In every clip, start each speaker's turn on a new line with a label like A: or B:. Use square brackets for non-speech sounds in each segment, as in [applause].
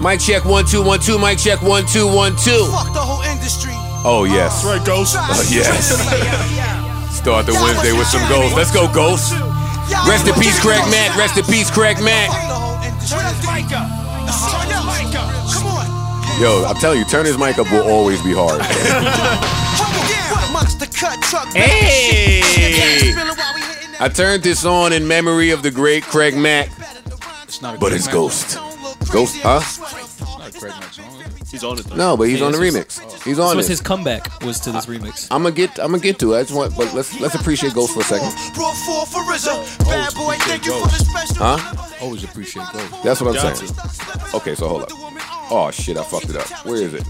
A: Mic check one two one two. Mic check one two one two.
B: Fuck the whole industry.
A: Oh yes.
C: Right, Ghost.
A: Oh, [laughs]
B: [laughs]
A: yes. Start the Wednesday with some goals. Let's go, Ghost. Rest in peace, Craig Mack. Rest in peace, Craig Mack.
B: Fuck the whole industry. Uh-huh.
D: mic up.
B: Turn your mic up. Come on.
A: Yo, I'm telling you, turn his mic up will always be [laughs] hard.
B: Come on. What? Monster cut truck. back and
A: Hey!
B: shit. Spin it while we hitting that
A: I turned this on in memory of the great Craig Mack,
B: better. The rhymes
D: not a
A: but
D: good
A: it's
D: mic.
A: Ghost.
B: don't look crazy.
A: Ghost- huh?
D: Not a great mic song.
C: He's on it though.
A: No, but he's on the remix. He's
E: This
A: on
E: was
A: it.
E: his comeback was to this remix.
A: I'm gonna get. I'm gonna get to it. I just want, but let's let's appreciate Ghost for a second.
B: Brought four for RZA. Bad boy, thank you for the special.
A: Huh?
D: Always appreciate Ghost.
A: That's what I'm
C: Got
A: saying. Okay, so hold up. Oh shit, I fucked it up. Where is it?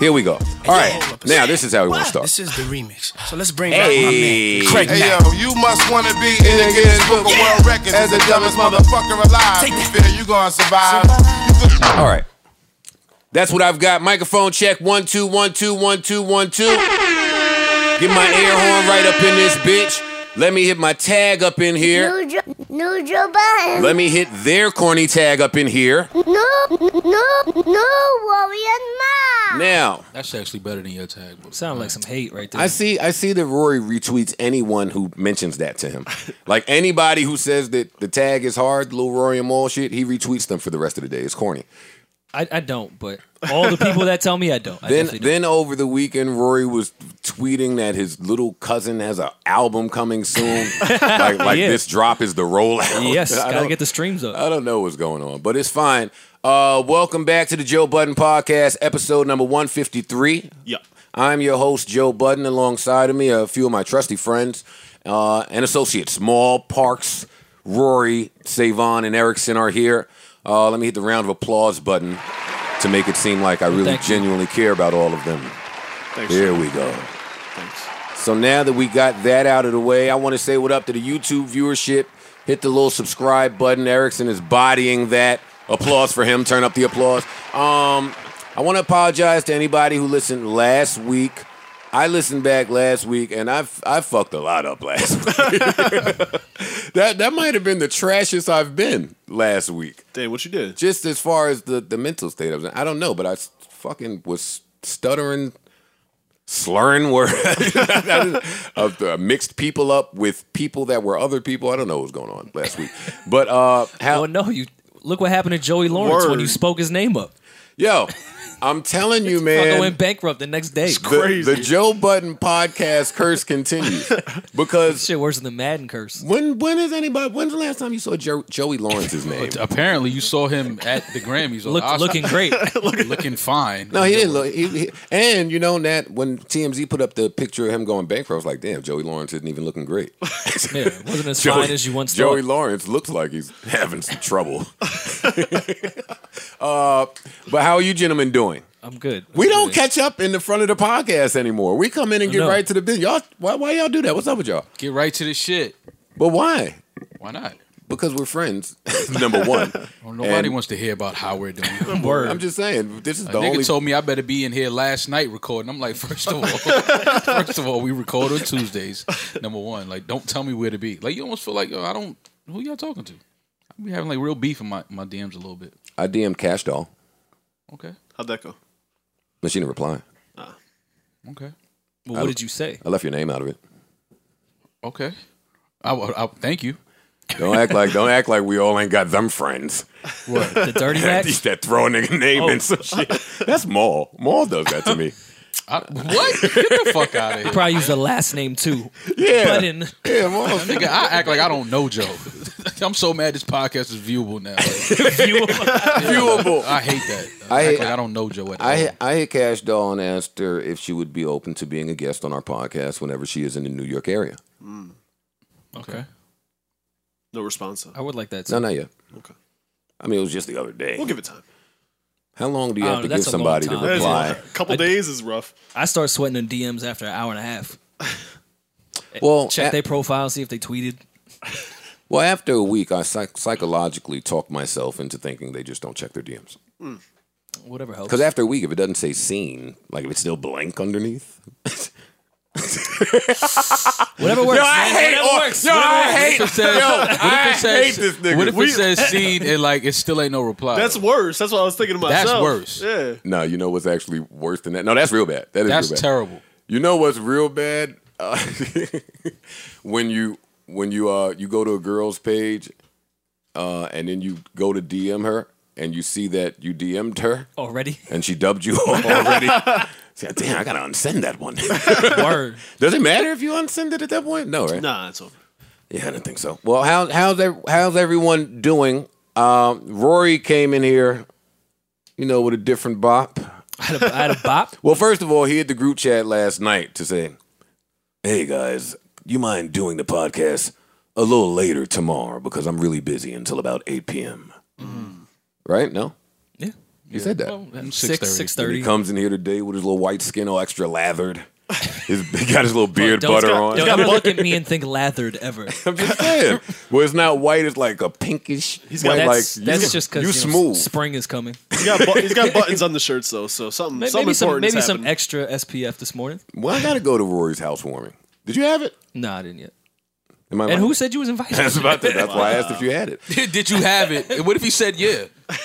A: Here we go. All right, now this is how we want to start.
F: This is the remix. So let's bring
A: Hey.
F: back my man, Craig
G: Hey
F: Mack.
G: yo, you must wanna be in the Guinness Book of World Records as the dumbest motherfucker alive.
F: Take
G: You
F: that.
G: feel you gonna survive? You could
A: All right, that's what I've got. Microphone check. One two one two one two one two. Get my air horn right up in this bitch. Let me hit my tag up in here.
H: New, Joe, new Joe Biden.
A: Let me hit their corny tag up in here.
H: no, no, no, warrior, no.
A: Now,
D: That's actually better than your tag. But
E: Sound like some hate right there.
A: I see I see that Rory retweets anyone who mentions that to him. Like anybody who says that the tag is hard, little Rory and all shit, he retweets them for the rest of the day. It's corny.
E: I, I don't, but all the people that tell me I don't. I
A: Then
E: definitely
A: then over the weekend, Rory was tweeting that his little cousin has an album coming
E: [laughs]
A: soon. like like
E: Yeah.
A: this drop is the
E: don't.
A: rollout. [laughs]
E: Yes,
A: I
E: gotta
A: don't- Uh,
E: get the streams up.
A: I don't know what's going on, but it's fine. Uh, welcome back to the Joe Budden Podcast, episode number 153.
C: Yeah.
A: I'm your host, Joe Budden. Alongside of me, are a few of my trusty friends uh, and associates. Small Parks, Rory, Savon, and Erickson are here. Uh, let me hit the round of applause button to make it seem like I really
E: thank you.
A: genuinely care about all of them.
C: Thanks.
A: Here we go.
C: Thanks.
A: So now that we got that out of the way, I want to say what up to the YouTube viewership. Hit the little subscribe button. Erickson is bodying that. Applause for him. Turn up the applause. Um, I want to apologize to anybody who listened last week. I listened back last week and I I fucked a lot up last [laughs] week. that that might have been the trashiest I've been last week.
C: Dang, what you did?
A: Just as far as the the mental state I was in. I don't know, but I s- fucking was stuttering slurring words. [laughs] of the mixed people up with people that were other people. I don't know what was going on last week, but uh, how,
E: Oh no, you look what happened to Joey Lawrence when
C: Word.
E: you spoke his name up.
A: yo, I'm telling
E: [laughs]
A: you,
E: Fucker
A: man.
E: went bankrupt the next day.
A: The,
C: crazy.
A: the Joe Button podcast curse continues
E: [laughs]
A: because
E: Shit worse than the Madden curse.
A: when when is anybody? When's the last time you saw jo- Joey
E: [laughs]
A: Lawrence's name?
D: Apparently, you saw him at the Grammys. Or
E: Look,
D: the Oscars.
E: looking
A: [laughs]
D: [laughs]
E: great.
D: looking fine.
A: No, he didn't look. He, he- and you know that when TMZ put up the picture of him going bankrupt, I was like, damn, Joey Lawrence isn't even looking
E: [laughs]
A: great.
E: Yeah, it wasn't as fine as you once
A: Joey
E: thought.
A: Lawrence looks like he's having some
E: [laughs]
A: trouble. [laughs] uh, but how are you gentlemen doing?
E: I'm good.
A: We
E: I'm
A: don't
E: good.
A: catch up in the front of the podcast anymore. We come in and get
E: No.
A: right to the business. Y'all, why, why y'all do that? What's up with y'all?
D: Get right to the shit.
A: But why?
D: Why not?
A: Because we're friends. [laughs] number
E: [laughs]
A: one.
D: Well, nobody
A: And-
D: wants to hear about how we're doing.
E: Word.
A: I'm just saying. This is
D: A
A: the
D: nigga
A: only.
D: told me I better be in here last night recording. I'm like, first of all, [laughs] first of all, we record on Tuesdays. Number one, like, don't tell me where to be. Like, you almost feel like, yo, I don't. Who y'all talking to? I be having like real beef in my, my DMs a little bit.
A: I DM Cash Doll,
D: Okay,
C: How'd that go?
A: but she didn't reply.
D: okay,
E: Well, what did you say?
A: I left your name out of it.
D: okay. I, will- I, thank you.
A: Don't act like don't act like we all ain't got them
E: [laughs]
A: friends.
E: The
A: [laughs]
E: dirty
A: That,
E: match?
A: that throw a nigga name
E: Oh.
A: and some shit. That's Maul. Maul does that to
E: [laughs]
A: me.
D: I, [laughs] what? Get the fuck out of here.
E: Probably used the last name too.
A: Yeah.
E: Button.
A: Yeah, Maul.
D: Nigga, I act like I don't know Joe. [laughs] I'm so mad this podcast is viewable [laughs] now.
A: Viewable.
D: I hate that. I,
A: I-
D: act like I don't know Joe at all.
A: I hit- I hit Cash Doll and asked her if she would be open to being a guest on our podcast whenever she is in the New York area.
D: [laughs] okay.
C: No response. huh?
E: I would like that too.
A: No, not yet.
C: Okay.
A: I mean, it was just the other day.
C: We'll give it time.
A: How long do you
E: Oh,
A: have to give
E: that's a long
A: somebody to
E: time. That's
A: reply?
C: A couple days is rough.
E: I start sweating in DMs after an hour and a half.
A: Well,
E: Check
A: a-
E: their profile, see if they tweeted.
A: well, after a week, I psych- psychologically talked myself into thinking they just don't check their DMs.
E: Whatever helps.
A: Because after a week, if it doesn't say seen, like if it's still blank underneath,
E: Whatever works.
A: Yo, I
E: man.
A: hate
E: Whatever
A: all-
E: works.
A: Yo,
E: Whatever
A: I hate.
E: works.
D: What if it says,
A: yo,
D: what if it
A: I
D: says-
A: hate this nigga.
D: What if
C: We-
D: it says seed and like it still ain't no reply?
C: That's worse. Oh. That's what I was thinking to
D: That's
C: myself.
D: worse.
C: Yeah.
A: no, you know what's actually worse than that? No, that's real bad. That is
D: that's
A: real bad.
D: terrible.
A: You know what's real bad? Uh, [laughs] when you when you uh you go to a girl's page, uh, and then you go to DM her, and you see that you DM'd her,
E: Already.
A: and she dubbed you [laughs] already. See, Damn, I gotta unsend that one. [laughs]
E: Word.
A: Does it matter if you unsend it at that point? No, right?
C: Nah, it's over.
A: Yeah, I don't think so. Well, how, how's ev- how's everyone doing? Um, Rory came in here, you know, with a different bop.
E: I had a, I had a bop.
A: Well, first of all, he hit the group chat last night to say, "Hey guys, you mind doing the podcast a little later tomorrow because I'm really busy until about 8 p.m."
E: Mm.
A: Right? No,
E: Yeah.
A: he said that.
E: Six six
A: And he
E: thirty.
A: comes in here today with his little white skin all extra
E: [laughs]
A: lathered. His, he got his little beard
E: Don't
A: butter
E: stop-
A: on.
E: Don't ever look at me and think lathered ever.
A: [laughs] I'm just saying. well, it's not white. It's like a pinkish. He's
E: That's,
A: got like
E: that's
A: you,
E: just because
A: you smooth.
E: spring
A: [laughs]
E: is coming.
C: He's got, bu- he's [laughs] got buttons on the shirts though, so something
E: Maybe,
C: something
E: maybe some
C: important
E: maybe
C: is
E: some
C: happening.
E: extra SPF this morning.
A: well, I gotta go to Rory's housewarming. Did you have it?
E: Nah, I didn't yet.
A: Am I lying?
E: And who said you was
A: [laughs]
E: invited?
A: That's about that. That's why I asked if you had it.
D: [laughs] Did you have it? And What if he said yeah?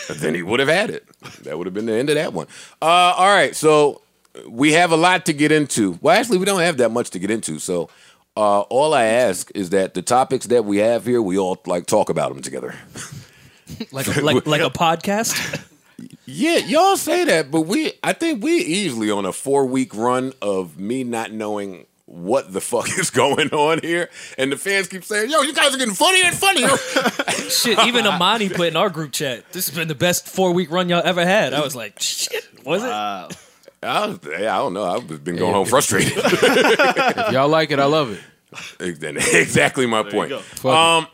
A: then he would have had it. That would have been the end of that one. Uh, all right, so we have a lot to get into. Well, actually, we don't have that much to get into. So uh, all I ask is that the topics that we have here, we all like talk about them together.
E: Like a, like like
A: [laughs]
E: a podcast.
A: Yeah, y'all say that, but we I think we easily on a four week run of me not knowing what the fuck is [laughs] going on here. And the fans keep saying, yo, you guys are getting funnier and funnier.
E: Shit. Even Amani put in our group chat. This has been the best four week run y'all ever had. I was like, shit. Was it?
C: Wow.
A: [laughs] I, was- I don't know. I've just been going home frustrated.
D: If y'all like it, I love it.
A: [laughs] exactly my point.
C: go.
D: Fuck it.
A: Um,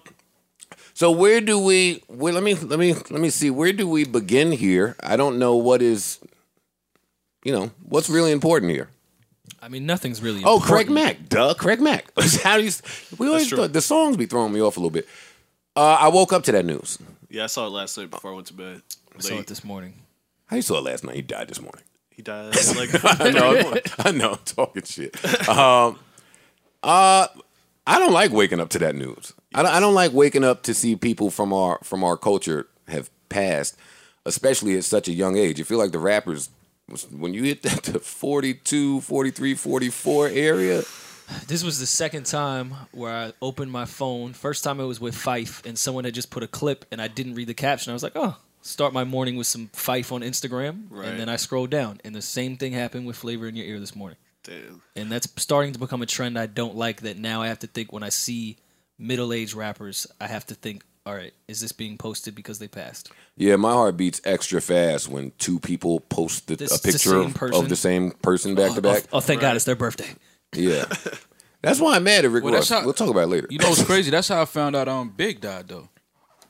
A: so where do we? Where, let me let me let me see. Where do we begin here? I don't know what is, you know, what's really important here.
E: I mean, nothing's really.
A: Oh,
E: important.
A: Craig Mack, duh, Craig Mack. [laughs] How do you? We always
C: true.
A: thought the songs be throwing me off a little bit. Uh, I woke up to that news.
C: Yeah, I saw it last night before I went to bed.
E: e- I saw
C: Late.
E: it this morning.
A: I saw it last night. He died this morning.
C: He
E: [laughs]
C: died like [laughs]
A: I know. I know. I'm talking shit. Um, uh, I don't like waking up to that news. I don't, I don't like waking up to see people from our from our culture have passed, especially at such a young age. You feel like the rappers was- when you hit that [laughs] to 42, 43, 44 area.
E: This was the second time where I opened my phone. First time it was with Fife, and someone had just put a clip, and I didn't read the caption. I was like, oh, start my morning with some Fife on Instagram.
C: Right.
E: And then I scrolled down, and the same thing happened with Flavor in Your Ear this morning.
C: damn.
E: And that's starting to become a trend I don't like that now I have to think when I see middle aged rappers, I have to think, all right, is this being posted because they passed?
A: Yeah, my heart beats extra fast when two people post the,
E: This-
A: a
E: the
A: picture
E: same
A: of,
E: person.
A: of the same person back to back.
E: Oh, thank God, it's their birthday.
A: Yeah. That's why I'm mad at Rick
D: Well,
A: Ross.
D: that's how-
A: we'll talk about it later.
D: You know what's crazy? That's how I found out um Big died though,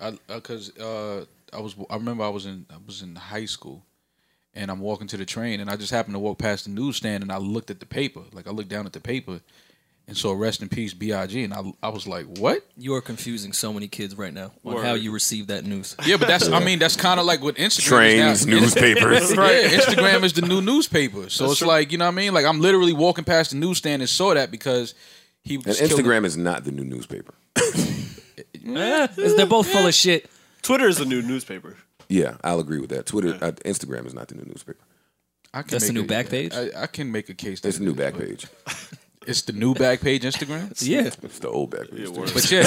D: I because uh, I was I remember I was in I was in high school, and I'm walking to the train and I just happened to walk past the newsstand and I looked at the paper like I looked down at the paper, and saw rest in peace Big and I I was like what?
E: You are confusing so many kids right now on how you receive that news.
D: Yeah, but that's I mean that's kind of like what Instagram is
A: Trains,
D: now.
A: newspapers.
D: [laughs] Yeah, Instagram is the new newspaper. So it's like you know what I mean. Like I'm literally walking past the newsstand and saw that because he
A: And
D: was killed-
A: Instagram is not the new newspaper.
E: Eh, they're both full of shit.
C: Twitter is a new newspaper.
A: Yeah, I'll agree with that. Twitter, uh, Instagram is not the new newspaper.
D: I can
E: That's the
D: make
E: new
D: a-
E: back page?
D: I, I can make a case. that
A: It's the
D: it
A: new
D: is,
A: back
D: but-
C: [laughs]
A: page.
D: It's the new back page [laughs] Instagram.
E: Yeah.
A: It's the old back page.
C: works.
D: But yeah,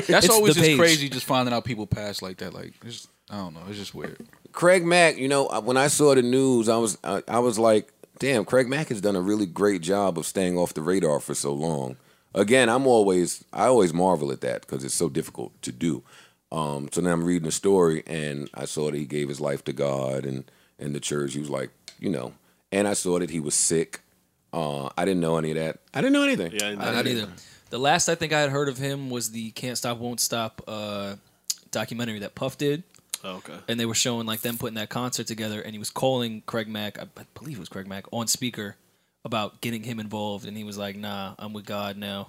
D: that's always
E: the
D: just
E: page.
D: crazy. Just finding out people pass like that. Like it's, I don't know. It's just weird.
A: Craig Mack, you know, uh, when I saw the news, I was I, I was like, damn, Craig Mack has done a really great job of staying off the radar for so long. Again, I'm always I always marvel at that because it's so difficult to do. Um, so now I'm reading the story and I saw that he gave his life to God and and the church. He was like, you know, and I saw that he was sick. Uh, I didn't know any of that. I didn't know anything.
C: Yeah, I didn't know
E: I didn't either. The last I think I had heard of him was the Can't Stop Won't Stop uh, documentary that Puff did,
C: Oh, okay.
E: and they were showing like them putting that concert together, and he was calling Craig Mack, I I believe it was Craig Mack, on speaker about getting him involved, and he was like, "Nah, I'm with God now."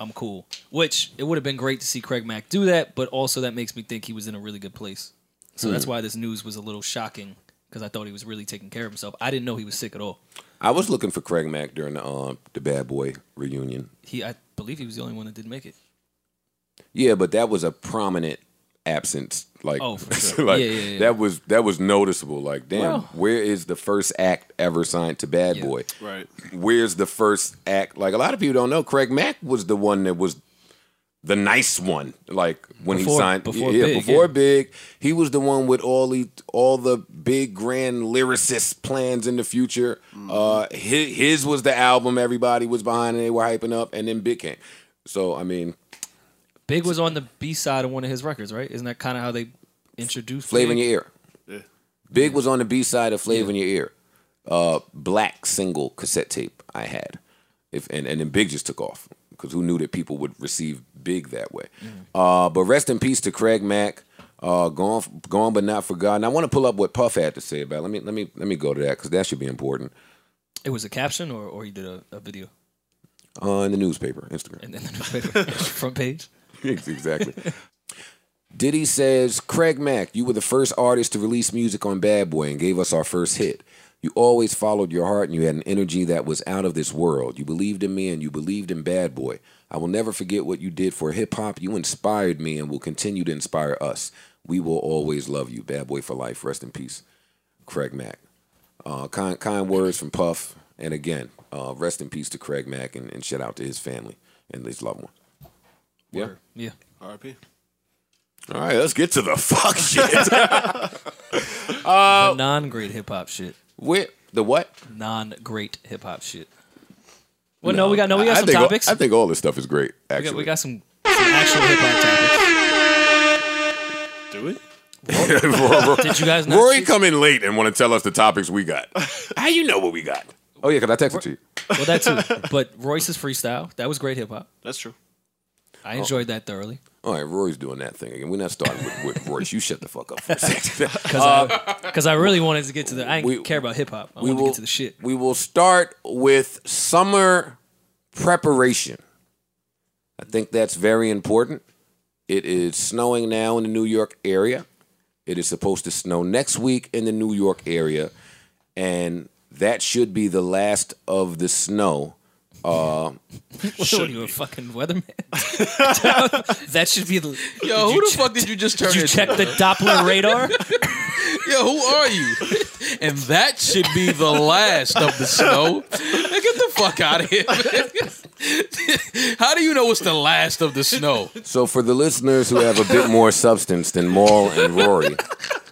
E: I'm cool. Which it would have been great to see Craig Mack do that, but also that makes me think he was in a really good place. So that's why this news was a little shocking because I thought he was really taking care of himself. I didn't know he was sick at all.
A: I was looking for Craig Mack during the um, the Bad Boy reunion.
E: He, I believe, he was the only one that didn't make it.
A: Yeah, but that was a prominent absence. Like, [laughs]
E: Oh, for sure.
A: like,
E: Yeah, yeah, yeah.
A: that was that was noticeable. Like, damn,
E: Well-
A: where is the first act ever signed to Bad
E: Yeah.
A: Boy?
C: Right.
A: Where's the first act? Like, a lot of people don't know Craig Mack was the one that was the nice one. Like when
E: Before-
A: he signed,
E: before
A: yeah,
E: Big,
A: before
E: yeah.
A: Big, he was the one with all the all the big grand lyricist plans in the future.
E: Mm.
A: Uh, his, his was the album everybody was behind and they were hyping up, and then Big came. So I mean,
E: Big was on the B side of one of his records, right? Isn't that kind of how they introduced
A: Flavor in
E: Big?
A: Your Ear.
C: Yeah.
A: Big was on the B side of Flavor in Your Ear. Uh, black single cassette tape I had. If and, and then Big just took off because who knew that people would receive Big that way. Uh, but rest in peace to Craig Mack. Uh, gone, gone, but not forgotten. I want to pull up what Puff had to say about. It. Let me, let me, let me go to that because that should be important.
E: It was a caption, or or he did a, a video
A: Uh, in the newspaper, Instagram.
E: and then the newspaper
A: [laughs]
E: [laughs] front page.
A: exactly. Diddy says, Craig Mack, you were the first artist to release music on Bad Boy and gave us our first hit. You always followed your heart and you had an energy that was out of this world. You believed in me and you believed in Bad Boy. I will never forget what you did for hip hop. You inspired me and will continue to inspire us. We will always love you. Bad Boy for life. Rest in peace. Craig Mack. Uh, kind, kind words from Puff. And again, uh, rest in peace to Craig Mack and, and shout out to his family and his loved one. Yeah.
E: Yeah,
C: RP.
A: All right, let's get to the [laughs] fuck shit. [laughs] Uh,
E: non great hip hop shit.
A: Wait, the what?
E: Non great hip hop shit. Well, no, we got no, we
A: I
E: got some
A: think all-
E: topics.
A: I think all this stuff is great.
E: we, got,
A: Actually, [laughs]
E: we got some, some actual hip hop topics.
C: Do we?
E: Did you guys not
A: Rory
E: see-
A: come in late and want to tell us the topics we got. How you know what we got? Oh yeah, because I texted you.
E: Well, that too. But Royce's freestyle that was great hip hop.
C: That's true.
E: I
A: Oh.
E: enjoyed that thoroughly.
A: All right, Rory's doing that thing again. We're not starting with, with Royce. You shut the fuck up for a second.
E: [laughs] Because I really wanted to get to the. I didn't
A: we-
E: care about hip hop. I
A: we
E: wanted
A: will
E: to get to the shit. [laughs]
A: We will start with summer preparation. I think that's very important. It is snowing now in the New York area. It is supposed to snow next week in the New York area, and that should be the last of the snow.
E: What are you a
A: [laughs]
E: fucking weatherman? [laughs] that should be the.
D: Yo, who the fuck did you just turn
E: Did you
D: into?
E: check the Doppler radar?
D: Yo, who are you? [laughs] and that should be the last of the [laughs] snow. Get the fuck out of here. man. [laughs] How do you know it's the last of the snow?
A: So, for the listeners who have a bit
D: [laughs]
A: more substance than Maul and Rory,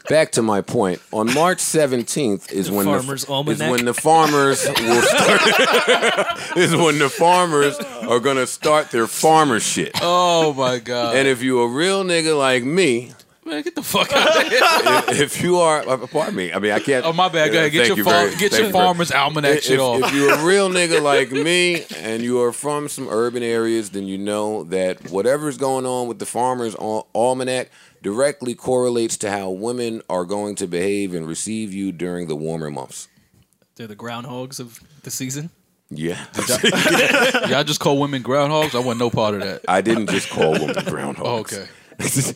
A: back to my point. On March 17th is when
E: Farmer's
A: the, is
E: Almanac.
A: when the farmers will
D: [laughs]
A: start, is when the farmers are gonna start their farmer shit.
D: Oh my god.
A: And if you a real nigga like me,
D: man, get the fuck out of here. [laughs]
A: if, if you are, uh, pardon me, I mean I can't.
D: Oh my bad. Go ahead. Get
A: Thank
D: your
A: you
D: far-
A: very-
D: get
A: thank
D: your
A: you very-
D: farmer's almanac
A: if,
D: shit
A: [laughs]
D: off.
A: if you're a real nigga like me and you are from some urban areas, then you know that whatever's going on with the farmer's al- almanac directly correlates to how women are going to behave and receive you during the warmer months.
E: [laughs] They're the groundhogs of the season.
A: Yeah.
D: Y'all just call women groundhogs. I want no part of that.
A: I didn't just call
D: [laughs]
A: women groundhogs.
D: Oh, okay.
A: [laughs] Just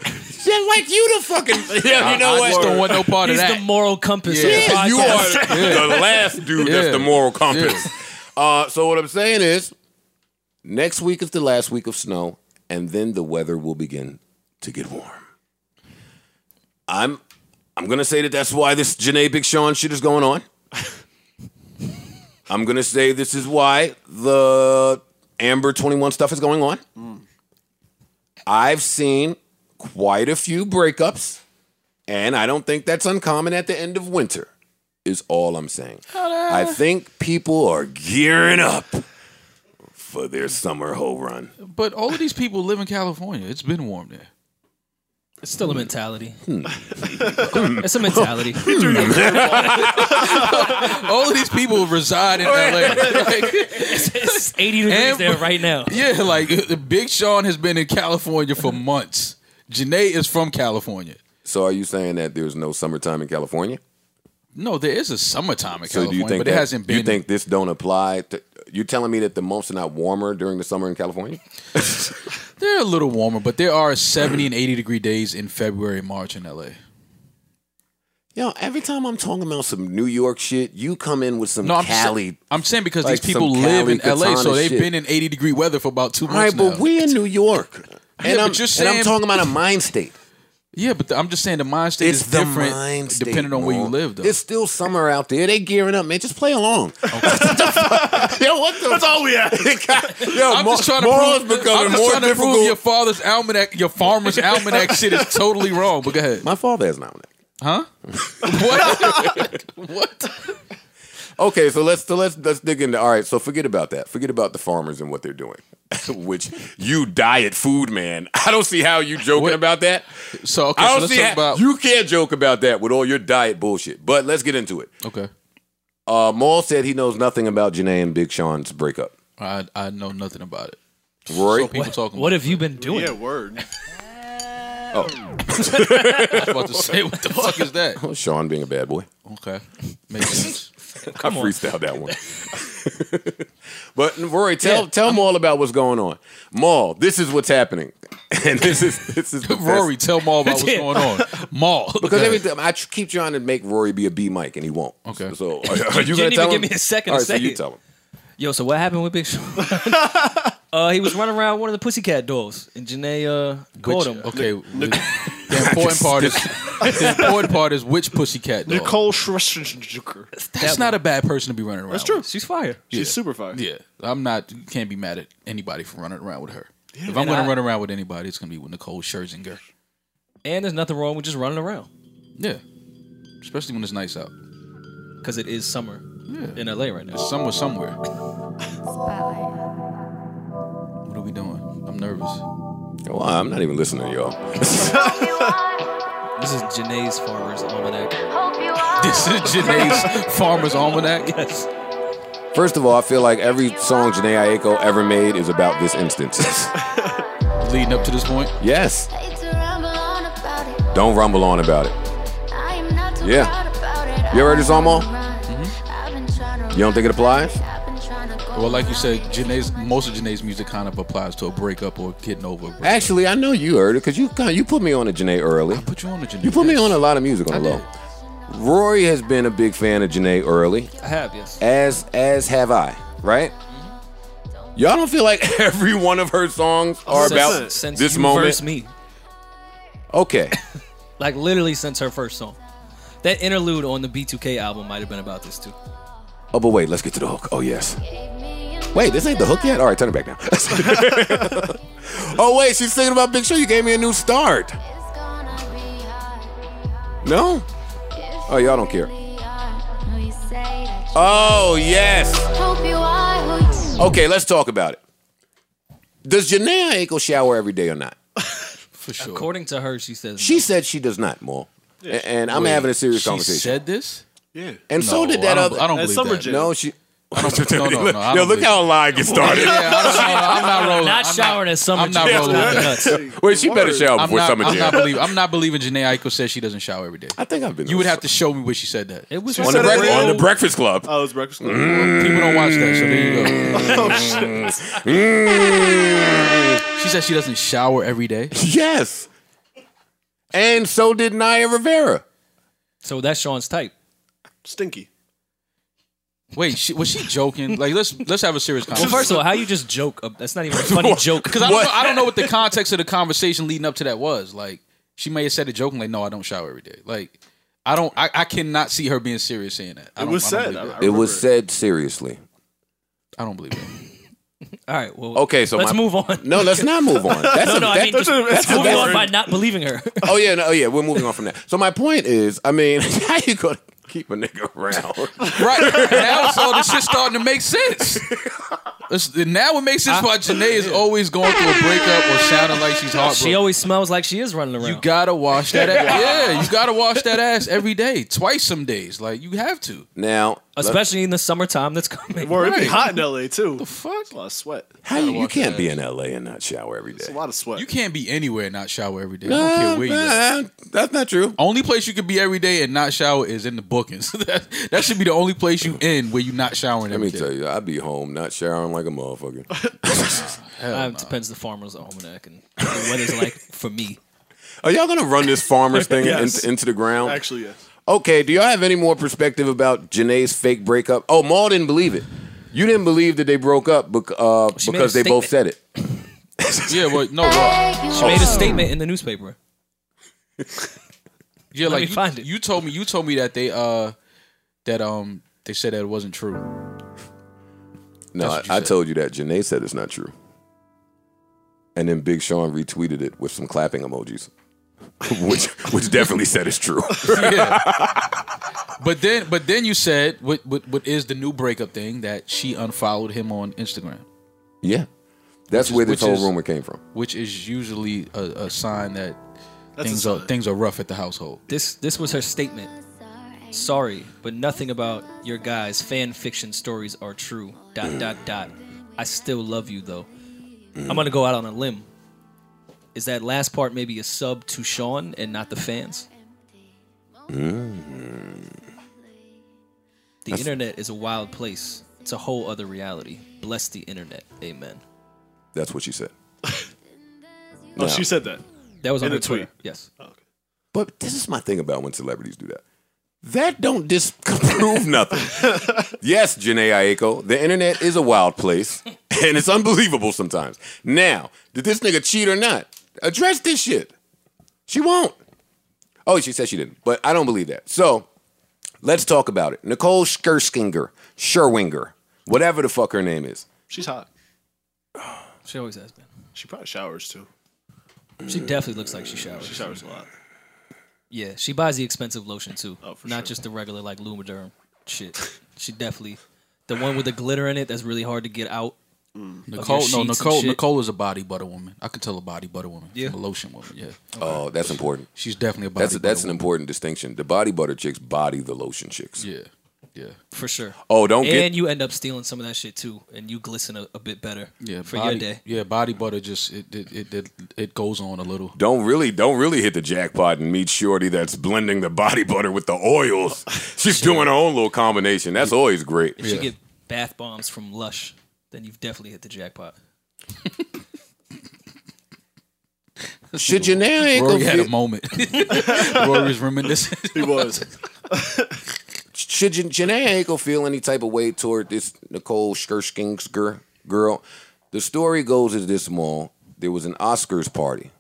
A: like you the fucking, [laughs] yeah, you know
D: I
A: what?
D: just don't want no part
E: He's
D: of
E: the
D: Oh, that.
E: moral compass.
D: Yeah.
E: Of the
A: Yeah, you
E: podcast.
A: are the last dude
D: Yeah.
A: that's the moral compass. Uh, so what I'm saying is, next week is the last week of snow, and then the weather will begin to get warm. I'm I'm gonna say that that's why this Janae Big Sean shit is going on. I'm gonna say this is why the Amber 21 stuff is going on. I've seen quite a few breakups, and I don't think that's uncommon at the end of winter, is all I'm saying. I think people are gearing up for their summer hoe run.
D: But all of these people live in California. It's been warm there.
E: It's still a mentality. [laughs] it's a mentality. [laughs]
D: All of these people reside in LA. [laughs] Like,
E: it's 80 degrees
D: And-
E: there right now.
D: yeah, like Big Sean has been in California for months. Janae is from California.
A: So are you saying that there's no summertime in California?
D: No, there is a summertime in
A: So
D: California,
A: do you think
D: but
A: that,
D: it hasn't been.
A: you think this don't apply to you telling me that the months are not warmer during the summer in California?
D: they're a little warmer, but there are 70 and 80 degree days in February and March in LA.
A: Yo, every time I'm talking about some New York shit, you come in with some
D: No, I'm
A: Cali.
D: Saying, I'm saying because
A: like
D: these people
A: some
D: live in
A: Cali
D: LA, so
A: Katana
D: they've
A: shit.
D: been in 80 degree weather for about two
A: All right, but
D: months now.
A: we in New York, and
D: but
A: I'm
D: you're
A: and
D: saying-
A: I'm talking about a mind state.
D: yeah, but the- I'm just saying the mind state
A: It's
D: is
A: the
D: different
A: mind state,
D: depending on where you
A: bro.
D: live, though.
A: It's still summer out there. They gearing up, man. Just play along. [laughs] Yo, what the?
C: That's all we have.
A: [laughs] Yo,
D: I'm
A: mor-
D: just trying to
A: morals
D: prove,
A: becoming
D: I'm just
A: more
D: trying to
A: difficult.
D: prove your father's almanac, your farmer's almanac shit is totally wrong. But
A: [laughs]
D: go ahead,
A: My father has an almanac.
D: huh? What? what?
A: Okay, so let's so let's let's dig into. All right, so forget about that. Forget about the farmers and what they're doing. [laughs] Which you diet food man. [laughs] I don't see how you joking
D: What?
A: about that.
D: So okay,
A: I
D: so
A: don't
D: let's
A: see
D: talk
A: how,
D: about
A: you can't joke about that with all your diet bullshit. But let's get into it.
D: okay.
A: Uh, Maul said he knows nothing about Janae and Big Sean's breakup.
D: I I know nothing about it.
A: Rory,
D: So people talking.
E: What
D: about
E: have you been doing?
C: Yeah, word.
D: it. I'm about to [laughs] say? What the fuck is that?
A: oh, [laughs] Sean being a bad
E: [laughs]
A: boy.
D: Okay, makes
A: [laughs]
D: sense.
A: I freestyled that one. [laughs] but Rory, tell tell Maul about what's going on. Maul, this is what's happening, [laughs] and this is this
E: [laughs]
A: is the best-
D: Rory, tell Maul
A: [laughs]
D: about what's
E: Yeah.
D: going on. Maul,
A: Because
D: Okay.
A: every time I tr- keep trying to make Rory be a B Mike, and he won't.
D: Okay.
E: [laughs]
A: So are, are you, gonna
E: You didn't
A: tell
E: even
A: him?
E: give me a second
A: All
E: to
A: right,
E: say
A: so you
E: it.
A: tell him.
E: Yo, so what happened with Big Sean? [laughs] uh, he was running around one of the pussycat dolls, and Janae uh,
D: Which-
E: called him.
D: Okay. the important part
A: [laughs]
D: is the important part is which pussycat dog.
C: [laughs] Nicole Schwarzenegger.
D: That's not a bad person to be running around. That's
C: true.
E: She's fire.
C: She's super fire.
D: Yeah, I'm not. You can't be mad at anybody for running around with her. if I'm
E: And
D: going
E: I-
D: to run around with anybody, it's going to be with Nicole Scherzinger.
E: And there's nothing wrong with just running around
D: Yeah, especially when it's nice out.
E: because it is summer in LA right now.
D: Somewhere, somewhere. What are we doing? I'm nervous. [laughs]
A: Well, I'm not even listening to y'all.
E: This is Janae's Farmer's Almanac.
D: This is Janae's
A: [laughs]
D: Farmer's Almanac.
E: Yes.
A: First of all, I feel like every song Janae Aiko ever made is about this instance. [laughs]
D: Leading up to this point,
A: yes. Don't rumble on about it. Yeah.
I: Yeah.
A: You ever heard this song, Mo?
I: You
D: Mm-hmm.
A: You don't think it applies?
D: well, like you said, Janae's most of Janae's music kind of applies to a breakup or getting over. A breakup.
A: Actually, I know you heard it because you kinda- you put me on to Janae early.
D: Put you on the Janae.
A: You put me
D: yes.
A: on a lot of music on the
D: I
A: low. Rory has been a big fan of Janae early,
E: I have, yes.
A: as as have I. Right? Y'all don't feel like [laughs] every one of her songs are
E: Since-
A: about
E: since
A: this
E: you
A: moment.
E: versed me.
A: Okay.
E: Like literally since her first song. That interlude on the B2K album might have been about this too.
A: Oh, but wait, let's get to the hook. Oh, yes. Wait, this ain't the hook yet? All right, turn it back now. [laughs] oh, wait, she's singing about Big Show. You gave me a new start. No? Oh, y'all don't care. Oh, yes. Okay, let's talk about it. Does Janae Aiko shower every day or not?
D: for sure.
E: According to her, she says
A: She said she does not, Maul. A- And I'm having a serious
D: she
A: conversation.
D: said this.
C: Yeah.
A: and so
D: No,
A: did that
D: I
A: other.
D: don't, I don't
C: That's
D: believe
C: Summer
D: that.
C: Jam.
A: [laughs] no, she.
D: I don't, no, no, no. I
A: Yo, look
D: don't believe-
A: how a line gets started. [laughs]
D: Yeah, I don't- I'm not rolling.
E: Not
D: I'm
E: showering at summer
D: I'm not
E: jam.
D: rolling.
E: That's
D: with that.
E: nuts.
A: Wait, she better
C: Word.
A: shower
D: I'm
A: before
D: not,
A: summer
D: I'm
A: jam.
D: not believing. I'm not believing Janae Eichel says she doesn't shower every day.
A: I think I've been.
D: You would have to show me where she said that.
E: it was
A: on the,
C: said
A: breakfast,
C: it
A: on
C: all.
A: the Breakfast Club. Uh,
C: Oh, it's breakfast. Club.
D: People don't watch that, so there you go.
A: Mm.
D: She said she doesn't shower every day.
A: Yes. And so did Naya Rivera.
E: So that's Sean's type.
C: Stinky.
D: Wait, she, was she joking? Like, let's let's have a serious
E: [laughs] Well,
D: conversation.
E: first of all, how you just joke? uh, That's not [laughs] even a funny joke.
D: because I don't
A: what?
D: know, I don't know what the context of the conversation leading up to that was. Like, she may have said it joking, like, "No, I don't shower every day." Like, I don't. I, I cannot see her being serious saying that. I
C: It
D: don't-
C: was
D: I don't
C: said.
D: believe
C: I-
D: that.
C: I
A: It was
C: remember
A: said seriously.
D: I don't believe it.
E: All right. Well,
A: Okay, so
E: let's
A: my-
E: move on.
A: [laughs] No, let's not move
E: [laughs]
A: on. That's
E: no,
A: a,
E: no.
A: that-
E: I mean, just,
C: that's a
E: moving
C: bad
E: on by
C: word.
E: not believing her.
A: [laughs] oh yeah, no, oh yeah. We're moving on from that. So my point is, I mean, [laughs] how you gonna keep a nigga
E: [laughs]
A: around?
D: Right now, so the shit's starting to make sense. It's- now it makes sense why Janae is always going through a breakup or sounding like she's heartbroken.
E: She always smells like she is running around.
D: you gotta wash that. ass. Yeah, you gotta wash that ass every day, twice some days. Like you have to.
A: Now,
E: Especially in the summertime that's coming.
C: Word, it'd be
D: Right.
C: hot in LA too. The
D: fuck?
C: a lot of sweat.
A: how you, you can't be in LA and not shower every day.
C: It's a lot of sweat.
D: You can't be anywhere and not shower every day. I don't care where you. live.
A: Uh, that's not true.
D: Only place you can be every day and not shower is in the bookings. [laughs] that, that should be the only place you in where you not showering
A: Let
D: every
A: me
D: day.
A: tell you, I'd be home not showering like a motherfucker.
E: Uh, it depends the farmer's almanac and the weather's like for me.
A: Are y'all gonna run this farmers thing
C: [laughs] Yes.
A: in- into the ground?
C: Actually, yes.
A: Okay, do y'all have any more perspective about Janae's fake breakup? Oh, Maul didn't believe it. You didn't believe that they broke up bec- uh,
E: She made a
A: because they both said
E: statement.
A: it.
D: Yeah, but
E: [laughs]
D: no. Rob.
E: She made a statement in the newspaper.
D: Yeah,
E: Let
D: like
E: me
D: you,
E: find it.
D: you told me. You told me that they uh that um they said that it wasn't true.
A: No, I,
D: That's what you
A: I
D: said.
A: told you that. Janae said it's not true. And then Big Sean retweeted it with some clapping emojis, [laughs] which which definitely said it's true.
D: Yeah.
E: [laughs]
D: but then, but then you said what, what what is the new breakup thing that she unfollowed him on Instagram,
A: yeah. That's
D: is-
A: where this
D: which
A: whole
D: is-
A: rumor came from.
D: which is usually a, a sign that
C: That's
D: things
C: a
D: are
C: sign.
D: things are rough at the household.
E: This this was her statement. Sorry, but nothing about your guys' fan fiction stories are true. Dot dot dot. I still love you though. I'm gonna go out on a limb. Is that last part maybe a sub to Sean and not the fans? The internet is a wild place. It's a whole other reality. Bless the internet. Amen.
A: That's what she said.
C: Oh, she said that. Oh,
E: That was on
C: In
E: her
C: a tweet.
E: Twitter. Yes.
A: But this is my thing about when celebrities do that. That don't disprove [laughs] nothing. yes, Janae Aiko, the internet is a wild place, [laughs] and it's unbelievable sometimes. Now, did this nigga cheat or not? Address this shit. She won't. Oh, she said she didn't, but I don't believe that. So let's talk about it. Nicole Scherzinger, Sherwinger, whatever the fuck her name is.
C: She's hot.
E: She always has been.
C: She probably showers too.
E: She definitely looks like she
C: She
E: showers.
C: showers a
A: [laughs]
C: lot.
E: Yeah, she buys the expensive lotion too.
C: Oh, for
E: Not
C: sure.
E: just the regular like Lumiderm shit. she definitely the one with the glitter in it that's really hard to get out.
D: Nicole,
E: sheets
D: no,
E: and
D: Nicole,
E: shit.
D: Nicole is a body butter woman. I can tell a body butter woman
E: Yeah.
D: from a lotion woman. Yeah,
A: Oh, that's important.
D: she's definitely a body.
A: That's
D: butter
A: that's an
D: woman.
A: important distinction. The body butter chicks body the lotion chicks.
D: yeah, yeah.
E: For sure.
A: Oh, don't
E: and
A: get
E: you end up stealing some of that shit too, and you glisten a, a bit better.
D: Yeah,
E: for
D: body,
E: your day.
D: Yeah, body butter just it it, it it it goes on a little.
A: don't really don't really hit the jackpot and meet Shorty that's blending the body butter with the
D: [laughs]
A: oils. She's doing her own little combination. That's always great.
E: If you
D: Yeah.
E: get bath bombs from Lush, then you've definitely hit the jackpot.
A: Should Janae
D: Rory
A: Aiko
D: had a
A: feel,
D: moment. Rory was reminiscing.
C: He was.
A: should Jan- Janae Aiko feel any type of way toward this Nicole Scherzinger gir- girl? The story goes is this mall. There was an Oscars party.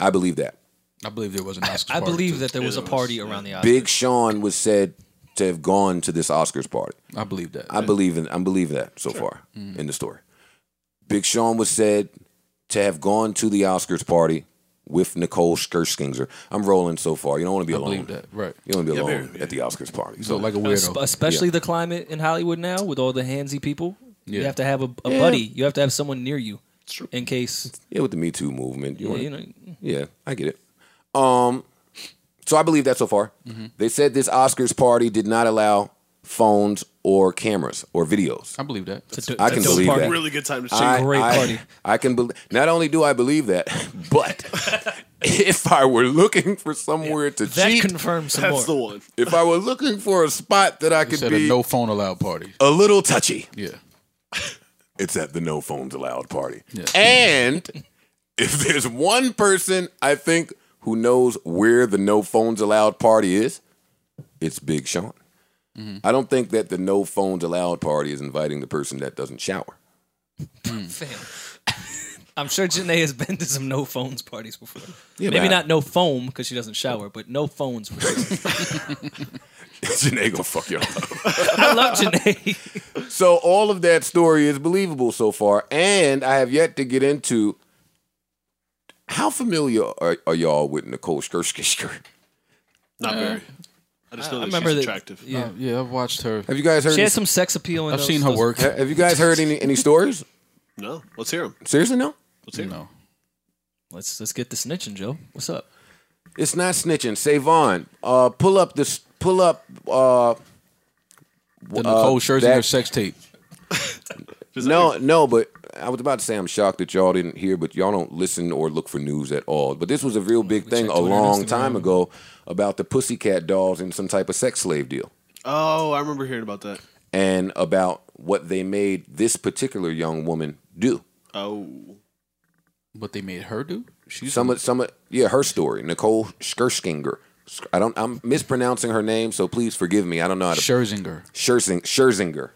A: I believe that.
D: [laughs] I believe there was an Oscar.
E: I
D: party,
E: believe
D: too.
E: that there was a
C: there
E: party around the Oscars.
A: Big Sean was said to have gone to this Oscars party.
D: I believe that.
A: I believe in I believe that so far in the story. Big Sean was said to have gone to the Oscars party with Nicole Scherzinger. I'm rolling so far. You don't want to be
D: I
A: alone.
D: believe that. Right.
A: You don't want to be
C: Yeah,
A: alone
C: very, yeah.
A: at the Oscars party. So
D: So like a
E: Espe-
D: weirdo.
E: especially the climate in Hollywood now with all the handsy people. You
D: Yeah.
E: have to have a, a buddy. You have to have someone near you in case
A: yeah, with the Me Too movement, you wanna-
E: you know.
A: Yeah, I get it. Um, so I believe that so far. They said this Oscars party did not allow phones or cameras or videos.
D: I believe that.
E: It's a,
A: I can
E: it's a
A: believe
E: party.
A: that.
C: Really good time to shake.
A: I,
E: great
A: I-
E: party.
A: I can believe. Not only do I believe that, [laughs] but if I were looking for somewhere to
E: That
A: cheat,
E: confirms some
C: That's the
E: more.
C: one.
A: if I were looking for a spot that I
D: It
A: could
D: said
A: be
D: a
A: a,
D: no phone allowed party.
A: little touchy,
D: Yeah.
A: it's at the no phones allowed party. And [laughs] if there's one person I think who knows where the no phones allowed party is, it's Big Sean.
E: Mm-hmm.
A: I don't think that the no phones allowed party is inviting the person that doesn't shower.
E: Fam. [laughs] I'm sure Janae has been to some no phones parties before.
A: Yeah,
E: Maybe
A: but I-
E: not no foam because she doesn't shower, but no phones. For sure.
A: [laughs] Janae gonna fuck your up.
E: I love Janae.
A: So all of that story is believable so far, and I have yet to get into how familiar are, are y'all with Nicole [laughs] Scherzinger?
C: Not very. I just know
E: I
C: that
E: remember
C: she's
E: that-
C: attractive.
E: Yeah,
D: Uh, yeah, I've watched her.
A: Have you guys heard?
E: she
A: Any,
E: has some sex appeal. In
D: I've
E: those-
D: seen her
E: those-
D: work.
A: ha- have you guys heard any any stories?
C: No, let's hear him.
A: Seriously, no.
C: Let's
D: You
C: hear
D: know.
E: Let's let's get the snitching, Joe. What's up?
A: It's not snitching. Savon, uh, pull up this. Pull up. Uh,
D: The Nicole Scherzinger
A: that-
D: sex tape.
C: him.
A: no, no. But I was about to say I'm shocked that y'all didn't hear, but y'all don't listen or look for news at all. But this was a real big thing
E: check
A: a
E: Twitter and
A: long
E: Instagram.
A: time ago about the Pussycat dolls and some type of sex slave deal.
C: Oh, I remember hearing about that.
A: and about what they made this particular young woman do.
C: Oh,
D: What they made her do? She's
A: Some of some of yeah, her story, Nicole Scherzinger, I don't. I'm mispronouncing her name, so please forgive me. I don't know how to.
D: Scherzinger.
A: Scherzing, Scherzinger.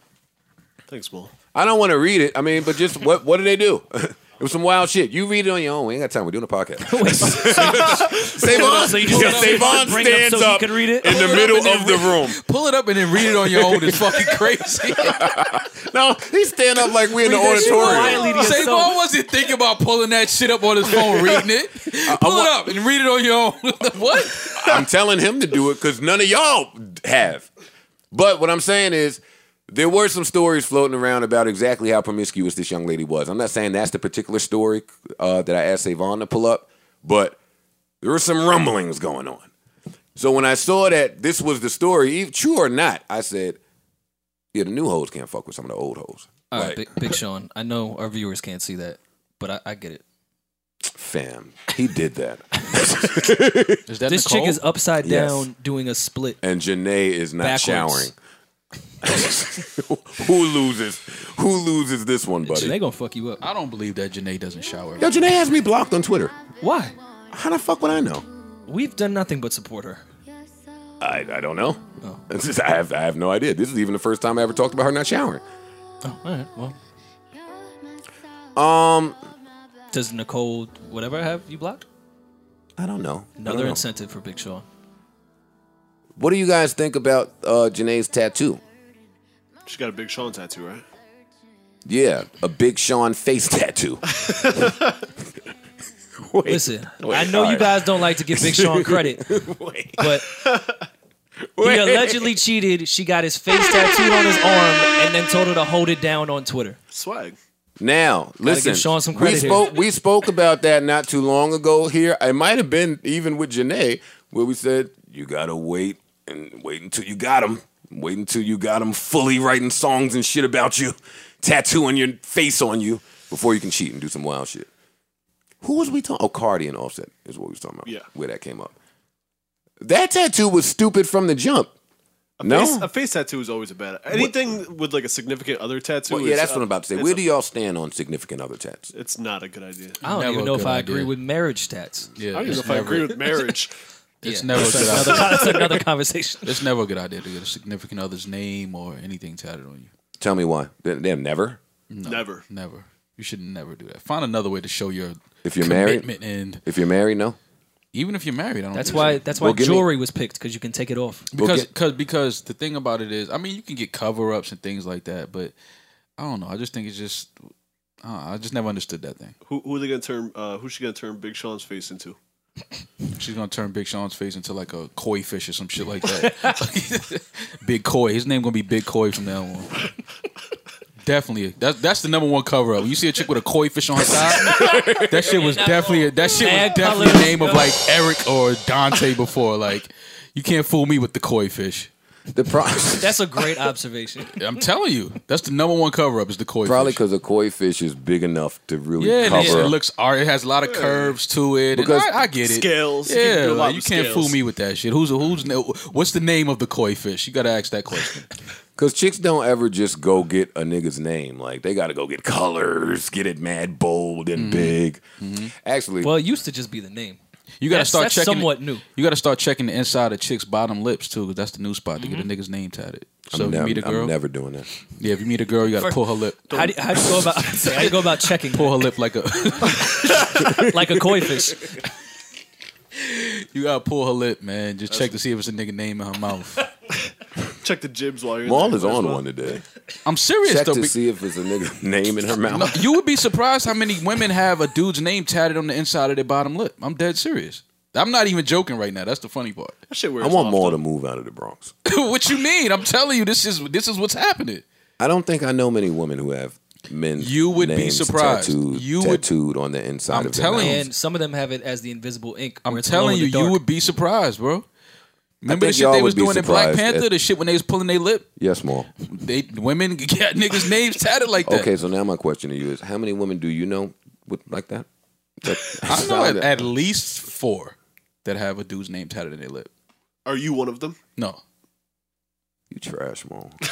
C: Thanks, Bull.
A: I don't want to read it. I mean, but just what what do they do? [laughs] it was some wild shit. You read it on your own. We ain't got time. We're doing a podcast.
E: [laughs]
A: [laughs] Savon,
E: So you just
A: yeah,
E: gotta
A: Savon
E: bring it up
A: stands
E: so you
A: up
E: can read it? [laughs]
A: in the middle of the room.
D: Pull it up and then read it on your own is [laughs] fucking crazy.
A: No, he stand up like we in the
E: Read that shit
A: auditorium.
E: quietly. to
D: Say,
E: yourself.
D: I wasn't thinking about pulling that shit up on his phone, reading it. Pull it up and read it on your own. [laughs] what?
A: I'm telling him to do it because none of y'all have. But what I'm saying is, there were some stories floating around about exactly how promiscuous this young lady was. I'm not saying that's the particular story uh, that I asked Savon to pull up, but there were some rumblings going on. So when I saw that this was the story, if true or not, I said, yeah, the new hoes can't fuck with some of the old hoes.
E: All right,
A: Like,
E: Big, Big Sean. I know our viewers can't see that, but I, I get it.
A: fam, he did that. [laughs]
D: Is that
E: This chick is upside
A: Yes.
E: down doing a split.
A: and Janae is not
E: Backwards.
A: showering. [laughs] Who loses? Who loses this one, buddy?
E: So they gonna fuck you up.
D: I don't believe that Janae doesn't shower.
A: Yo, Janae has me blocked on Twitter.
E: Why?
A: How the fuck would I know?
E: We've done nothing but support her.
A: I, I don't know.
E: Oh.
A: [laughs] This is- I have I have no idea. This is even the first time I ever talked about her not showering.
E: Oh, all right. Well,
A: Um,
E: does Nicole whatever have you blocked?
A: I don't know. I don't
E: Another
A: know.
E: incentive for Big Sean.
A: What do you guys think about uh, Janae's tattoo?
C: She got a big Sean tattoo, right?
A: Yeah, a Big Sean face [laughs] tattoo. Wait,
E: Listen,
A: Wait,
E: I know
A: all
E: you
A: right.
E: guys don't like to give Big Sean credit,
A: [laughs] Wait,
E: but he
A: wait.
E: allegedly cheated. She got his face tattooed on his arm and then told her to hold it down on Twitter.
C: Swag.
A: Now, listen.
E: Sean some
A: we
E: credit here.
A: spoke we spoke about that not too long ago here. It might have been even with Janae where we said you got to wait and wait until you got him. Wait until you got him fully writing songs and shit about you, tattooing your face on you before you can cheat and do some wild shit. Who was we talking? Oh, Cardi and Offset is what we was talking about.
C: Yeah.
A: where that came up. That tattoo was stupid from the jump. no,
C: Face, a face tattoo is always a bad. Anything with like a significant other tattoo.
A: Well, yeah,
C: is,
A: that's
C: uh,
A: what I'm about to say.
C: it's
A: Where
C: a-
A: do y'all stand on significant other tats?
C: It's not a good idea.
E: I don't
D: Never
E: even
D: a
E: know if
D: good
E: I agree
D: idea.
E: with marriage stats.
D: Yeah,
C: I don't even
D: it's
C: know if I
D: never-
C: agree with
E: [laughs]
C: marriage.
D: It's
E: Yeah.
D: never a
E: That's
D: good [laughs]
E: another,
D: idea.
E: that's another conversation.
D: It's never a good idea to get a significant other's name or anything tatted on you.
A: Tell me why. They- They're never.
C: Never.
D: Never. You should never do that. Find another way to show your
A: If you're married,
D: commitment, and
A: If you're married, no.
D: even if you're married, I don't.
E: That's
D: think
E: why.
D: so.
E: That's why
A: Well, give me-
E: jewelry was picked because you can take it off.
D: because
A: get-
D: cause, because the thing about it is, I mean, you can get cover ups and things like that, but I don't know. I just think it's just. Uh, I just never understood that thing.
C: Who, who are they gonna turn? Uh, who's she gonna turn Big Sean's face into?
D: She's gonna turn Big Sean's face into like a koi fish or some shit like that. [laughs] Big koi. His name gonna be Big Koi from now on. definitely. That's that's the number one cover up. You see a chick with a koi fish on her side. that shit was definitely that shit was
E: Mad
D: definitely the
E: colours,
D: name of
E: yo.
D: like Eric or Dante before. Like you can't fool me with the koi fish.
A: The
D: [laughs]
A: pro-
E: That's a great observation.
D: I'm telling you, that's the number one cover up is the
A: [laughs]
D: koi
A: probably
D: fish.
A: because a koi fish is big enough to really
D: Yeah, and it,
A: cover.
D: it
A: up.
D: looks art. It has a lot of curves to it. and
A: Because-
D: I, I get it.
C: Scales. You can
D: Yeah,
C: do a lot
D: like, you
C: with
D: can't
C: scales.
D: fool me with that shit. Who's who's no- what's the name of the koi fish? You gotta ask that question.
A: Cause chicks don't ever just go get a nigga's name. Like they got to go get colors, get it mad bold
D: Mm-hmm.
A: and big. Actually,
E: Well, it used to just be the name.
D: You gotta
E: That's-
D: start
E: that's
D: checking.
E: somewhat new.
D: You gotta start checking the inside of chicks' bottom lips too, because that's the new spot to get a nigga's name tatted.
A: Mm-hmm. I'm,
D: So if you
A: nev-
D: meet a
A: I'm
D: girl,
A: never doing that.
D: yeah, if you meet a girl, you gotta pull her lip,
E: How do, you- how do you
A: [laughs]
E: go about? [laughs] How do you go about checking
D: pull her lip like a. [laughs]
E: like a
A: [laughs]
E: koi fish?
D: you gotta pull her lip, man. Just check to see if it's a nigga name in
C: [laughs]
D: her mouth.
C: Check the jibs while you're. in
A: Maul
C: there
A: is
C: as
A: on
C: well. [laughs]
A: one today.
D: I'm serious
A: Check
D: though.
A: to
D: be-
A: see if it's a nigga name in her mouth.
D: No, you would be surprised how many women have a dude's name tatted on the inside of their bottom lip. I'm dead serious. I'm not even joking right now. That's the funny part. [laughs]
C: That shit wears
A: I want
C: off,
A: Maul
C: though.
A: to move out of the Bronx.
D: what you mean? I'm telling you, this is this is what's happening.
A: I don't think I know many women who have men.
D: You would be
A: names
D: surprised.
A: Tattooed,
D: You would-
A: tattooed on the inside
D: I'm
A: of their
D: telling
A: mouths.
D: you,
E: And some of them have it as the invisible ink. where
D: I'm
E: it's
D: telling
E: glow in
D: you,
E: the dark.
D: you would be surprised, bro. Remember the
A: think
D: shit
A: y'all
D: they
A: would
D: was
A: be
D: doing in Black
A: surprised
D: Panther?
A: at-
D: The shit when they was pulling their lip,
A: Yes, Maul.
D: they women [laughs] got niggas' names tatted like that.
A: Okay, so now my question to you is: How many women do you know with like that? [laughs] That-
D: I know at, at least four that have a dude's name tatted in their lip.
C: Are you one of them?
D: No,
A: You trash, [laughs] mom. [laughs]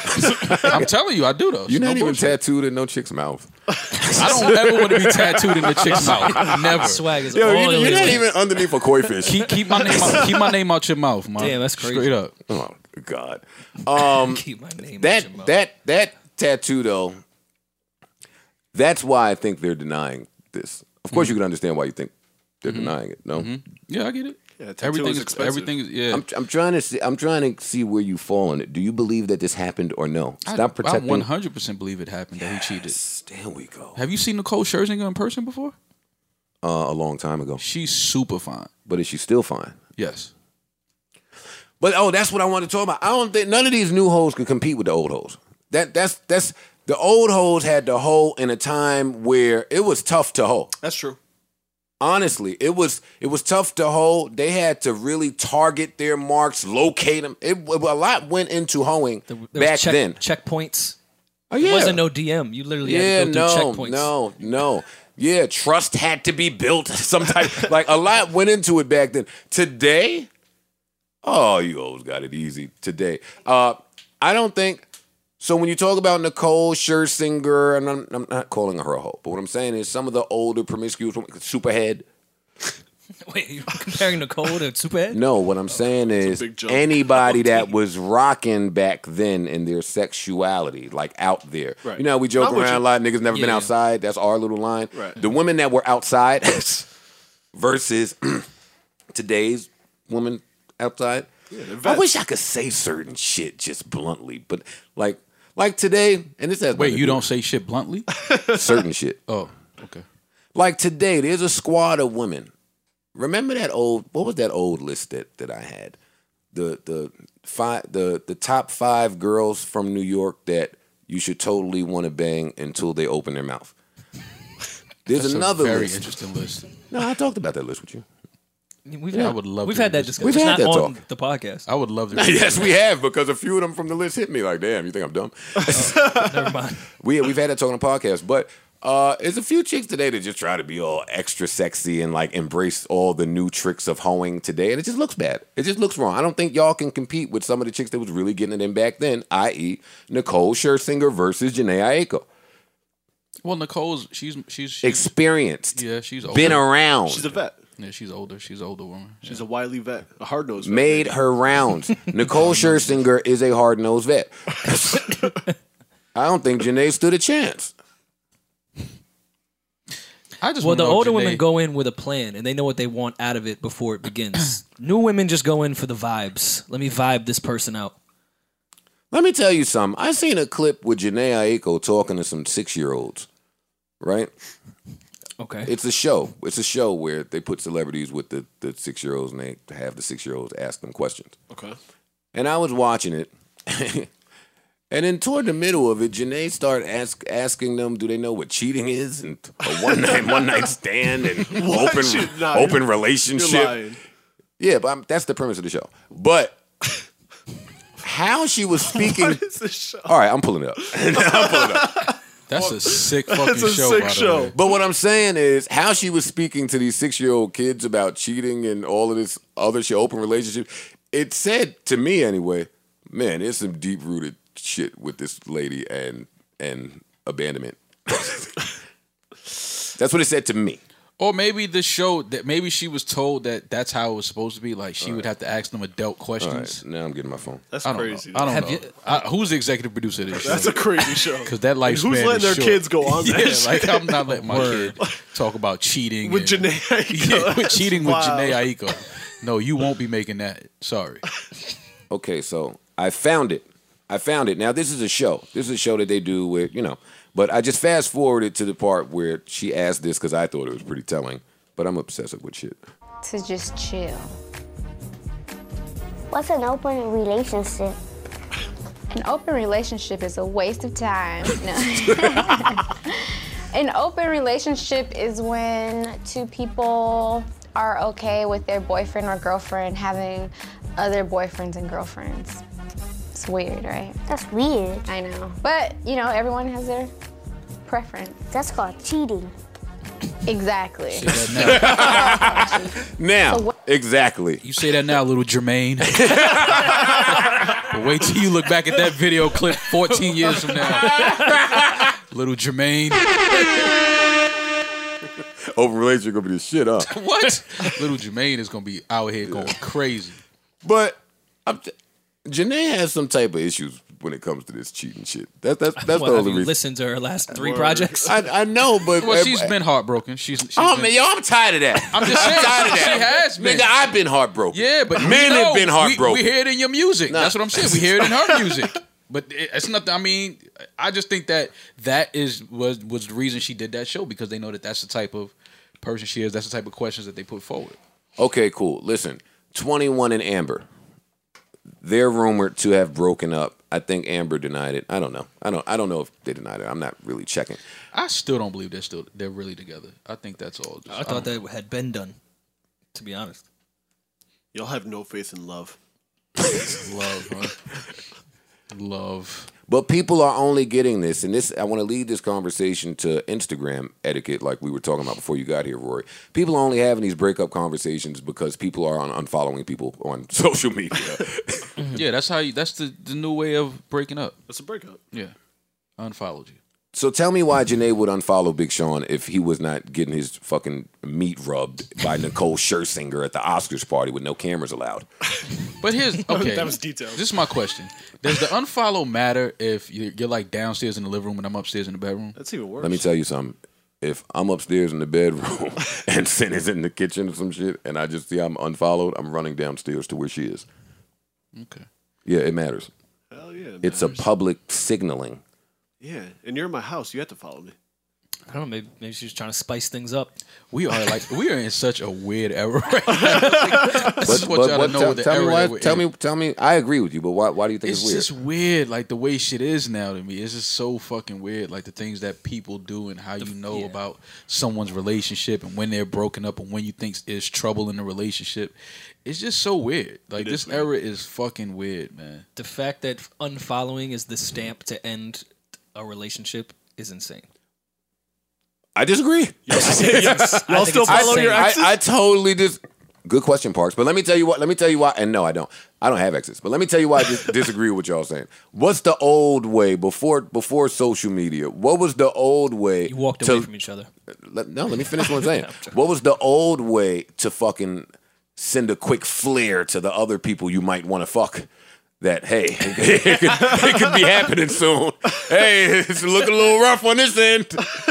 D: I'm telling you, I do those.
A: You're not
D: No
A: even
D: bullshit.
A: tattooed in no chick's mouth.
D: I don't ever want to be tattooed in
A: [laughs]
D: the chick's mouth. Never.
E: Swag is
A: Yo,
E: all
A: you,
E: in
A: you're
E: his
A: not
E: face.
A: even underneath a [laughs] koi fish.
D: Keep, keep my name out, keep my name out your mouth, man.
E: Damn, that's crazy.
D: Straight up.
A: oh God. [laughs] Um,
E: [laughs] Keep my name out your
A: that
E: mouth.
A: that that tattoo though. That's why I think they're denying this. Of course, you can understand why you think they're denying it. No,
D: Yeah, I get it.
C: Yeah, tattoo
D: everything
C: is
D: is
C: expensive.
D: everything is yeah.
A: I'm, I'm trying to see. I'm trying to see where you fall on it. Do you believe that this happened or no?
D: I-
A: Stop
D: I
A: protecting.
D: 100 percent believe it happened that he cheated.
A: There we go.
D: Have you seen Nicole Scherzinger in person before?
A: Uh, a long time ago,
D: She's super fine.
A: but is she still fine?
D: Yes.
A: But oh, that's what I want to talk about. I don't think none of these new hoes could compete with the old hoes. That that's that's the old hoes had the hoe in a time where it was tough to hoe.
C: That's true.
A: Honestly, it was it was tough to hold. They had to really target their marks, locate them. It, a lot went into hoeing
E: There was
A: back
E: check-
A: then.
E: Checkpoints.
A: Oh,
E: There
A: yeah.
E: wasn't no DM. You literally
A: yeah,
E: had to go
A: no,
E: through checkpoints.
A: no, no. Yeah, trust had to be built. [laughs] Some type, like a lot went into it back then. Today, oh, you always got it easy today. Uh, I don't think so. When you talk about Nicole Scherzinger, and I'm, I'm not calling her a hoe, but what I'm saying is some of the older promiscuous women, Superhead.
E: [laughs] Wait, you're comparing Nicole to
A: [laughs]
E: Superhead?
A: No, what I'm saying is
C: big jump. [laughs]
A: anybody that was rocking back then in their sexuality, like out there.
C: Right.
A: You know, how we joke
C: I'm with
A: around a
C: you.
A: lot. Niggas never been
E: Yeah.
A: outside. That's our little line.
C: Right.
A: The women that were outside [laughs] versus [clears throat] today's women outside. I
C: vets.
A: wish I could say certain shit just bluntly, but like, like today, and this has
D: Wait,
A: nothing
D: you
A: to
D: don't say shit bluntly?
A: do with certain shit.
D: Oh, okay.
A: Like today, there's a squad of women. Remember that old what was that old list that, that I had? The the five the the top five girls from New York that you should totally want to bang until they open their [laughs] mouth. There's
D: It's
A: another
D: a very
A: list.
D: interesting list.
A: No, I talked about that list with you.
E: We've
D: I
E: had,
D: would love
E: We've
D: to
E: had
D: do
E: that
D: this.
E: discussion.
A: We've
E: It's
A: had
E: not
A: that
E: on
A: talk.
E: the podcast.
D: I would
A: [laughs]
D: love
A: [laughs]
D: to.
A: yes, we have because a few of them from the list hit me like, damn, you think I'm dumb?
E: [laughs] Never mind.
A: we we've had that talk on the podcast, but uh, there's a few chicks today that just try to be all extra sexy and like embrace all the new tricks of hoeing today, and it just looks bad. It just looks wrong. I don't think y'all can compete with some of the chicks that was really getting it in back then, i.e., Nicole Scherzinger versus Janae Aiko.
D: Well, Nicole's she's she's, she's
A: Experienced,
D: yeah she's older.
A: been around,
C: She's a vet.
D: Yeah, she's older. She's an older woman.
C: She's a wily vet, a hard nosed vet.
A: made her rounds. Nicole Scherzinger is a hard nosed vet. I don't think Janae stood a chance.
D: I just
E: Well,
D: wanna
E: the
D: know if
E: older women
D: Janae-
E: go in with a plan and they know what they want out of it before
A: [clears throat]
E: it begins. New women just go in for the vibes. Let me vibe this person out.
A: Let me tell you something. I seen a clip with Janae Aiko talking to some six year olds, right?
E: Okay.
A: It's a show. It's a show where they put celebrities with the, the six year olds and they have the six year olds ask them questions.
C: Okay.
A: And I was watching it. [laughs] and then toward the middle of it, Janae started ask, asking them, do they know what cheating is and a one night one night stand and
C: [laughs] What?
A: open
C: Nah, you're-
A: open
C: You're
A: relationship?
C: lying.
A: Yeah, but I'm, that's the premise of the show. But how she was speaking.
C: [laughs] What is this show?
A: All right, I'm pulling it up. I'm pulling it up.
D: That's
A: [laughs]
D: a sick fucking
C: That's a
D: show.
C: sick
D: by the
C: show.
D: way.
A: But what I'm saying is how she was speaking to these six year old kids about cheating and all of this other shit, open relationship. It said to me anyway, man, there's some deep rooted shit with this lady and and abandonment. [laughs] That's what it said to me.
D: Or maybe the show that maybe she was told that that's how it was supposed to be. Like she would have to ask them adult
A: All
D: questions.
A: right, now I'm getting my phone.
C: That's
D: I don't
C: crazy.
D: know. I don't
E: Have
D: know.
E: you-
D: I, who's the executive producer of this
C: That's
D: show?
C: a crazy show.
D: Because that
C: And
D: lifespan
C: who's letting
D: is
C: their
D: short.
C: kids go
D: [laughs]
C: on that?
D: Yeah,
C: shit?
D: like I'm not letting my kid talk about cheating
C: with
D: and- [laughs]
C: Janae. Aiko.
D: Yeah, with
C: That's
D: cheating with
C: wild.
D: Janae Aiko. No, you won't be making that. Sorry.
A: Okay, so I found it. I found it. Now this is a show. This is a show that they do where you know. But I just fast forwarded to the part where she asked this because I thought it was pretty telling. But I'm obsessive with shit.
I: to just chill.
H: What's an open relationship?
I: An open relationship is a waste of time.
H: [laughs]
I: No. An open relationship is when two people are okay with their boyfriend or girlfriend having other boyfriends and girlfriends. It's weird, right?
H: That's weird.
I: I know. But, you know, everyone has their preference.
H: That's called cheating.
I: Exactly.
D: Now,
A: Now,
I: So what-
A: Exactly.
D: You say that now,
C: [laughs]
D: little Jermaine. But wait till you look back at that video clip 14 years from now.
C: [laughs]
D: little Jermaine.
A: Open relationship gonna be the
I: [laughs]
A: shit up.
D: What? [laughs] little Jermaine is going to be out here going crazy.
A: But I'm t- Janae has some type of issues when it comes to this cheating shit. That, that's that's
E: Well,
A: the
E: have
A: only
E: you
A: reason.
E: listened to her last
D: [laughs]
E: three projects?
A: I, I know, but eh,
D: Well, she's been heartbroken. She's, she's
A: Oh
D: been-
A: man, yo, I'm tired of that.
D: I'm just saying,
A: tired of that.
D: she has been.
A: Nigga, I've been heartbroken.
D: Yeah, but
A: men
D: we
A: have
D: know.
A: been heartbroken.
D: We, we hear it in your music. That's what I'm saying. We hear it in her music. But it, it's nothing. I mean, I just think that that is was was the reason she did that show because they know that that's the type of person she is. That's the type of questions that they put forward.
A: Okay, cool. Listen, 21 and Amber. They're rumored to have broken up. I think Amber denied it. I don't know. I don't I don't know if they denied it. I'm not really checking.
D: I still don't believe they're still they're really together. I think that's all. Just,
E: I thought that had been done. To be honest,
C: Y'all have no faith in love.
D: love, huh? love.
A: But people are only getting this, and this I want to lead this conversation to Instagram etiquette, like we were talking about before you got here, Rory. People are only having these breakup conversations because people are on unfollowing people on [laughs] social media.
D: Yeah, that's how you. That's the the new way of breaking up.
C: That's a breakup.
D: Yeah, I unfollowed you.
A: so tell me why Janae would unfollow Big Sean if he was not getting his fucking meat rubbed by Nicole Scherzinger at the Oscars party with no cameras allowed.
D: But here's okay.
C: [laughs] that was detailed.
D: This is my question: Does the unfollow matter if you're, you're like downstairs in the living room and I'm upstairs in the bedroom?
C: That's even worse.
A: Let me tell you something. If I'm upstairs in the bedroom [laughs] and Sin is in the kitchen or some shit, and I just see I'm unfollowed, I'm running downstairs to where she is.
D: Okay.
A: Yeah, it matters.
C: Hell yeah.
A: It's a public signaling.
D: [laughs]
C: yeah, and you're in my house. You have to follow me.
E: I don't know. Maybe, maybe she was trying to spice things up.
D: We are like we are in such a weird era.
C: [laughs]
D: Right now. I just want y'all to know
A: tell,
D: the
A: tell
D: era
A: me why,
D: that we're
A: tell
D: in.
A: me, tell me. I agree with you, but why, why do you think
D: It's
A: it's,
D: just
A: weird?
D: weird, like the way shit is now to me. It's just so fucking weird, like the things that people do and how you know
E: yeah.
D: about someone's relationship and when they're broken up and when you think is trouble in the relationship. It's just so weird. Like
C: is
D: this era is fucking weird, man.
E: The fact that unfollowing is the stamp to end a relationship is insane.
A: I disagree.
E: Y'all
C: still follow your
A: I,
C: exes?
A: I totally dis. Good question, Parks. But let me tell you what. Let me tell you why. And no, I don't. I don't have exes. But let me tell you why I dis- [laughs] disagree with what y'all saying. What's the old way before before social media? What was the old way?
E: You walked
A: to-
E: away from each other.
A: let, no, let me finish what I'm saying. what was the old way to fucking send a quick flare to the other people you might want to fuck? That hey, [laughs] it could, it could be happening soon. Hey, it's looking a little rough on this end. [laughs]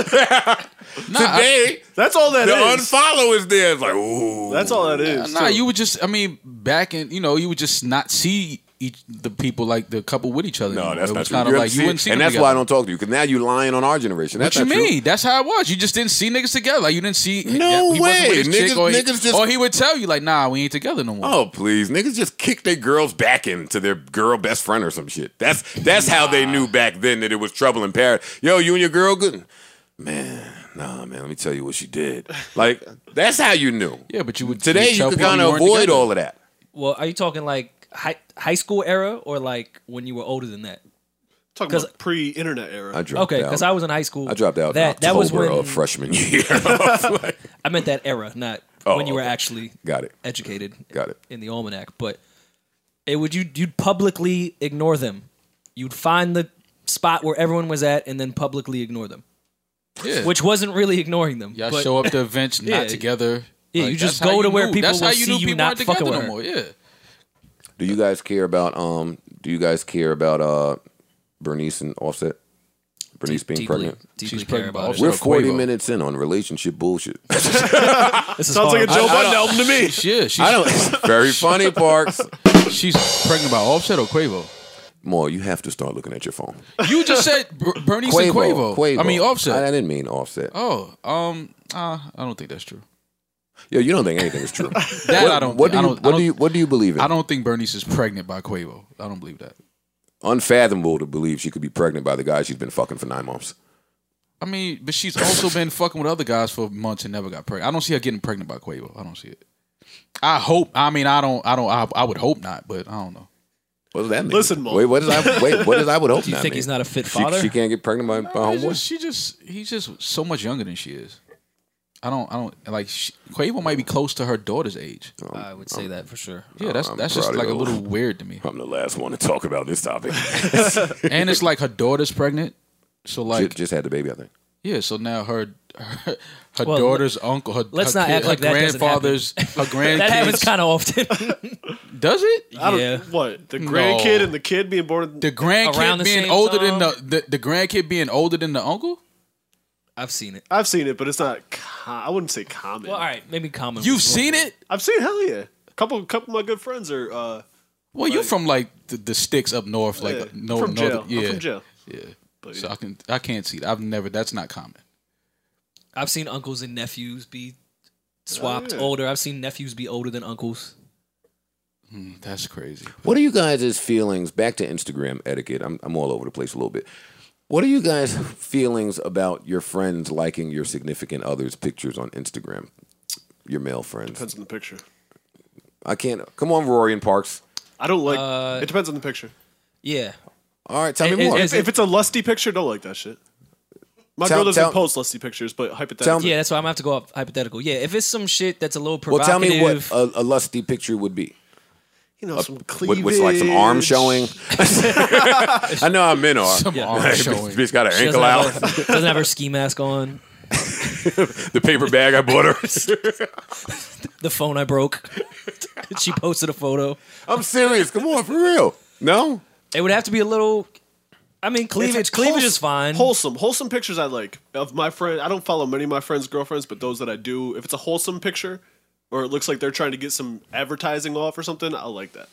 A: Today,
C: That's all that
A: the
C: is.
A: unfollow is there. It's like ooh,
C: That's all that
D: Uh,
C: is.
D: Nah,
C: too.
D: you would just. I mean, back in you know, you would just not see each the people like the couple with each other.
A: no,
D: anymore.
A: that's
D: It
A: not
D: was
A: true.
D: kinda
A: You're
D: like you
A: upset.
D: wouldn't see.
A: and
D: them
A: that's why I
D: together.
A: don't talk to you because now you're lying on our generation. That's
D: What you
A: not true.
D: mean? That's how it was. You just didn't see niggas together. Like you didn't see.
A: No
D: he wasn't with his
A: way.
D: chick,
A: Niggas-
D: or, he,
A: niggas just-
D: or he would tell you like, nah, we ain't together no more.
A: Oh please, niggas just kick their girls back into their girl best friend or some shit. That's that's how they knew back then that it was trouble in paradise. Yo, you and your girl good, man. Nah, man. Let me tell you what she did. Like that's how you knew.
D: yeah, but you would
A: Today
D: you'd
A: you
D: tell
A: could
D: people
A: kind of
D: weren't
A: avoid
D: together.
A: all of that.
E: Well, are you talking like high high school era or like when you were older than that?
C: talking
E: 'cause-
C: about pre-internet era.
A: I dropped
E: Okay,
A: out.
E: because I was in high school.
A: I dropped out.
E: That
A: in
E: that was
A: October
E: when
A: of freshman year. [laughs] Like,
E: I meant that era, not
A: Oh,
E: when you were
A: okay.
E: actually
A: got it.
E: educated.
A: Got it.
E: in the almanac, but it would you you'd publicly ignore them. You'd find the spot where everyone was at and then publicly ignore them,
D: Yeah. [laughs]
E: which wasn't really ignoring them.
D: y'all
E: but
D: show up to events not
E: Yeah.
D: together.
E: Yeah,
D: Like,
E: you just
D: that's how
E: go to where
D: knew.
E: people
D: That's
E: will
D: how you
E: see
D: knew
E: you
D: people
E: not
D: aren't together
E: fucking
D: no
E: with
D: more. Yeah.
A: Do you guys care about um? Do you guys care about uh, Bernice and Offset? Bernice being
E: deeply,
A: pregnant. Oh,
E: deeply
D: She's
E: care
D: pregnant
E: about
D: also.
E: it.
A: We're
D: So Quavo.
A: 40 minutes in on relationship bullshit.
E: [laughs] This is
C: Sounds like a
E: horrible.
C: Joe Budden album to me.
D: Yeah,
A: [laughs]
D: she's,
A: I don't. Very funny, Parks.
D: she's pregnant by Offset or Quavo.
A: More, you have to start looking at your phone.
D: You just said Ber- Bernice and Quavo. I mean Offset.
A: I, I didn't mean Offset.
D: oh, um, uh, I don't think that's true.
A: Yo, you don't think anything is true. that
D: [laughs] That I don't.
A: What do
D: I
A: you?
D: don't, I
A: what
D: don't-
A: do you? What do you believe in?
D: I don't think Bernice is pregnant by Quavo. I don't believe that.
A: Unfathomable to believe she could be pregnant by the guy she's been fucking for nine months.
D: I mean, but
A: [laughs]
D: she's also been fucking with other guys for months and never got pregnant. I don't see her getting pregnant by Quavo. I don't see it. I hope. I mean, I don't. I don't. I, I would hope not, but I don't know.
A: What does that mean?
C: Listen, Mo.
A: wait. What does I? Wait, what does I would hope?
E: Do you
A: not
E: think
A: mean?
E: he's not a fit
A: She,
E: father?
A: she can't get pregnant by, by
D: It's
A: homeboy.
D: just- she just. He's just so much younger than she is. I don't. I don't like. She, Quavo might be close to her daughter's age.
E: I would say that for sure.
D: Yeah, that's
A: I'm
D: that's just
A: proud of
D: like a
A: you.
D: little weird
A: [laughs]
D: to me.
A: I'm the last one to talk about this topic.
D: and it's like her daughter's pregnant, so
A: Ju-
D: like
A: just had the baby, I think.
D: yeah. So now her her, her
E: Well,
D: daughter's uncle, her,
E: let's
D: her
E: not
D: kid-
E: act like
D: her
E: that doesn't
D: grandfather's, her grandkids.
E: [laughs] That happens kind of often.
D: Does it?
C: I don't,
E: Yeah.
C: What the
D: No.
C: grandkid and the kid being born? in-
D: The grandkid
E: Around the
D: being
E: same
D: older than
E: time?
D: the, the the grandkid being older than the uncle.
E: [laughs] I've seen it.
C: I've seen it, but it's not. Com- I wouldn't say common.
E: Well, all right, maybe common.
D: You've
E: was wrong.
D: seen it?
C: I've seen hell yeah. Couple, couple of my good friends are. uh
D: Well, you're
C: Like-
D: from like the, the sticks up north, like
C: yeah,
D: no,
C: from
D: north,
C: jail.
D: yeah,
C: I'm from jail.
D: yeah.
C: But,
D: So I can I can't see. That. I've never. That's not common.
E: I've seen uncles and nephews be swapped
C: yeah.
E: older. I've seen nephews be older than uncles.
D: Hmm, That's crazy.
A: What are you guys' feelings? Back to Instagram etiquette. I'm, I'm all over the place a little bit. What are you guys' [laughs] feelings about your friends liking your significant other's pictures on Instagram? Your male friends.
C: depends on the picture.
A: I can't. Come on, Rory and Parks.
C: I don't like.
E: Uh,
C: it depends on the picture.
E: Yeah,
A: All right, tell me
E: It- it-
A: more.
E: it's-
C: If it's a lusty picture, don't like that shit. My
A: Tell-
C: girl doesn't
A: tell-
C: post lusty pictures, but hypothetically,
A: Tell me-
E: yeah. That's why I'm gonna have to go up hypothetical. Yeah, if it's some shit that's a little
A: well, tell
E: provocative.
A: me what uh, a, a lusty picture would be.
C: you know, some
A: With,
C: cleavage.
A: with like some arm
E: [laughs]
A: showing. [laughs] I know I'm men are. [laughs]
D: Some arm showing.
A: Bitch, bitch got her
E: she
A: ankle
E: doesn't have
A: out.
E: her- [laughs] doesn't have her ski mask on.
A: the paper bag I bought her. [laughs]
E: The phone I broke. she posted a photo.
A: I'm serious. Come on, for real. No?
E: It would have to be a little. I mean, cleavage. cleavage
C: wholes-
E: is fine.
C: Wholesome, wholesome pictures I like of my friend. I don't follow many of my friends' girlfriends, but those that I do, if it's a wholesome picture or it looks like they're trying to get some advertising off or something, I like that.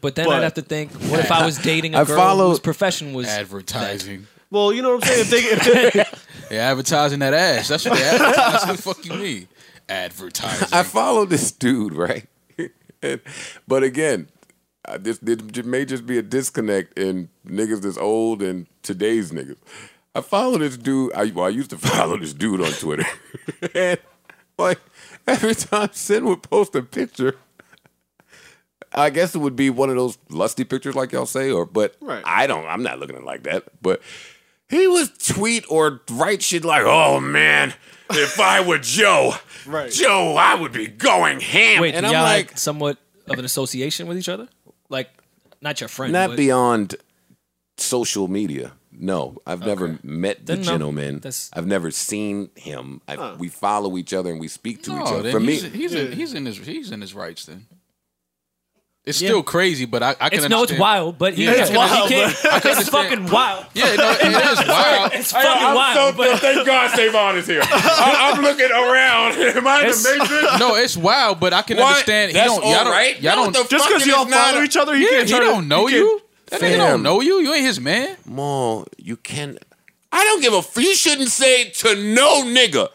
E: but then
C: but-
E: I'd have to think: What if I was dating a
A: I
E: girl
A: follow-
E: whose profession was
D: Advertising.
C: Well, you know what I'm saying. If they, if they
A: [laughs]
D: They're advertising that ass. That's what they advertise. What the fuck you mean?
E: [laughs]
D: Advertising.
A: I followed this dude, right? [laughs] but again, I, this, this j- may just be a disconnect in niggas that's old and today's niggas. I follow this dude. I, well, I used to [laughs] follow this dude on Twitter, [laughs] and like every time Sin would post a picture, I guess it would be one of those lusty pictures, like y'all say, or but
C: Right.
A: I don't. I'm not looking at it like that, but. He was tweet or write shit like, "Oh man, if I were Joe,
C: Right.
A: Joe, I would be going ham."
E: Wait,
A: and
E: do
A: I'm
E: y'all
A: like,
E: have somewhat of an association with each other? Like, not your friend.
A: not
E: but-
A: beyond social media. No, I've never met the
E: Then no,
A: gentleman.
E: that's-
A: I've never seen him. I, We follow each other and we speak to each
D: no,
A: other.
D: then
A: For me,
D: he's,
A: [laughs]
D: he's, in, he's in his he's in his rights. Then it's still crazy, but I, I can.
E: It's no, it's
D: understand-
E: wild, but he,
D: Yeah.
E: it's
D: It's
E: wild. He
C: wild,
E: can't, it's
D: understand.
E: fucking wild.
D: Yeah, no,
A: [laughs]
D: it is wild.
E: It's fucking wild. Oh, but
A: thank God Savon is here. I, am looking around. [laughs] Am I in the
D: [laughs]
A: Matrix?
D: No, it's wild, but I can understand.
A: That's
D: he don't, y'all
A: all
D: don't,
A: right?
D: Y'all don't.
A: What the
C: just
A: fuck
C: because
A: is
C: y'all
A: not
C: follow
A: a-
C: each other, you
D: yeah,
C: can't.
D: he
C: try to-
D: don't know you. That nigga
A: Fam.
D: don't know you. You ain't his man.
A: Maul, you can. I don't give a. F- you shouldn't say to no nigga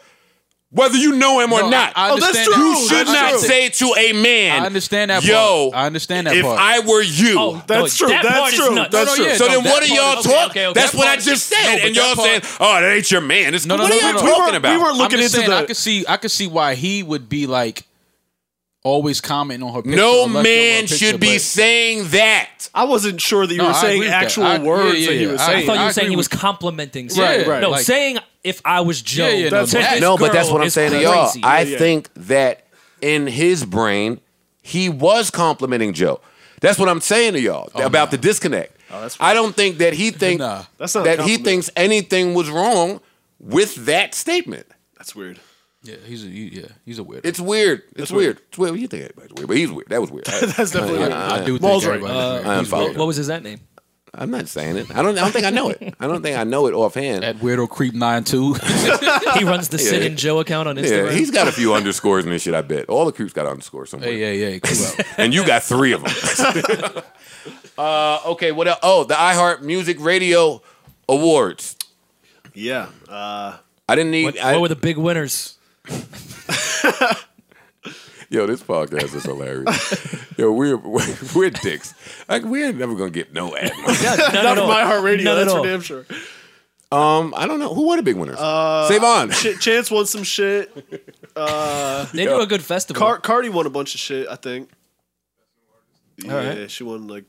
A: whether you know him or
D: No, I-
A: not.
D: I
C: Oh, that's
D: understand
C: true.
D: That.
A: you should
D: I
A: not
D: understand-
A: say to a man.
D: I understand that
A: Yo,
D: part. I understand that
A: if
D: part.
A: I were you.
E: Oh,
C: That's true.
E: No, that part
C: That's
E: is
C: true.
E: nuts.
C: That's
D: No, no,
C: true.
D: yeah.
A: so then,
D: that
A: what are
D: part-
A: y'all
E: okay,
A: talking?
E: okay, okay.
A: That's
E: That
A: what I
E: part-
A: just said,
D: No, but
A: and y'all
D: that part-
A: saying, "Oh, that ain't your man." It's,
D: No, no,
A: what
D: no,
A: are
D: no,
A: y'all
D: no.
C: We
A: talking
C: weren't,
A: about?
C: we weren't
D: I'm
C: looking
D: just
C: into
D: saying,
C: the.
D: I could see. I could see why he would be like always commenting on her. Picture
A: no
D: unless
A: man
D: it's a picture,
A: should be
D: but-
A: saying that.
C: I wasn't sure that you
D: No,
C: were
D: I
C: saying
D: agree with that.
C: actual
D: I- yeah,
C: words
D: yeah,
C: that he
D: yeah.
C: was
D: I-
E: I
C: saying.
E: thought you
D: I
E: were saying
D: agree
E: he was
D: with-
E: complimenting.
D: Yeah,
E: someone.
D: right.
E: No,
D: like-
E: saying if I was Joe.
D: yeah, no,
E: to
D: That's-
E: this
A: no, but that's
E: girl
A: what I'm
E: is
A: saying to
E: crazy.
A: y'all. I
C: Yeah, yeah.
A: think that in his brain, he was complimenting Joe. That's what I'm saying to y'all about the disconnect.
C: that's-
A: I don't think that he think
D: Nah.
C: That's not a
A: that he
C: compliment.
A: thinks anything was wrong with that statement.
C: That's weird.
D: Yeah, he's a he- yeah, he's a weird.
A: It's weird. It's weird.
C: weird.
A: It's weird. You think everybody's weird, but he's weird. That was weird. I,
C: [laughs] That's definitely weird.
D: I do think
C: Maul's right.
D: everybody's weird.
A: I
D: He's
A: unfollowed
D: weird.
A: him.
E: What was his that name?
A: [laughs] I'm not saying it. I don't. I don't think I know it. I don't think I know it offhand.
D: That weirdo creep nine two. [laughs]
E: He
A: [laughs]
E: runs the Sin and Joe account on
A: Yeah,
E: Instagram.
A: he's got a few [laughs] underscores in this shit. I bet all the creeps got underscores somewhere.
D: hey, hey, hey, cool
E: [laughs]
D: out.
A: and you got three of them. [laughs] uh, okay, what else? Oh, the iHeart Music Radio Awards.
C: [laughs] Yeah. Uh,
A: I didn't need.
E: what,
A: I,
E: what were the big winners?
A: yo, this podcast is [laughs] hilarious. yo, we're we're, we're dicks. Like we're never gonna get no ad money. [laughs]
E: None
C: not
E: at all.
C: my heart radio.
E: None at
C: That's for
E: all.
C: damn sure.
A: Um, I don't know who were the big winners. Uh, Save on.
C: Ch- Chance won some shit.
E: They do a good festival.
C: Car- Cardi won a bunch of shit, I think. Yeah,
E: right.
C: she won like.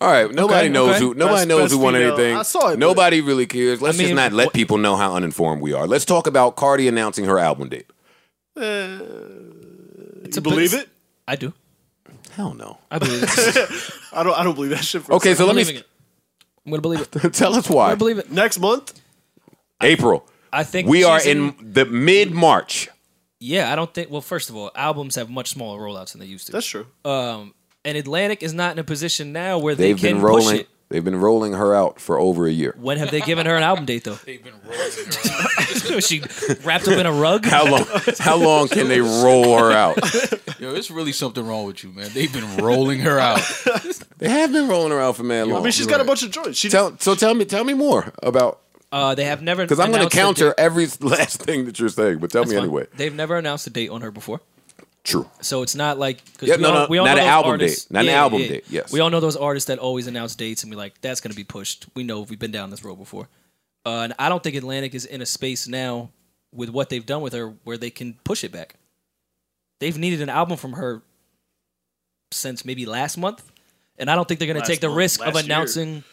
A: All right, nobody
E: Okay,
A: knows
E: okay.
A: who nobody
C: Best-
A: knows
C: best
A: who won
C: female.
A: anything.
C: I saw it, but-
A: Nobody really cares. Let's
E: I mean,
A: just not let people know how uninformed we are. Let's talk about Cardi announcing her album date.
E: It's
C: eh, You
E: a
C: believe
E: bit-
C: it?
E: I do.
A: Hell no. [laughs]
E: I believe it.
C: I don't. I don't believe that shit. For a
A: Okay, so
E: I'm
A: let
E: believing
A: me
E: it. I'm gonna believe
A: [laughs]
E: it.
A: tell us why.
E: I believe it.
C: second. Next month,
A: April.
E: I think
A: We are
E: she's
A: in the mid March.
E: Yeah, I don't think. Well, first of all, albums have much smaller rollouts than they used to.
C: that's true.
E: um, and Atlantic is not in a position now where they
A: They've
E: can
A: been
E: push
A: rolling.
E: it.
A: They've been rolling her out for over a year.
E: When have they given her an album date though?
D: [laughs] They've been rolling
E: she wrapped up in a rug.
A: How long? How long can they roll her out?
D: Yo, it's really something wrong with you, man. They've been rolling her out.
A: [laughs] They have been rolling her out for man long.
C: I mean, she's got a bunch of joints. She
A: Tell, so tell me, tell me more about
E: Uh, they have never
A: because I'm going to
E: announced a
A: counter
E: date.
A: every [laughs] last thing that you're saying. But tell
E: That's
A: me
E: fine.
A: anyway.
E: They've never announced a date on her before,
A: True.
E: so it's not like cause
A: Yeah,
E: we
A: no,
E: all,
A: no,
E: we all
A: not
E: know
A: an
E: those
A: album
E: artists-
A: date, not an
E: Yeah, yeah,
A: album
E: yeah.
A: date, yes.
E: we all know those artists that always announce dates and be like, "That's going to be pushed." We know we've been down this road before, uh, and I don't think Atlantic is in a space now with what they've done with her where they can push it back. They've needed an album from her since maybe last month, and I don't think they're going to
C: Last
E: take the
C: month,
E: risk of
C: last year.
E: announcing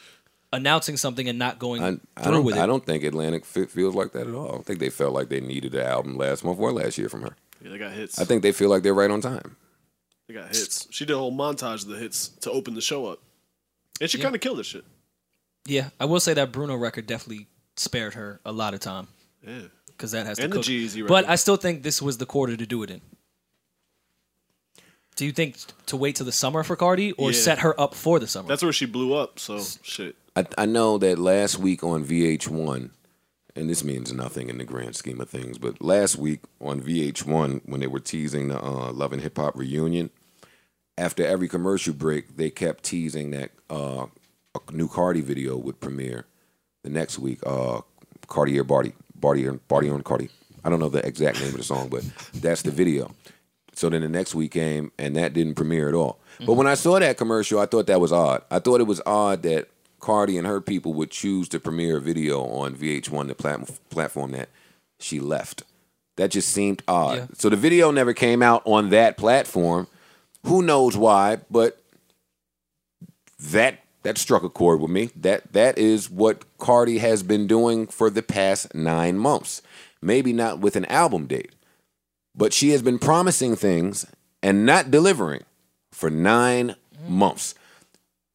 E: announcing something and not going
A: I, I
E: through
A: don't.
E: with it.
A: I don't think Atlantic fe- feels like that at all. I don't think they felt like they needed an album last month or last year from her.
C: Yeah, they got hits.
A: I think they feel like they're right on time.
C: they got hits. She did a whole montage of the hits to open the show up, and she kind of killed this shit.
E: Yeah, I will say that Bruno record definitely spared her a lot of time.
C: Yeah.
E: because that has to
C: And the
E: cook.
C: G-Eazy
E: But
C: record.
E: I still think this was the quarter to do it in. Do you think to wait till the summer for Cardi or
C: Yeah.
E: set her up for the summer?
C: That's where she blew up. So shit.
A: I, I know that last week on VH1, and this means nothing in the grand scheme of things, but last week on VH1, when they were teasing the uh, Love and Hip Hop reunion, after every commercial break, they kept teasing that uh, a new Cardi video would premiere the next week. Uh, Cartier Barty, Barty, Barty on Cardi. I don't know the exact name of the song, but that's the video. So then the next week came, and that didn't premiere at all. But when I saw that commercial, I thought that was odd. I thought it was odd that Cardi and her people would choose to premiere a video on VH1, the plat- platform that she left. That just seemed odd.
E: Yeah.
A: So the video never came out on that platform. Who knows why? But that that struck a chord with me. That that is what Cardi has been doing for the past nine months. Maybe not with an album date, but she has been promising things and not delivering for nine months.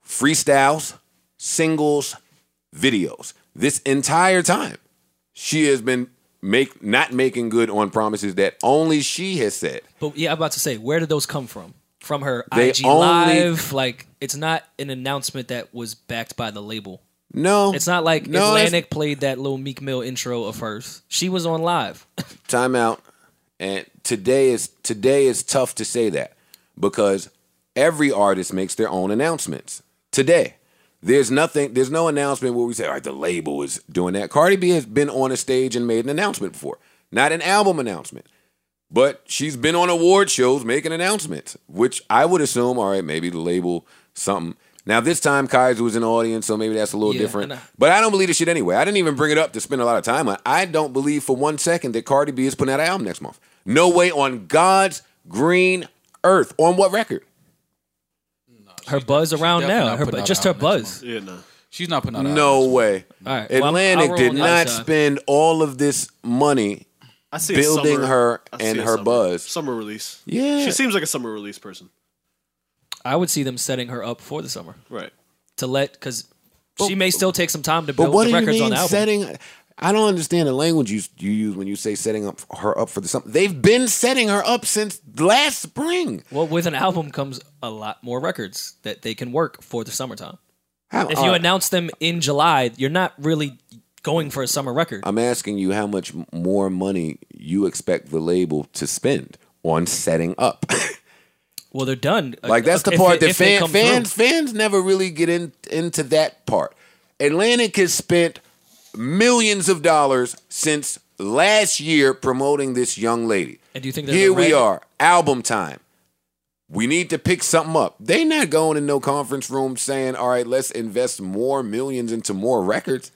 A: Freestyles, singles, videos. This entire time, she has been make not making good on promises that only she has said.
E: but yeah, I'm about to say, where did those come from? From her
A: They
E: IG
A: only-
E: live, like it's not an announcement that was backed by the label.
A: No,
E: It's not like
A: No, that's-
E: Atlantic played that little Meek Mill intro of hers. She was on live.
A: timeout. And today is today is tough to say that because every artist makes their own announcements today. There's nothing. There's no announcement where we say, "All right, the label is doing that." Cardi B has been on a stage and made an announcement before, not an album announcement, but she's been on award shows making announcements, which I would assume, all right, maybe the label something. Now this time Kaiser was in the audience, so maybe that's a little
E: Yeah,
A: different.
E: and I-
A: But I don't believe this shit anyway. I didn't even bring it up to spend a lot of time on. I don't believe for one second that Cardi B is putting out an album next month. No way on God's green earth. On what record?
E: Her buzz around
D: definitely
E: now,
D: not
E: her
D: putting
E: bu-
D: out
E: just
D: an
E: her
D: album next
E: buzz.
C: Yeah, no.
D: She's not putting out. an
A: No
D: album.
A: way.
E: All right, well, I'm- I'll
A: Atlantic
E: roll
A: did
E: on the
A: not
E: other side.
A: spend all of this money.
C: I see a
A: Building
C: summer-
A: her
C: I see
A: and
C: a
A: her
C: summer-
A: buzz.
C: Summer release.
A: Yeah.
C: She seems like a summer release person.
E: I would see them setting her up for the summer
C: Right.
E: to let because she may still take some time to
A: But
E: build
A: what do
E: the
A: you
E: records on
A: mean
E: the album.
A: setting? I don't understand the language you you use when you say setting up her up for the something. They've been setting her up since last spring.
E: Well, with an album comes a lot more records that they can work for the summertime.
A: How- uh,
E: If
A: all
E: you
A: right,
E: announce them in July, you're not really going for a summer record.
A: I'm asking you how much m- more money you expect the label to spend on setting up. [laughs]
E: Well, they're done.
A: like that's the
E: If
A: part
E: it-
A: that
E: if they
A: fan,
E: come through.
A: fans fans never really get in, into that part. Atlantic has spent millions of dollars since last year promoting this young lady.
E: And do you think there's a
A: here we
E: reg-
A: are, album time. We need to pick something up. They not going in no conference room saying, "All right, let's invest more millions into more records."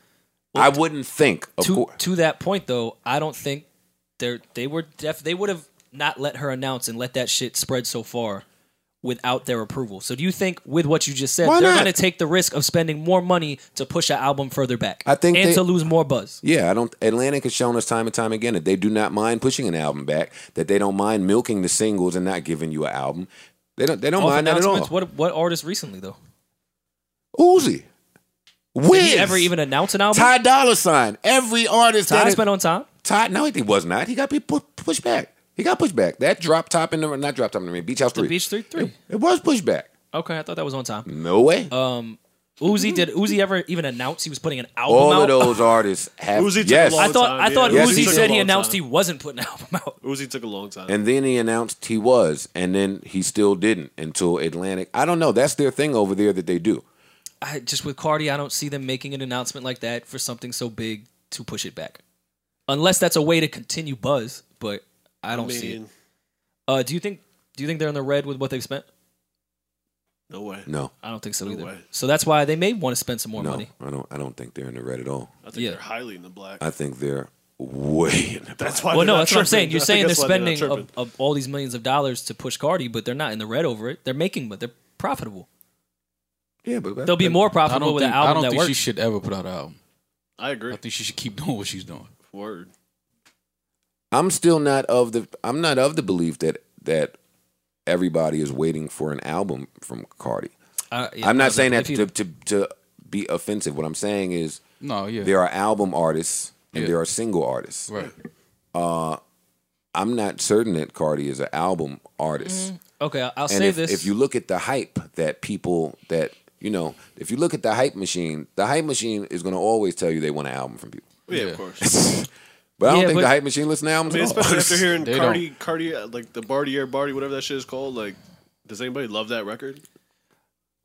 A: I wouldn't think. Of
E: to
A: course,
E: to that point though, I don't think they they were def- they would have not let her announce and let that shit spread so far without their approval. So do you think with what you just said,
A: Why
E: they're
A: not?
E: going to take the risk of spending more money to push an album further back?
A: I think
E: and
A: they-
E: to lose more buzz.
A: Yeah, I don't. Atlantic has shown us time and time again that they do not mind pushing an album back. That they don't mind milking the singles and not giving you an album. They don't. They don't
E: Off
A: mind that at all.
E: announcements, What what artist recently though?
A: Uzi,
E: Did
A: Wiz,
E: he ever even announce an album?
A: Ty Dolla Sign. Every artist. that
E: Ty's
A: has-
E: been on time.
A: Ty, no, he was not. He got pu- pu- pushed back. He got pushed back. That drop top in the not drop top in the ring, beach house
E: The
A: three.
E: Beach Three Three.
A: It was pushed back.
E: Okay, I thought that was on time.
A: No way.
E: Uzi did Uzi ever even announce he was putting an album
A: all
E: out?
A: of those artists have
C: Uzi took
A: yes.
C: a
E: I
C: long
E: thought
C: time,
E: I thought
C: yeah.
A: Yes, he
E: Uzi
A: took
E: said
A: a
E: he
C: long
E: announced
C: time.
E: he wasn't putting an album out.
C: Uzi took a long time.
A: And then he announced he was, and then he still didn't until Atlantic. I don't know. That's their thing over there that they do.
E: I just with Cardi, I don't see them making an announcement like that for something so big to push it back, unless that's a way to continue buzz. But I
C: I
E: don't see it.
C: mean,
E: Uh, do you think? Do you think they're in the red with what they've spent?
C: no way.
A: No,
E: I don't think so
C: No
E: either.
C: way.
E: So that's why they may want to spend some more
A: no,
E: money.
A: I don't. I don't think they're in the red at all.
C: I think
E: Yeah.
C: they're highly in the black.
A: I think they're way [laughs] in the.
C: [laughs]
A: Black.
C: That's why.
E: Well,
C: they're
E: no,
C: not
E: that's what
C: tripping.
E: I'm saying.
C: I
E: You're
C: think
E: saying they're
C: that's why not
E: spending
C: tripping.
E: of, of all these millions of dollars to push Cardi, but they're not in the red over it. They're making, but they're profitable.
A: yeah, but that-
E: They'll be
A: that-
E: more
D: I
E: profitable
D: don't
E: with
D: think,
E: an
D: I
E: album
D: don't
E: that
D: think
E: works.
D: she should ever put out an album.
C: I agree.
D: I think she should keep [laughs] doing what she's doing.
C: Word.
A: I'm still not of the. I'm not of the belief that that everybody is waiting for an album from Cardi.
E: Uh, yeah,
A: I'm
E: I
A: not
E: was
A: saying
E: like,
A: that
E: if you-
A: to, to to be offensive. What I'm saying is
D: No, yeah,
A: there are album artists and
D: Yeah.
A: there are single artists. [laughs]
D: right.
A: I'm not certain that Cardi is an album artist.
E: Okay, I'll- I'll
A: and
E: say
A: if,
E: this.
A: if you look at the hype that people that you know, if you look at the hype machine, the hype machine is going to always tell you they want an album from people.
C: Yeah,
D: Yeah.
C: of course.
A: But I don't
E: Yeah,
A: think
E: but-
A: the hype machine listens to albums [laughs]
C: I mean,
A: at all.
C: especially after hearing
D: They
C: Cardi, Cardi, uh, like the Bartier Barty, whatever that shit is called. Like, does anybody love that record?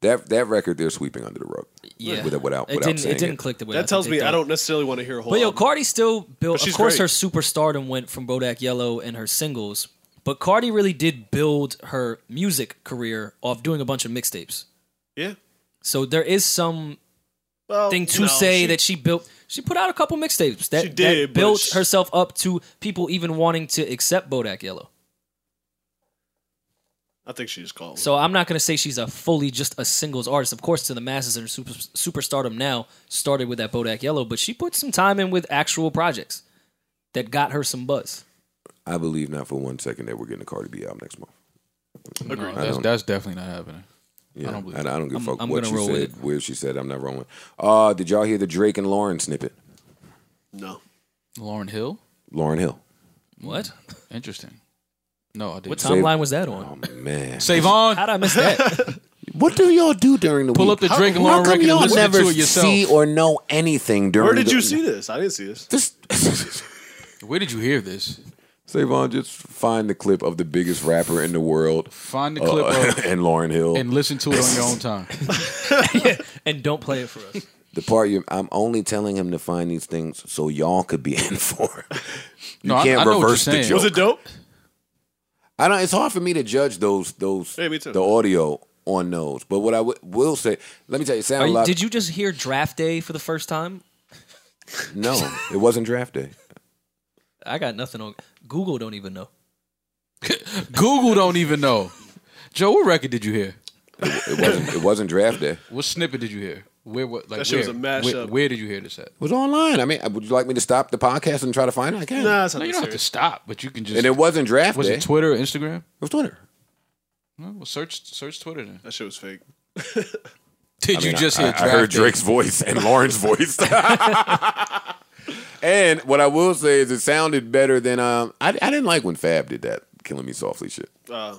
A: that that record they're sweeping under the rug.
E: yeah,
A: without without,
E: it
A: without
E: didn't
A: saying
E: it didn't click the way I
C: that
E: think
C: tells
E: they
C: me
E: thought.
C: I don't necessarily want to hear a whole.
E: But yo,
C: album.
E: Cardi still
C: But
E: built. Of
C: she's
E: course,
C: great.
E: her superstardom went from Bodak Yellow and her singles, but Cardi really did build her music career off doing a bunch of mixtapes.
C: yeah.
E: So there is some
C: Well,
E: thing to
C: no,
E: say
C: she-
E: that she built. She put out a couple mixtapes that,
C: She did,
E: that
C: but
E: built
C: she-
E: herself up to people even wanting to accept Bodak Yellow.
C: I think she's called.
E: So I'm not going to say she's a fully just a singles artist. Of course, to the masses and her super superstardom now started with that Bodak Yellow, but she put some time in with actual projects that got her some buzz.
A: I believe not for one second that we're getting a Cardi B album next month.
D: No,
A: I
D: that's
A: don't-
D: that's definitely not happening.
A: Yeah, I
D: don't
A: don't,
D: believe
A: I, don't give a
E: I'm-
A: fuck
E: I'm
A: what
E: gonna
A: she
E: roll with
A: said, where she said. I'm not wrong with. Uh, did y'all hear the Drake and Lauren snippet?
C: no.
D: Lauren Hill,
A: Lauren Hill.
E: What?
D: interesting. No, I didn't.
E: What
A: Save-
E: timeline was that on?
A: Oh man,
D: Save on.
E: How did I
C: [laughs]
E: miss that? [laughs]
A: what do y'all do during the
D: Pull
A: week?
D: up the
A: How-
D: Drake and
A: How
D: Lauren
A: come
D: record and
A: y'all
D: listen
A: never
D: to it yourself?
A: see or know anything during?
C: Where did
A: the-
C: you see this? I didn't see this.
A: This
D: Where did you hear this?
A: [laughs] Savon, just find the clip of the biggest rapper in the world
D: Find the
A: uh, [laughs]
D: clip of,
A: and Lauren Hill.
D: and listen to it on your own time.
E: and don't play it for us.
A: the part you, I'm only telling him to find these things so y'all could be [laughs]
D: [laughs]
A: informed. you
D: No, I-
A: can't
D: I know what
A: reverse
D: you're
A: the
D: saying.
A: joke.
C: Was it dope?
A: I don't. It's hard for me to judge those those
C: Yeah, me too.
A: the audio on those. But what I w- will say, let me tell you,
E: Are
A: sound
E: you-
A: like
E: did you just hear draft day for the first time?
A: No,
D: [laughs]
A: it wasn't draft day.
E: I got nothing on Google. Don't even know.
D: Google don't even know. Joe, what record did you hear?
A: It wasn't. It wasn't draft day. It
D: What snippet did you hear? Where what like
C: That shit was
D: where?
C: a mashup.
D: Where, where did you hear this at?
A: was online. I mean, would you like me to stop the podcast and try to find it? I can.
C: Nah, it's not
D: No, you
C: that
D: don't have to
C: serious.
D: stop, but you can just.
A: And it eh? wasn't draft
D: was
A: day.
D: it Twitter or Instagram?
A: it was Twitter.
D: No, well, search search Twitter then.
C: That shit was fake.
D: [laughs] Did
A: I
D: you
A: mean,
D: just
A: I,
D: hear?
A: I- I
D: draft
A: heard
D: day?
A: Drake's voice and Lauren's voice. [laughs] and what I will say is, it sounded better than um. I, I didn't like when Fab did that "Killing Me Softly" shit.
C: Uh,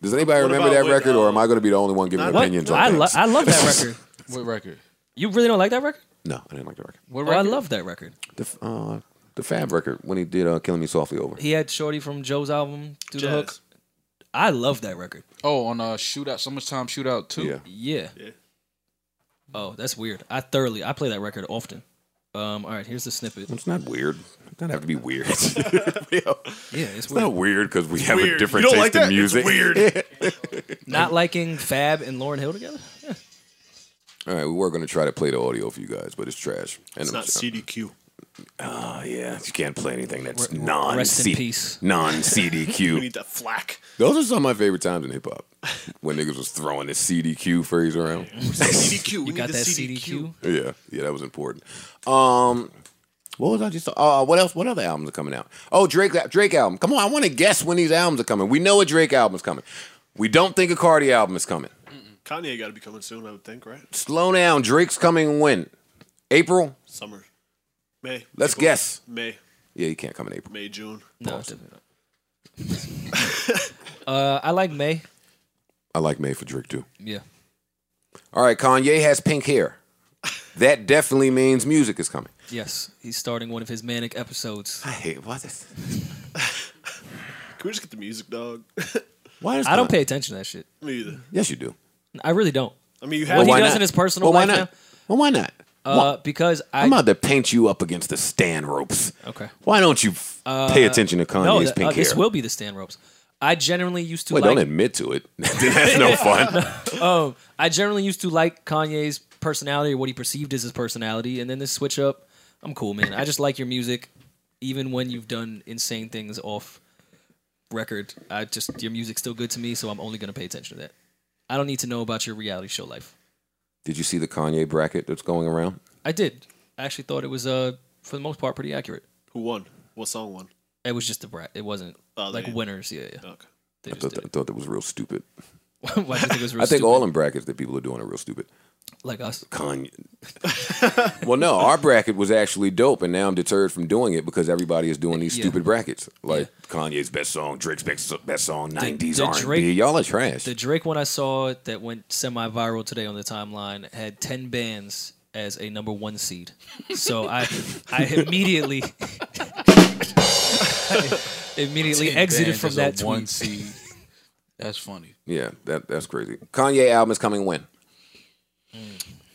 A: Does anybody
C: What
A: remember
C: about
A: that
C: with,
A: record, or am
C: uh,
A: I going to be the only one giving
C: Nine-
A: opinions on
E: I, lo-
A: things?
E: I love that record.
D: What record?
E: You really don't like that record?
A: no, I didn't like the record.
D: What
E: Oh,
D: record?
E: I love that record.
A: The f- uh, the Fab record when he did uh, "Killing Me Softly" over.
E: He had Shorty from Joe's album "Do the
C: Jazz.
E: Hook." I love that record.
D: Oh, on uh, shootout, summertime shootout too.
A: Yeah.
E: Yeah.
C: Yeah.
E: Oh, that's weird. I thoroughly I play that record often. Um, all right, here's the snippet.
A: It's not weird. It doesn't have to be weird. [laughs] it's
E: Yeah, it's weird.
A: not weird because we have a
C: Weird.
A: different
C: You
A: taste
C: don't like
A: in
C: that? It's
A: music. [laughs]
C: weird.
E: Not liking Fab and Lauren Hill together.
A: All right, we were going to try to play the audio for you guys, but it's trash. And
C: It's not CDQ.
A: Oh, yeah. You can't play anything that's
E: Re-
A: non
E: rest in peace.
A: non
E: [laughs]
C: We
A: CDQ.
C: need that flack.
A: [laughs] Those are some of my favorite times in hip hop when niggas was throwing the CDQ phrase around.
C: CDQ. We
E: You
C: need
E: got
C: the
E: that
C: CDQ.
E: CDQ?
A: Yeah, yeah, that was important. Um, what was I just? Uh, what else? What other albums are coming out? Oh, Drake, Drake album. Come on, I want to guess when these albums are coming. We know a Drake album is coming. We don't think a Cardi album is coming.
C: Kanye got to be coming soon, I would think, right?
A: Slow down. Drake's coming when? April?
C: Summer, May.
A: Let's
C: April.
A: guess.
C: May,
A: Yeah, you can't come in April.
C: May, June.
E: No, definitely
C: [laughs]
E: not. uh, I like May.
A: I like May for Drake too.
E: Yeah.
A: All right, Kanye has pink hair. That definitely means music is coming.
E: Yes, he's starting one of his manic episodes.
A: I hate what is
C: Can we just get the music, dog? [laughs]
A: why does
E: I don't
A: Kanye-
E: pay attention to that shit.
C: Me either.
A: Yes, you do.
E: I really don't.
C: I mean, you
E: What
C: have.
E: he
A: why
E: does
A: not?
E: in his personal
A: well, why
E: life
A: not? Well, why not?
E: now,
A: Why-
E: uh, because I
A: I'm about to paint you up against the stand ropes.
E: okay. Uh,
A: Why don't you f- pay attention to Kanye's
E: No, th-
A: pink
E: uh, this
A: hair?
E: will be the stand ropes. I generally used to
A: Wait,
E: like.
A: don't admit to it. [laughs] That's
E: [laughs]
A: no fun.
E: Oh, I generally used to like Kanye's personality or what he perceived as his personality, and then this switch up. I'm cool, man. I just like your music, even when you've done insane things off record. I just your music's still good to me, so I'm only gonna pay attention to that. I don't need to know about your reality show life.
A: Did you see the Kanye bracket that's going around?
E: I did. I actually thought it was uh for the most part pretty accurate.
C: Who won? What song won?
E: It was just a brat. It wasn't
C: Oh,
E: like
C: they-
E: winners. Yeah, yeah.
C: Okay.
E: They
A: I thought,
E: just
A: that, I
E: did.
A: thought that was real stupid.
E: it. [laughs] Why do you think it was real
A: I think
E: stupid?
A: all in brackets that people are doing are real stupid.
E: like us.
A: Kanye. well, no, our bracket was actually dope, and now I'm deterred from doing it because everybody is doing these
E: Yeah.
A: stupid brackets, like Kanye's best song, Drake's best, best song, '90s
E: the
A: R&B.
E: Drake-
A: Y'all are trash.
E: The Drake one I saw that went semi-viral today on the timeline had ten bands as a number one seed. So I,
D: [laughs]
E: I immediately, I immediately
D: Ten
E: exited
D: bands
E: from
D: as a
E: that tweet.
D: one
E: [laughs]
D: seed. That's funny.
A: yeah, that that's crazy. Kanye album is coming when?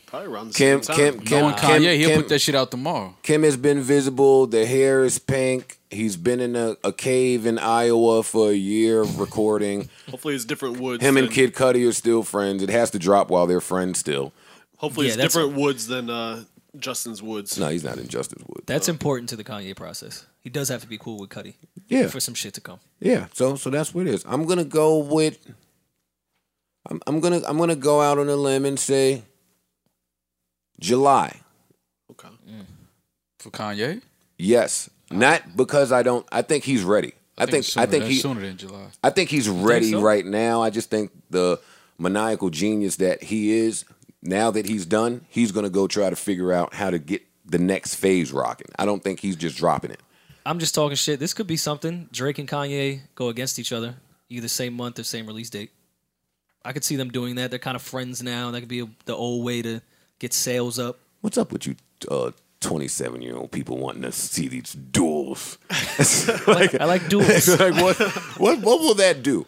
C: Probably around the
A: Kim,
C: same
A: Kim,
C: time.
A: Kim,
D: Knowing
A: Kim,
D: Kanye, he'll
A: Kim-
D: put that shit out tomorrow.
A: Kim has been visible. The hair is pink. He's been in a, a cave in Iowa for a year recording.
C: Hopefully, it's different woods.
A: Him and
C: than-
A: Kid Cudi are still friends. It has to drop while they're friends still.
C: Hopefully,
E: Yeah,
C: it's
E: that's-
C: different woods than uh, Justin's woods.
A: No, he's not in Justice Wood.
E: That's important to the Kanye process. He does have to be cool with Cuddy
A: yeah,
E: for some shit to come.
A: yeah. So, so that's what it is. I'm gonna go with. I'm, I'm gonna I'm gonna go out on a limb and say. July.
C: Okay.
D: For Kanye?
A: Yes, not because I don't. I think he's ready. I think
D: it's
A: I
D: sooner-
A: think
D: that's
A: he
D: sooner than July.
A: I think he's ready
E: so?
A: right now. I just think the maniacal genius that he is, now that he's done, he's going to go try to figure out how to get the next phase rocking. I don't think he's just dropping it.
E: I'm just talking shit. This could be something. Drake and Kanye go against each other, either same month or same release date. I could see them doing that. They're kind of friends now. That could be a, the old way to get
D: [laughs]
E: sales up.
A: What's up with you, uh, 27 year old people wanting to see these duels? [laughs]
E: I
D: [laughs]
E: like duels.
A: like, what, what, what will that do?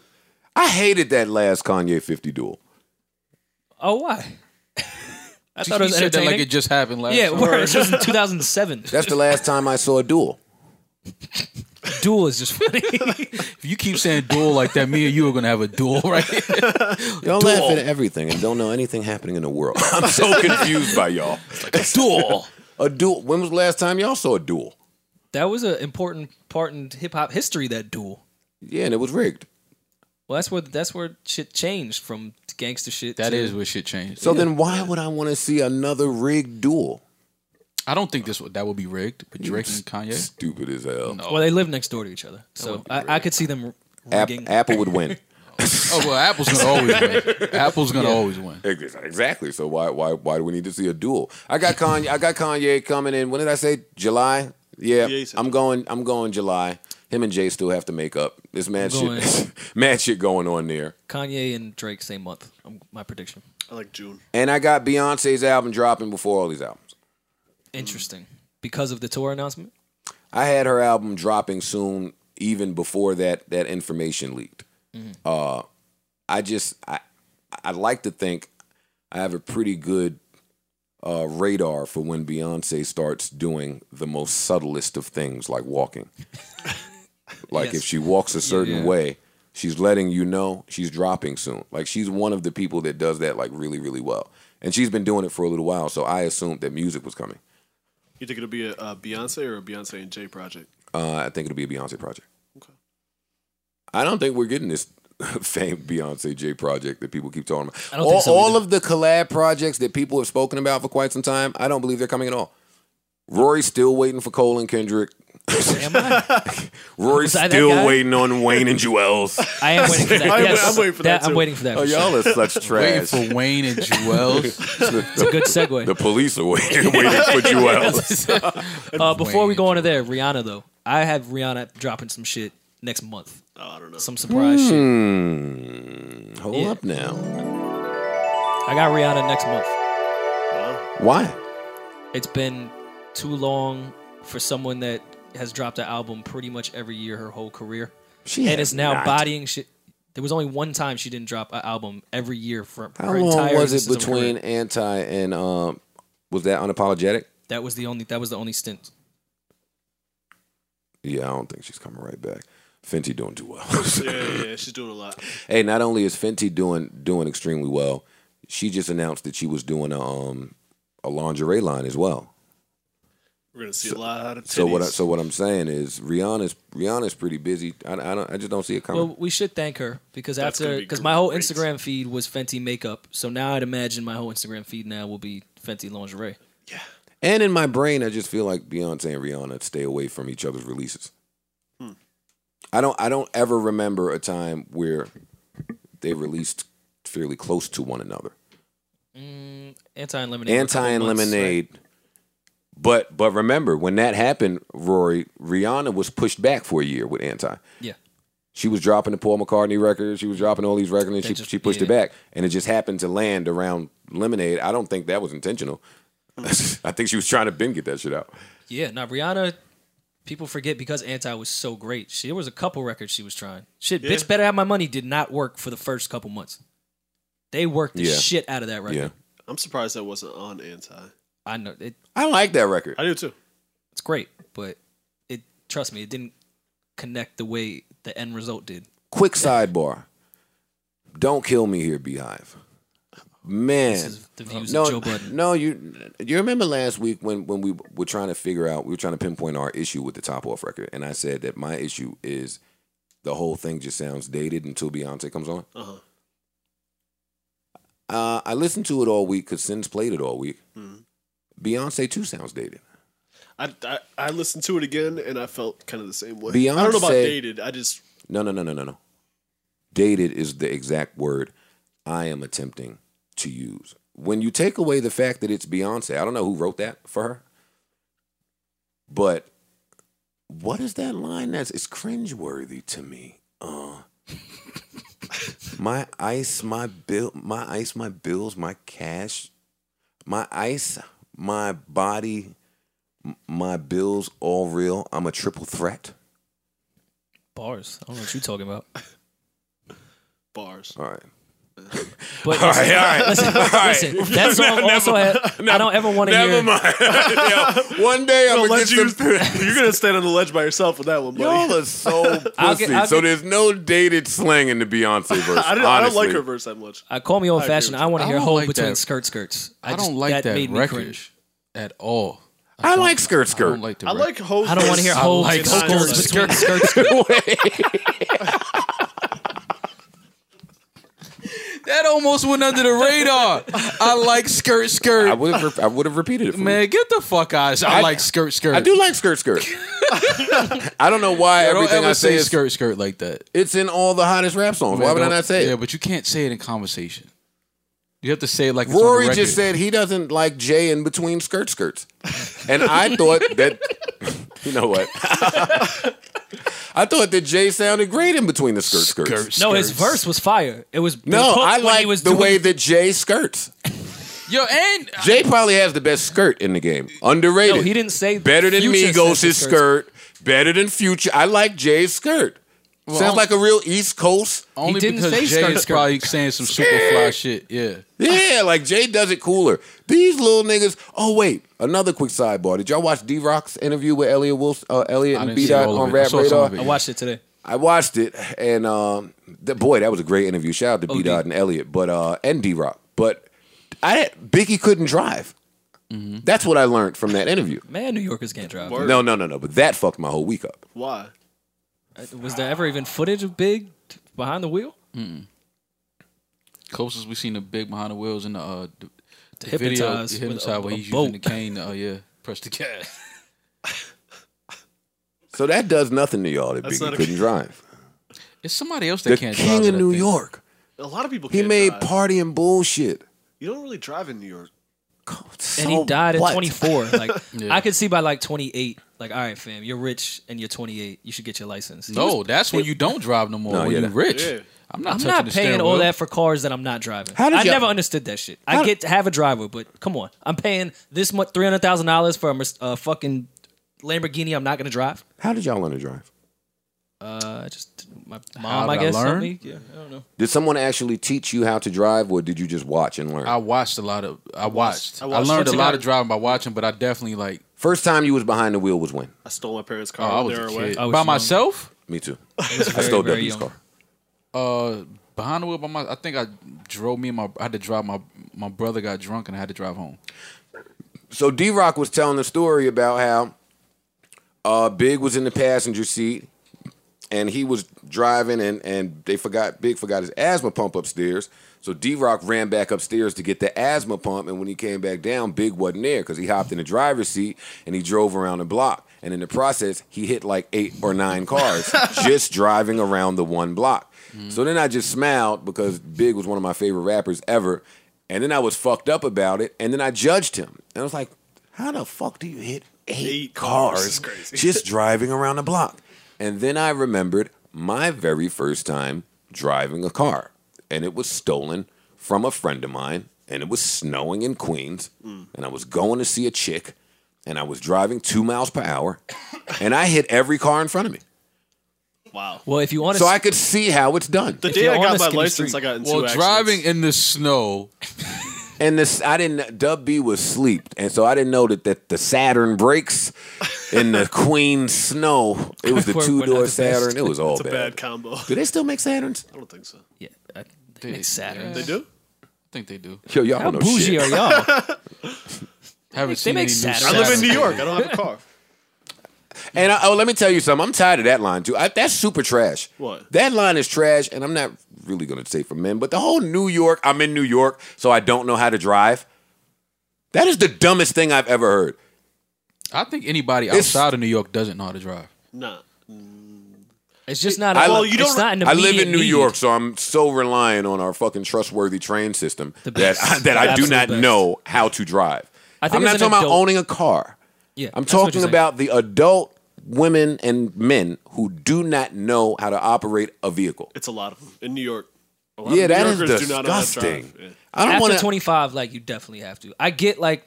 A: I hated that last Kanye 50 duel.
E: Oh, why? I thought it
D: he
E: was
D: said that like
E: entertaining.
D: it just happened last
E: yeah,
D: time.
E: word. This was in [laughs] 2007.
A: That's the last time I saw a duel.
E: Duel is just funny.
D: If you keep saying duel like that, me and you are gonna have a duel, right?
A: Y'all laugh at everything and don't know anything happening in the world. [laughs] I'm so confused by [laughs] y'all.
D: duel.
A: A duel. When was the last time y'all saw a duel?
E: [laughs] that was an important part in hip hop history. That duel.
A: Yeah, and it was rigged.
E: Well, that's where that's where shit changed from gangster shit.
D: That
E: to-
D: is where shit changed.
A: So then, why would I want to see another rigged duel?
D: I don't think this would- that would be rigged, but Drake and
A: [laughs]
D: Kanye.
A: Stupid as hell.
E: Well, they live next door to each other, so I, I could see them
A: App-
E: rigging.
A: Apple would win.
D: Oh well, Apple's gonna always
A: [laughs]
D: win. Apple's gonna always win.
A: Ex- exactly. So why why why do we need to see a duel? I got Kanye. I got Kanye coming in. When did I say July?
C: Yeah,
A: Yeah,
C: you said
A: I'm
C: that.
A: going. I'm going July. Him and Jay still have to make up. This mad
E: I'm
A: shit. [laughs] mad shit going on there.
E: Kanye and Drake same month. Um, my prediction.
C: I like June.
A: And I got Beyonce's album dropping before all these albums.
E: Interesting because of the tour announcement.
A: I had her album dropping soon, even before that that information leaked.
E: Mm-hmm.
A: Uh, I just I I like to think I have a pretty good uh, radar for when Beyonce starts doing the most subtlest of things, like walking.
E: [laughs]
A: like
E: Yes.
A: if she walks a certain
E: yeah.
A: way, she's letting you know she's dropping soon. Like she's one of the people that does that like really really well, and she's been doing it for a little while. So I assumed that music was coming.
C: You think it'll be a, a Beyonce or a Beyonce and Jay project?
A: Uh, I think it'll be a Beyonce project. I don't think we're getting this [laughs] famed Beyonce J project that people keep talking about.
E: I don't
A: all
E: think so
A: all
E: either.
A: of the collab projects that people have spoken about for quite some time, I don't believe they're coming at all. Rory's still waiting for Cole and Kendrick.
E: Am I?
A: [laughs] Rory's
E: Was I that
A: still
E: guy?
A: waiting on Wayne and Juels.
E: I am [laughs] waiting for that.
C: I'm-
E: Yes,
C: I'm waiting for that,
E: I'm
C: too.
E: waiting for
A: [laughs]
E: that.
A: oh,
E: for sure.
A: y'all are [laughs] such
D: Waiting
A: trash.
D: for
A: [laughs]
D: Wayne and Jewels.
E: It's a good [laughs] segue.
A: the police are waiting, waiting
E: [laughs]
A: for Juels.
E: Uh, before we
D: Wayne.
E: go on to there, Rihanna though, I have Rihanna dropping some shit next month.
C: Oh, I don't know.
E: Some surprise shit.
A: Hmm. Hold
E: Yeah.
A: up now. Hmm.
E: I got Rihanna next month.
A: Why?
E: It's been too long for someone that has dropped an album pretty much every year her whole career,
A: She
E: and
A: has
E: is now
A: not.
E: bodying shit. There was only one time she didn't drop an album every year for
A: How
E: her
A: long
E: entire
A: was it
E: existence of her
A: between
E: career.
A: Anti and um, was that unapologetic?
E: That was the only. That was the only stint.
A: Yeah, I don't think she's coming right back. Fenty doing too well. [laughs]
C: Yeah, yeah, yeah, she's doing a lot.
A: hey, not only is Fenty doing doing extremely well, she just announced that she was doing a, um a lingerie line as well.
C: We're gonna see a lot of titties.
A: So what I, so what I'm saying is Rihanna's Rihanna's pretty busy. I, I don't I just don't see it coming.
E: Well, we should thank her because
C: That's
E: after
C: gonna be
E: because my whole
C: great.
E: Instagram feed was Fenty makeup, so now I'd imagine my whole Instagram feed now will be Fenty lingerie.
A: and in my brain, I just feel like Beyonce and Rihanna stay away from each other's releases. I don't I don't ever remember a time where they released fairly close to one another.
E: Anti and lemonade. were a couple
A: anti and
E: months,
A: lemonade. But but remember when that happened, Rory Rihanna was pushed back for a year with anti.
E: right? Yeah,
A: She was dropping the Paul McCartney records. She was dropping all these records, and
E: They
A: she
E: just-
A: she pushed it
E: yeah.
A: back, and it just happened to land around Lemonade. I don't think that was intentional. [laughs] I think she was trying to bin get that shit out.
E: yeah. Now Rihanna, people forget because Anti was so great. She there was a couple records she was trying. Shit, bitch, better have my money did not work for the first couple months. They worked the
A: Yeah.
E: shit out of that record.
A: Yeah,
C: I'm surprised that wasn't on anti.
E: I know it,
A: I like that record.
C: I do too.
E: it's great, but it trust me, it didn't connect the way the end result did.
A: Quick sidebar. Don't kill me here, Beehive. Man,
E: This is the views
A: no,
E: of Joe Budden.
A: no, you you remember last week when when we were trying to figure out we were trying to pinpoint our issue with the top off record, and I said that my issue is the whole thing just sounds dated until Beyonce comes on.
E: Uh-huh.
C: Uh huh.
A: Uh, I listened to it all week because Sins played it all week.
E: Mm-hmm.
A: Beyonce too sounds dated.
C: I, I I listened to it again and I felt kind of the same way.
A: Beyonce-
C: I don't know about dated. I just
A: No, no, no, no, no, no. Dated is the exact word I am attempting to use. When you take away the fact that it's Beyonce, I don't know who wrote that for her, but what is that line that's it's cringeworthy to me? Uh, [laughs] my ice, my bill, my ice, my bills, my cash, my ice, my body, m- my bills, all real. I'm a triple threat.
E: Bars. I don't know what you're talking about.
C: bars.
A: All right. [laughs]
E: But
A: All right, all right.
E: Listen, listen, that
A: [laughs]
E: song also had. I don't ever want to
A: Never
E: hear.
A: mind. [laughs] Yo, one day I'm
C: I'll
A: gonna
C: let
A: get
C: you,
A: some.
C: you're gonna stand on the ledge by yourself with that one, [laughs] buddy.
A: [laughs] Y'all are so pussy.
E: I'll get- I'll
A: so
E: get-
A: there's no dated slang in the Beyonce verse.
C: I, don't,
A: honestly.
C: I don't like her verse that much.
E: I call me old fashioned. I want
D: I
E: to hear
D: don't
E: hold
D: like
E: between
D: that.
E: skirt skirts.
D: I,
E: just-
D: don't like that,
E: made me
D: record
E: cringe.
D: at all.
A: I like skirt
D: I
A: skirt.
D: don't like the
C: I
D: record.
C: like hoes.
E: I don't want to hear
C: verse
E: hold
D: like
E: between
C: sometimes.
D: skirt
E: between skirt skirts.
D: [laughs] that almost went under the radar. I like skirt skirt.
A: [laughs] I would have. I would have repeated it. For
D: Man, get the fuck out! of here. I,
A: I-
D: like skirt skirt.
A: you. I do like skirt
D: [laughs]
A: skirt. I don't know why
D: I don't
A: everything
D: ever
A: I say
D: say
A: is
D: skirt skirt like that.
A: It's in all the hottest rap songs. why would I
D: Don't-
A: not say
D: Yeah,
A: it?
D: but you can't say it in conversation. You have to say it like it's on the
A: Rory
D: record.
A: just said he doesn't like Jay in between skirt skirts. And I
D: [laughs]
A: thought that, you know what? I thought that Jay sounded great in between the skirt skirts.
D: Skirt,
E: No, his
D: skirts.
E: verse was fire. It was the
A: No,
E: hook
A: I
E: when he
A: like
E: was
A: the
E: doing-
A: way that Jay skirts.
D: Yo, and
A: Jay probably has the best skirt in the game. Underrated.
E: No, he didn't say
A: Better than
E: Future said
A: Migos'
E: his
A: skirt. Better than Future. I like Jay's skirt. Sounds
D: on-
A: like a real East Coast.
D: only
E: didn't
D: because
E: say
D: Jay
E: skirt
D: is
E: skirt.
D: probably saying some super fly shit. Yeah, [laughs]
A: Yeah, like Jay does it cooler. These little niggas. Oh wait, another quick sidebar. Did y'all watch D Rock's interview with Elliot Wilson, uh, Elliot
D: I
A: and
D: didn't see
A: B Dot
D: all of
A: on
D: it. I
A: Rap
D: saw some
A: Radar?
D: of
E: I
D: it.
E: watched it today.
A: I watched it, and um, the, boy, that was a great interview. Shout out to
E: Oh,
A: B Dot
E: D.
A: and Elliot, but uh, and D Rock, but I Biggie couldn't drive. That's what I learned from that interview.
E: Man, New Yorkers can't drive.
C: Word.
A: No, no, no, no. But that fucked my whole week up.
C: Why?
E: Uh, Was there ever even footage of Big behind the wheel?
D: Closest we seen the big behind the wheels in the, uh, the, the
E: hypnotize
D: video,
E: with
D: the hypnotize
E: a-
D: where
E: a
D: he's
E: boat.
D: using the cane. to, Uh, yeah, press the gas.
E: [laughs]
A: So that does nothing to y'all that
C: That's
A: Biggie
C: not a-
A: couldn't drive.
D: It's somebody else that
A: The
D: can't
A: king
D: drive
A: of
D: that
A: New
D: thing.
A: York.
C: A lot of people.
A: He
C: can't
A: made
C: drive.
A: partying bullshit.
C: You don't really drive in New York.
A: So
E: And he died
A: what?
E: at
A: [laughs]
E: 24. Like
D: Yeah.
E: I could see by like 28. Like all right, fam, you're rich and you're 28. You should get your license.
D: No, that's when you don't drive no more.
A: No,
D: when
A: yeah,
D: you're
A: that-
D: rich,
C: Yeah.
D: I'm not.
E: I'm
D: touching
E: not
D: the
E: paying
D: steering
E: all
D: wheel.
E: that for cars that I'm not driving.
A: How did
E: I
A: y'all-
E: never understood that shit. I
A: How did-
E: get to have a driver, but come on, I'm paying this much three hundred thousand dollars for a Merc- uh, fucking Lamborghini. I'm not gonna drive.
A: How did y'all learn to drive?
E: Uh, just my
D: How did
E: mom, I
D: I
E: guess.
D: learn?
E: Learn? Me. Yeah, I don't know.
A: Did someone actually teach you how to drive, or did you just watch and learn?
D: I watched a lot of. I watched. I,
C: I watched
D: learned a
C: something.
D: lot of driving by watching, but I definitely like.
A: First time you was behind the wheel was when?
C: I stole my parents'
D: Oh,
C: car.
D: I
C: while
D: was
C: they were
D: a
C: away.
D: kid.
E: I was
D: by
E: young.
D: myself.
A: Me too. I
E: very,
A: stole
E: very
A: W's
E: young.
A: car.
D: Uh, behind the wheel by my. I think I drove me and my. I had to drive my. My brother got drunk and I had to drive home.
A: So D Rock was telling the story about how uh, Big was in the passenger seat and he was driving and, and they forgot Big forgot his asthma pump upstairs. So D Rock ran back upstairs to get the asthma pump and when he came back down, Big wasn't there because he hopped in the driver's seat and he drove around the block. And in the process, he hit like eight or
C: [laughs]
A: nine cars just driving around the one block. So then I just smiled because Big was one of my favorite rappers ever. And then I was fucked up about it. And then I judged him. And I was like, how the fuck do you hit eight,
C: Eight cars.
A: cars
C: It's crazy.
A: just driving around the block? And then I remembered my very first time driving a car. And it was stolen from a friend of mine. And it was snowing in Queens. And I was going to see a chick. And I was driving two miles per hour. And I hit every car in front of me.
C: Wow.
E: Well, if you want to,
A: So I could see how it's done.
C: The
E: you're
C: day I
E: on a
C: got my
E: skinny
C: license,
E: street-
C: I got in
D: Well,
C: two accidents.
D: driving in the snow.
A: And this, I didn't. Dub B was sleep, and so I didn't know that, that the Saturn brakes in the Queen snow. It was the
E: We're- we're
A: two
E: not
A: door
E: the
A: Saturn.
E: best.
A: It was all
C: it's a bad
A: bad.
C: combo. I
A: Do they still make Saturns?
C: don't think so.
E: yeah, I,
D: They-
E: they make Saturn.
C: They do.
D: I think they do.
A: Yo, y'all
E: How
A: don't know
E: bougie
A: shit. [laughs]
E: are y'all?
D: Haven't
E: They
D: seen
E: make
D: any new
E: Saturn.
C: I live in
D: Saturn.
C: New York. I don't have a car.
A: And I, oh, let me tell you something. I'm tired of that line too. I, that's super trash.
C: What?
A: That line is trash, and I'm not really gonna say for men, but the whole New York. I'm in New York, so I don't know how to drive. That is the dumbest thing I've ever heard.
D: I think anybody
A: It's-
D: outside of New York doesn't know how to drive.
C: Nah.
E: It's just not.
A: I
E: A,
A: li-
E: you don't, it's not an
A: I live in
E: immediate
A: New
E: need.
A: York, so I'm so reliant on our fucking trustworthy train system
E: The
A: that
E: best.
A: I, that I do
E: Absolute
A: not
E: best.
A: know how to drive.
E: I think
A: I'm not
E: as an
A: talking about
E: adult-
A: owning a car.
E: Yeah,
A: I'm
E: that's what you're
A: talking
E: saying.
A: about the adult women and men who do not know how to operate a vehicle.
C: It's a lot of them in New York. A lot
A: Yeah,
C: of New
A: that is
C: Yorkers do not know how to drive.
A: disgusting.
C: Yeah.
A: I don't
E: After
A: want to.
E: 25, like you definitely have to. I get like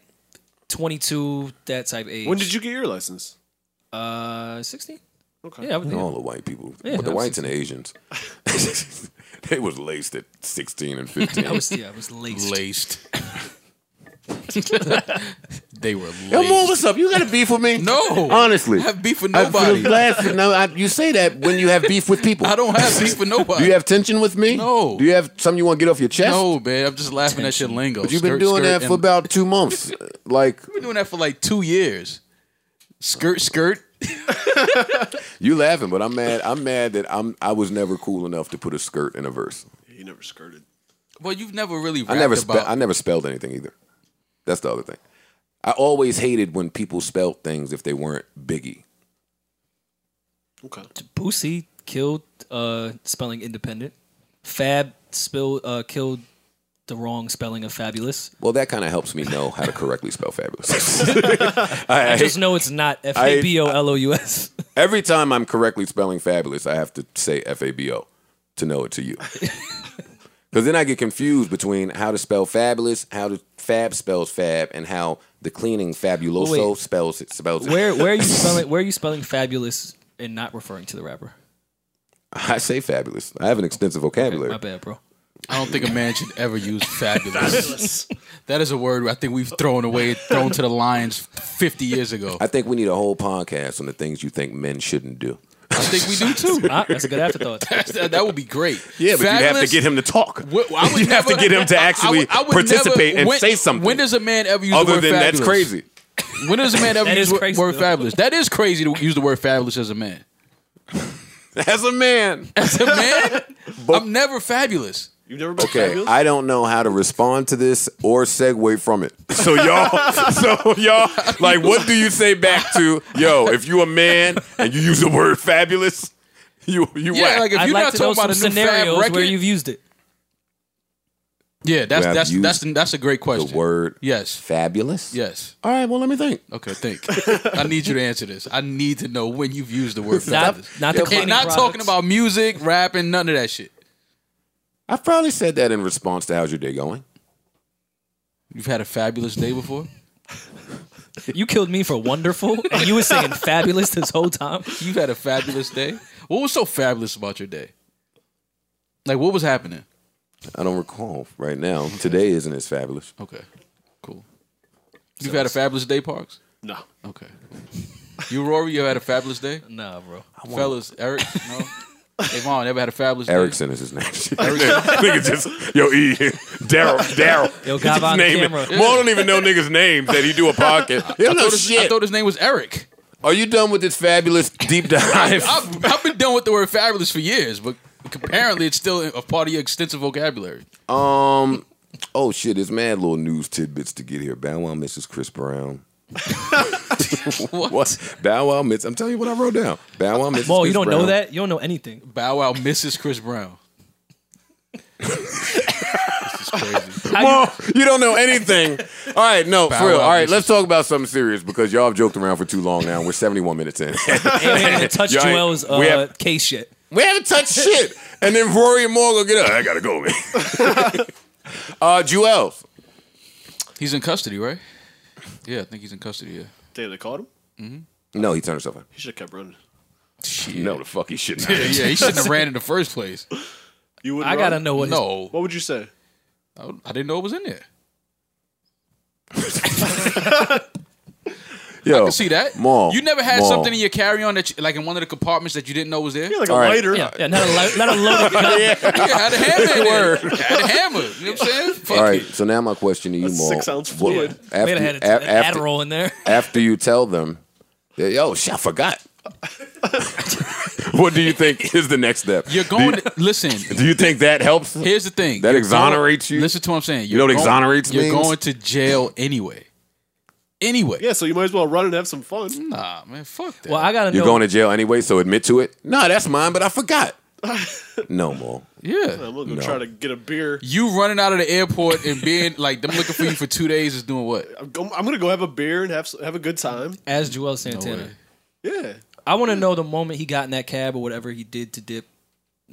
E: 22, that type age.
C: When did you get your license?
E: Uh, 16.
C: Okay.
E: Yeah, I would think.
A: all the white people,
E: Yeah,
A: but the
E: I was
A: whites and the Asians, [laughs] they was laced at 16
D: [laughs]
A: and 15.
E: I was, yeah, I was laced.
D: Laced. [laughs] they were
A: [laughs] Yo, Mo,
D: laced.
A: what's up? You got a beef with me?
D: [laughs] No.
A: honestly,
D: I have beef with
A: I- for the
D: nobody.
A: last- no, I- you say that when you have beef with people.
D: [laughs] I don't have beef with nobody.
A: Do you have tension with me?
D: No.
A: Do you have something you want to get off your chest?
D: No, man. I'm just laughing at your lingo.
A: But you've been
D: Skirt,
A: doing
D: skirt,
A: that for
D: and-
A: about two months. [laughs] like
D: I've been doing that for like two years. Skirt, skirt.
A: you laughing, but I'm mad. I'm mad that I'm I was never cool enough to put a skirt in a verse.
C: He never skirted.
D: Well, you've never really.
A: I never
D: rapped
A: spe-
D: about.
A: I never spelled anything either. That's the other thing. I always hated when people spelled things if they weren't Biggie.
D: [laughs]
C: Okay.
E: Boosie killed uh, spelling independent. Fab spilled, uh, killed the wrong spelling of fabulous.
A: Well, that kind of helps me know how to correctly spell fabulous. [laughs] I- I-
E: Just know it's not F A B O L O U S.
A: every time I'm correctly spelling fabulous, I have to say F A B O to know it to [laughs] you. Because then I get confused between how to spell fabulous, how to fab spells fab, and how the cleaning fabuloso
E: Well, wait.
A: spells it spells it.
E: Where where are you spelling? Where are you spelling fabulous and not referring to the rapper?
A: [laughs] I say fabulous. I have an extensive vocabulary.
E: My bad, bro.
D: I don't think a man should ever use
A: [laughs]
D: fabulous. that is a word I think we've thrown away, thrown to the lions fifty years ago.
A: I think we need a whole podcast on the things you think men shouldn't do.
D: I think we
A: [laughs]
D: do too.
E: Ah, that's a good [laughs] afterthought.
D: that, that would be great.
A: Yeah, but you'd have to
D: Fabulous-
A: get him to talk.
D: Wh- I
A: [laughs]
D: would
A: you'd have to
D: never-
A: get him to
D: I- I
A: actually
D: would- I would
A: participate
D: never-
A: and
D: when-
A: say something.
D: When does a man ever use the
A: other
D: word
A: than that's
D: fabulous?
A: crazy.
D: When does a
E: [laughs]
D: man ever
E: That
D: use
E: is
D: the word-
E: crazy,
D: word
E: though.
D: fabulous? That is crazy to use the word fabulous as a
E: [laughs]
D: man.
A: As a man.
D: As a man, I'm never fabulous.
C: You've never been
A: [laughs] Okay,
C: fabulous?
A: I don't know how to respond to this or segue from it. So y'all, [laughs] so y'all, like, what do you say back to yo? If you a man and you use the word fabulous, you you
D: Yeah,
A: whack.
D: like if
E: I'd
D: you're
E: like
D: not
E: to know
D: talking
E: some
D: about a new fab
E: scenarios
D: record,
E: where you've used [laughs] it.
D: yeah, that's
A: Where I've
D: that's
A: used
D: that's that's a great
A: the
D: question.
A: word
D: yes,
A: fabulous.
D: yes.
A: All right. Well, let me think. [laughs]
D: Okay, think. I need you to answer this. I need to know when you've used the word
E: Not,
D: fabulous.
E: not the
D: and
E: cleaning
D: not
E: products.
D: talking about music, rapping, none of that shit.
A: I've probably said that in response to how's your day going.
D: You've had a fabulous day before.
E: You killed me for [laughs] wonderful, and you were singing fabulous this whole time.
D: You've had a fabulous day. What was so fabulous about your day? Like what was happening?
A: I don't recall right now. Today isn't as fabulous.
D: Okay, cool. You've had a fabulous day, Parks.
C: no.
D: Okay. You, Rory, you had a fabulous day,
E: Nah, bro.
D: fellas. Eric, no. Avon, ever had a fabulous
A: Erickson is his
D: [laughs]
A: name. [laughs] nigga just yo E Daryl Daryl.
E: Yo, guy behind the
A: name.
E: camera.
A: Well, I don't even know niggas' names that he do a
D: [laughs]
A: podcast. He don't know
D: day. I thought his- I
A: shit.
D: thought his name was Eric.
A: Are you done with this fabulous deep
D: [laughs]
A: dive? [laughs]
D: I've, I've been done with the word fabulous for years, but apparently it's still a part of your extensive vocabulary.
A: um. Oh shit! There's mad little news tidbits to get here. Bow Wow misses Chris Brown.
D: [laughs] What?
A: What? Bow Wow misses. I'm telling you what I wrote down. Bow Wow misses.
E: Mo,
A: Chris
E: you don't know
A: Brown.
E: that? You don't know anything. [laughs]
D: Bow Wow misses Chris Brown. this is crazy.
A: Mo, you don't know anything. All right, no,
D: Bow
A: for real.
D: Wow
A: All right,
D: misses-
A: let's talk about something serious because y'all have joked around for too long now. We're 71 minutes in. [laughs]
E: They haven't even touched
A: Y'all ain't-
E: Joel's uh,
A: we have-
E: case yet.
A: We haven't touched shit. And then Rory and Morgan get up. I gotta go, man. [laughs] uh, Jewels.
D: He's in custody, right? Yeah, I think he's in custody. Yeah.
C: Damn, they caught him?
A: No, he turned himself in.
C: He should have kept running.
A: No, the fuck he should not.
D: Yeah, yeah, he shouldn't
E: [laughs]
D: have ran in the first place.
C: You would
E: I gotta know what. his-
D: No,
C: What would you say?
D: I, I didn't know it was in there.
A: [laughs] Yo,
D: I see that.
A: Maul,
D: you never had
A: Maul.
D: something in your carry-on that, you, like in one of the compartments that you didn't know was there.
C: Yeah, like a
A: All right.
C: lighter.
E: Yeah, yeah, not a lo- [laughs] not a
A: [laughs]
E: loaded
D: [laughs]
E: gun.
D: Yeah, I had a hammer. in there. I had a hammer. You know what I'm saying? Fuck
A: All right,
D: it.
A: so now my question to you,
C: That's
A: Maul.
C: six ounce
A: What-
C: fluid.
E: May
A: After,
E: have had
A: a-
E: a- an
A: after,
E: Adderall in there.
A: after you tell them, that, yo, shit, I
D: [laughs]
A: forgot. what do you think is the next step?
D: You're
A: Do you-
D: going. to, listen.
A: Do you think that helps?
D: Here's the thing.
A: That
D: You're
A: exonerates
D: going-
A: you?
D: Listen to what I'm saying.
A: know what
D: You're going-
A: exonerates
D: You're
A: means?
D: going to jail anyway. Anyway.
C: Yeah, so you might as well run and have some
A: Mm.
C: fun.
D: Nah, man. Fuck that.
E: Well, I gotta
A: You're
E: know.
A: going to jail anyway, so admit to it. No, that's mine, but I forgot. no, Maul.
D: yeah.
C: I'm gonna go
A: No.
C: try to get a beer.
D: You running out of the airport and being like them looking for you for two days is doing what?
C: I'm, go- I'm gonna go have a beer and have s- have a good time.
E: as Joel
D: No
E: Santana.
D: way.
C: Yeah.
E: I want to know the moment he got in that cab or whatever he did to dip.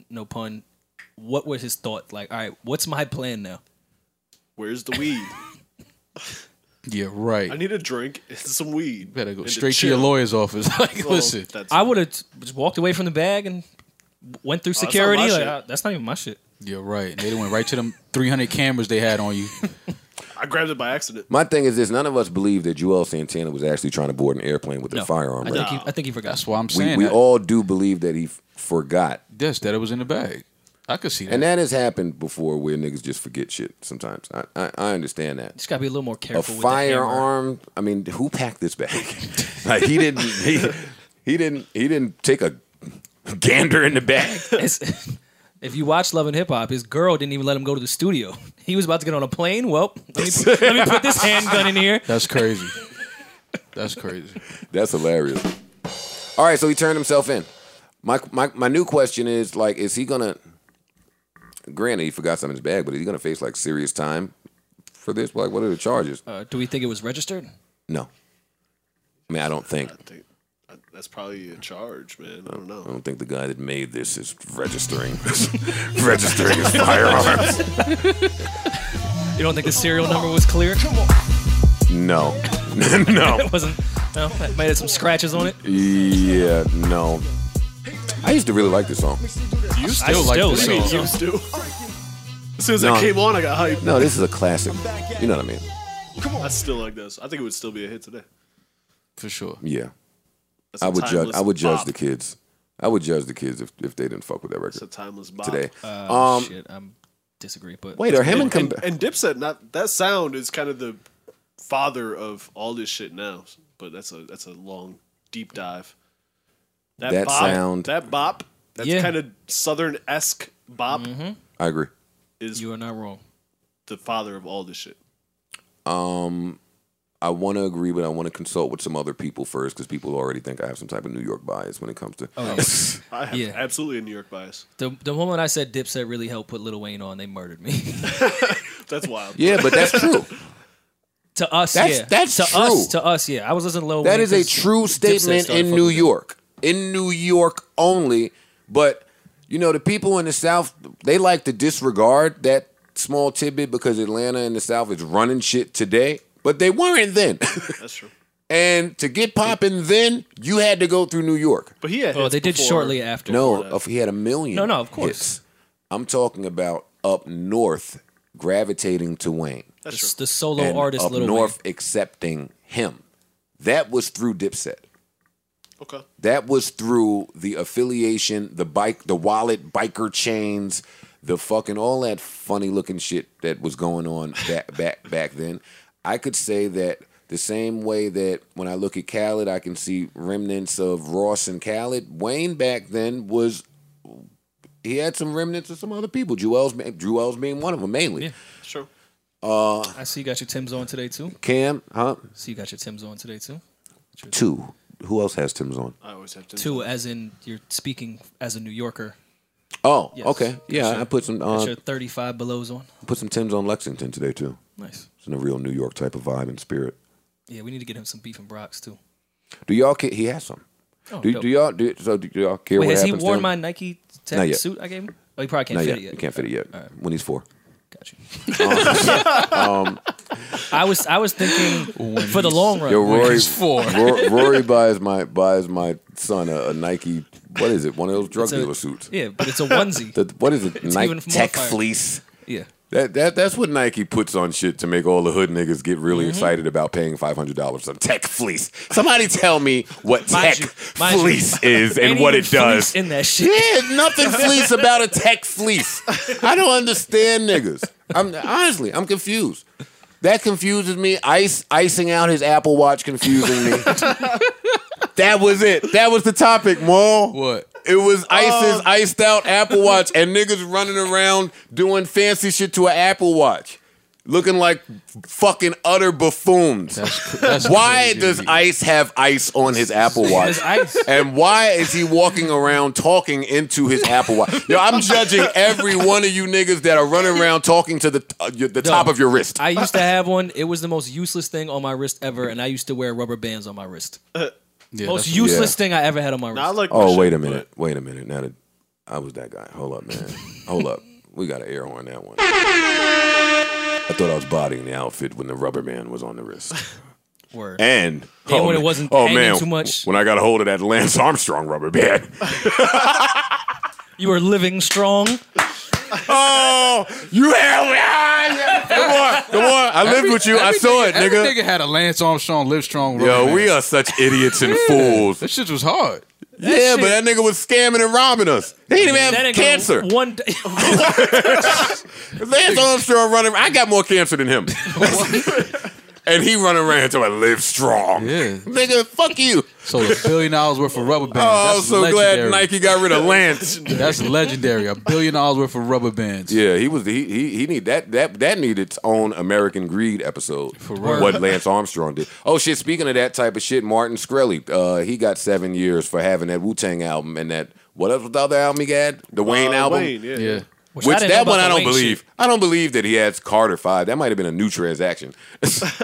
E: No pun. What was his thought? Like, all right, what's my plan now?
C: Where's the weed?
D: Yeah,
C: [laughs]
D: right.
C: I need a drink and some weed.
D: better go
C: and
D: straight to your [laughs]
C: chill.
D: lawyer's office. Like,
C: Well,
D: listen.
C: Oh, that's-
E: I would have just walked away from the bag and went through
C: Oh, not my
E: security. like,
C: shit.
E: uh, that's not even my shit.
D: Yeah, right. They went right to them 300 cameras they had on you.
C: I grabbed it by accident.
A: My thing is this: none of us believe that Joel Santana was actually trying to board an airplane with a
E: No.
A: firearm.
E: I
A: Right?
E: think he, I think he forgot.
D: That's why I'm
A: we
D: saying
A: we
D: that.
A: all do believe that he f- forgot,
D: Yes, that it was in the bag. I could see that.
A: and that has happened before, where niggas just forget shit sometimes. I I, I understand that.
E: Just gotta be a little more careful.
A: A
E: with the hammer.
A: firearm. I mean, who packed this bag? like he didn't. He, he didn't. He didn't take a gander in the bag.
E: [laughs] It's- if you watch Love and Hip Hop, his girl didn't even let him go to the studio. He was about to get on a plane. Well, let me, put- let me put this handgun in here.
D: That's crazy. That's crazy.
A: That's hilarious. All right, so he turned himself in. My my my new question is like, is he gonna? Granted, he forgot something in his bag, but is he gonna face like serious time for this? Like, what are the charges?
E: Uh, do we think it was registered?
A: No. I mean, I don't think.
C: I think I- that's probably a charge, man. I don't know.
A: I don't think the guy that made this is registering [laughs] registering his firearms.
E: You don't think the serial number was clear? [laughs]
A: No. [laughs] no.
E: It wasn't. No, it might have some scratches on it.
A: Yeah, no. I used to really like this song.
D: You still like
E: still
D: this
E: like
D: song.
E: it.
C: Used to. [laughs] As soon as
A: No.
C: it came on, I got hyped.
A: No, this is a classic. You know what I mean?
C: I still like this. I think it would still be a hit today.
D: For sure.
A: Yeah.
C: That's
A: I
C: a
A: would judge
C: timeless
A: I would judge
C: bop.
A: the kids. I would judge the kids if, if they didn't fuck with that
C: It's a
A: record
C: timeless bop.
A: today.
E: uh,
A: um,
E: Oh, Shit, I'm disagree. But
A: wait, are him and,
C: And,
A: Comba-
C: and Dipset, not that sound is kind of the father of all this shit now. But that's a that's a long deep dive.
A: That
C: bop,
A: sound-
C: that bop, that's
E: Yeah.
C: kind of southern esque bop,
A: I agree.
C: is
E: you are not wrong.
C: the father of all this shit.
A: I want to agree, but I want to consult with some other people first because people already think I have some type of New York bias when it comes to.
C: I have
E: Yeah.
C: absolutely a New York bias.
E: The the moment I said Dipset really helped put Lil Wayne on, they murdered me. [laughs]
C: That's wild.
A: [laughs] [laughs] yeah, but that's true.
E: to us,
A: That's-
E: yeah.
A: that's
E: to
A: true.
E: us, to us, yeah. I was listening to Lil
A: That
E: Wayne.
A: is a
E: 'cause
A: true
E: Dipset
A: statement
E: started
A: in
E: fucking
A: New
E: with him.
A: York. In New York only, but you know the people in the South they like to disregard that small tidbit because Atlanta and the South is running shit today, but they weren't then. [laughs]
C: That's true.
A: and to get popping then, you had to go through New York.
C: But he had.
E: Well,
C: hits
E: Oh, they did
C: before.
E: shortly after.
A: No, if he had a million.
E: No, no, of course.
A: hits. I'm talking about up north gravitating to Wayne
C: That's
E: the,
C: true.
E: the solo
A: and
E: artist
A: up
E: Lil
A: north accepting him. That was through Dipset.
C: Okay.
A: That was through the affiliation, the bike, the wallet, biker chains, the fucking all that funny looking shit that was going on back back back then. I could say that the same way that when I look at Khaled, I can see remnants of Ross and Khaled. Wayne back then was he had some remnants of some other people. Jewel's Jewel's being one of them mainly.
C: That's true.
E: Wayne. I see you got your Tim's on today too.
A: Cam, huh?
E: See you got your Tim's on today too.
A: Two. Who else has Tim's on?
C: I always have to.
E: Two, as in you're speaking as a New Yorker.
A: Oh,
E: Yes.
A: okay. Yeah,
E: Sure.
A: I put some
E: Got
A: uh,
E: your 35 belows on.
A: put some Tim's on Lexington today too.
E: Nice.
A: It's in a real New York type of vibe and spirit.
E: Yeah, we need to get him some beef and brocks too.
A: Do y'all care? He has some.
E: Oh,
A: do,
E: dope.
A: do y'all do so? Do y'all care
E: Wait,
A: what
E: has he
A: happens? to
E: worn
A: him?
E: my Nike
A: Not
E: tech
A: yet.
E: suit I gave him? Oh, he probably can't
A: Not
E: fit
A: yet.
E: it yet.
A: You can't fit it yet.
E: Alright.
A: When he's
E: [laughs]
A: four.
E: Got you. I was I was thinking
D: [laughs] When
E: for the
D: he's-
E: long
A: [laughs]
E: run.
A: Yo, Rory,
D: he's four.
A: Ro- Rory buys my buys my son a, a Nike. What is it? One of those drug
E: It's a-
A: dealer suits.
E: Yeah, but it's a onesie.
A: The- what is it? Nike
E: even more
A: Tech
E: fire.
A: fleece. [laughs]
E: yeah.
A: That, that that's what Nike puts on shit to make all the hood niggas get really
E: Mm-hmm.
A: excited about paying five hundred dollars for tech fleece. Somebody tell me what
E: Mind
A: tech
E: you, mind you.
A: fleece is and
E: Ain't
A: what
E: even
A: it does.
E: fleece in that shit.
A: [laughs] Yeah, nothing fleece about a tech fleece. I don't understand niggas. I'm honestly, I'm confused. That confuses me. Ice icing out his Apple Watch confusing me. that was it. That was the topic, Maul.
D: What?
A: It was ISIS
D: um,
A: iced out Apple Watch and niggas running around doing fancy shit to an Apple Watch. Looking like fucking utter buffoons.
D: That's, that's
A: Why
D: crazy.
A: does Ice have ice on his Apple Watch?
E: It's ice.
A: And why is he walking around talking into his Apple Watch? Yo, I'm judging every one of you niggas that are running around talking to the uh, your- the top of your wrist.
E: I used to have one. It was the most useless thing on my wrist ever, and I used to wear rubber bands on my wrist.
D: Yeah,
E: most
D: that's-
E: useless
A: Yeah.
E: thing I ever had on my wrist.
C: Not like. my
A: Oh,
C: shit,
A: wait a
C: but
A: minute. Wait a minute. Now that I was that guy. Hold up, man. Hold up. We got an air horn that one. I thought I was bodying the outfit when the rubber band was on the wrist.
E: Word. [laughs]
A: And
E: And
A: oh,
E: when it
A: man.
E: wasn't
A: oh,
E: hanging
A: man,
E: too much.
A: When I got a hold of that Lance Armstrong rubber band. [laughs]
E: you were living strong.
A: Oh, you held me. Ah, yeah. Come on, come on. I lived
D: Every-
A: with you. I
D: every
A: saw it,
D: every
A: nigga.
D: nigga had a Lance Armstrong, Livestrong.
A: Yo,
D: rubber
A: we
D: band.
A: are such idiots [laughs] and
D: That
A: fools.
D: shit was hard.
A: Yeah, but that
E: shit-
A: nigga was scamming and robbing us. They didn't even
E: That
A: have
E: ain't gonna-
A: [laughs] cancer.
E: One day.
A: Lance Armstrong running. I got more cancer than [laughs] him. and he running around to I live strong.
D: Yeah.
A: Nigga, fuck [laughs] you.
D: So a billion dollars worth of rubber bands.
A: Oh, I
D: That's
A: was so
D: legendary.
A: glad Nike got rid of Lance.
D: That's legendary. A billion dollars worth of rubber bands.
A: [laughs] Yeah, he was he he he need that that that needed its own American Greed episode. For
D: real.
A: What Lance Armstrong did. Oh shit! Speaking of that type of shit, Martin Shkreli, uh, he got seven years for having that Wu Tang album and that what else was the other album he had? The
C: Uh,
A: Wayne album.
C: Wayne, yeah.
D: Yeah.
E: [laughs] Which,
A: Which
E: I didn't know
A: that
E: about
A: one
E: the
A: I don't
E: Wayne shit.
A: believe. I don't believe that he has Carter Five. That might have been a new transaction.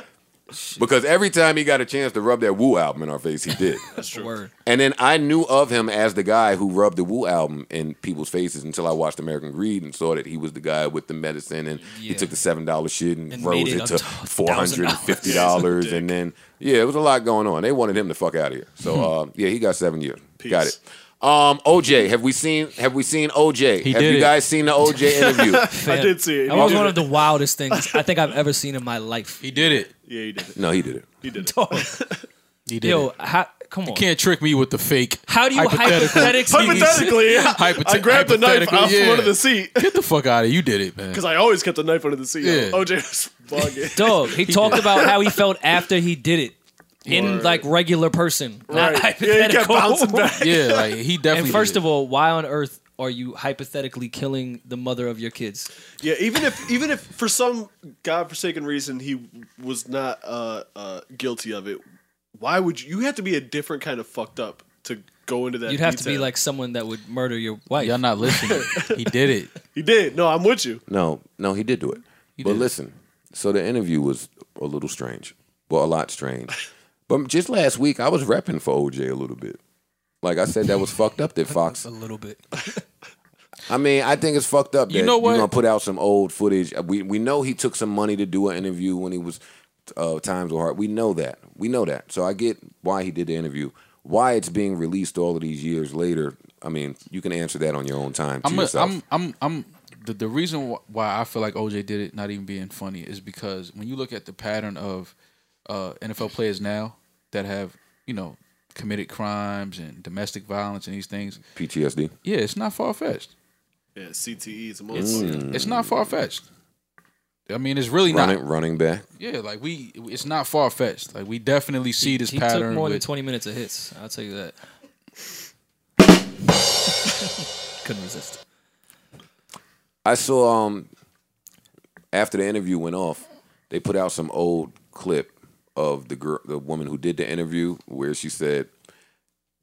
A: [laughs] because every time he got a chance to rub that Wu album in our face, he did.
E: Word.
A: And then I knew of him as the guy who rubbed the Wu album in people's faces until I watched American Greed and saw that he was the guy with the medicine and he
E: Yeah.
A: took the seven dollar shit and,
E: And
A: rose
E: made it
A: it
E: up
A: to
E: to
A: four hundred and
E: [laughs]
A: fifty dollars. and then yeah, it was a lot going on. They wanted him to fuck out of here. So uh,
E: Hmm.
A: yeah, he got seven years. Got
C: Peace.
A: it. Um, OJ, have we seen have we seen OJ? have
D: did
A: you
D: it.
A: guys seen the OJ
E: [laughs]
A: interview?
C: I did see it.
E: That
C: He
E: was
C: did
E: one
C: it.
E: of the wildest things I think I've ever seen in my life. [laughs]
D: He did it.
C: Yeah, he did it.
A: no, he did it.
C: He did it.
E: Dog.
D: He did
E: Yo,
D: it.
E: how, Come on.
D: Can't trick me with the fake.
E: How do you hypothetically?
C: Hypothetically, I grabbed the knife off
D: Hypothetically, yeah.
C: one of the seat
D: Get the fuck out of here. You did it, man.
C: because I always kept the knife under the seat.
D: Yeah.
C: OJ was
E: [laughs]
C: bugging.
E: [laughs] Dog. He talked about how he felt after he did it in
C: Word.
E: like regular person, not
C: Right. Yeah, he kept
E: hypothetical. [laughs]
C: bouncing back.
A: [laughs]
D: Yeah, like he definitely.
E: and first of all, why on earth are you hypothetically killing the mother of your kids?
C: Yeah, even if even if for some godforsaken reason he was not uh, uh, guilty of it, why would you? You have to be a different kind of fucked up to go into that.
E: You'd have to
C: detail.
E: be like someone that would murder your wife.
D: y'all not
A: [laughs]
D: listening. he did it.
C: he did. No, I'm with you.
A: No, no, he did do it. but
D: did.
A: listen, so the interview was a little strange. Well, a lot
D: [laughs]
A: strange. but just last week, I was repping for OJ a little bit. Like I said, that was fucked up
D: [laughs]
A: that Fox.
E: a little bit.
A: [laughs] I mean, I think it's fucked up. That
D: You know what?
A: You're gonna put out some old footage. We we know he took some money to do an interview when he was uh, Times were hard. We know that. We know that. So I get why he did the interview. Why it's being released all of these years later. I mean, you can answer that on your own time to
D: I'm, a,
A: yourself.
D: I'm, I'm, I'm. The, the reason wh- why I feel like OJ did it, not even being funny, is because when you look at the pattern of uh, NFL players now that have, you know, committed crimes and domestic violence and these things,
A: PTSD.
D: yeah, it's not far fetched.
C: Yeah, CTE's a
D: It's,
E: Mm.
C: motherfucker.
D: it's not far fetched. I mean, it's really
A: Mm. Running
D: not.
A: running back.
D: Yeah, like we, it's not far fetched. Like we definitely see this
E: he
D: pattern.
E: took more than
D: with-
E: 20 minutes of hits. I'll tell you that. [laughs] Couldn't resist.
A: I saw um after the interview went off, they put out some old clip of the girl, the woman who did the interview, where she said,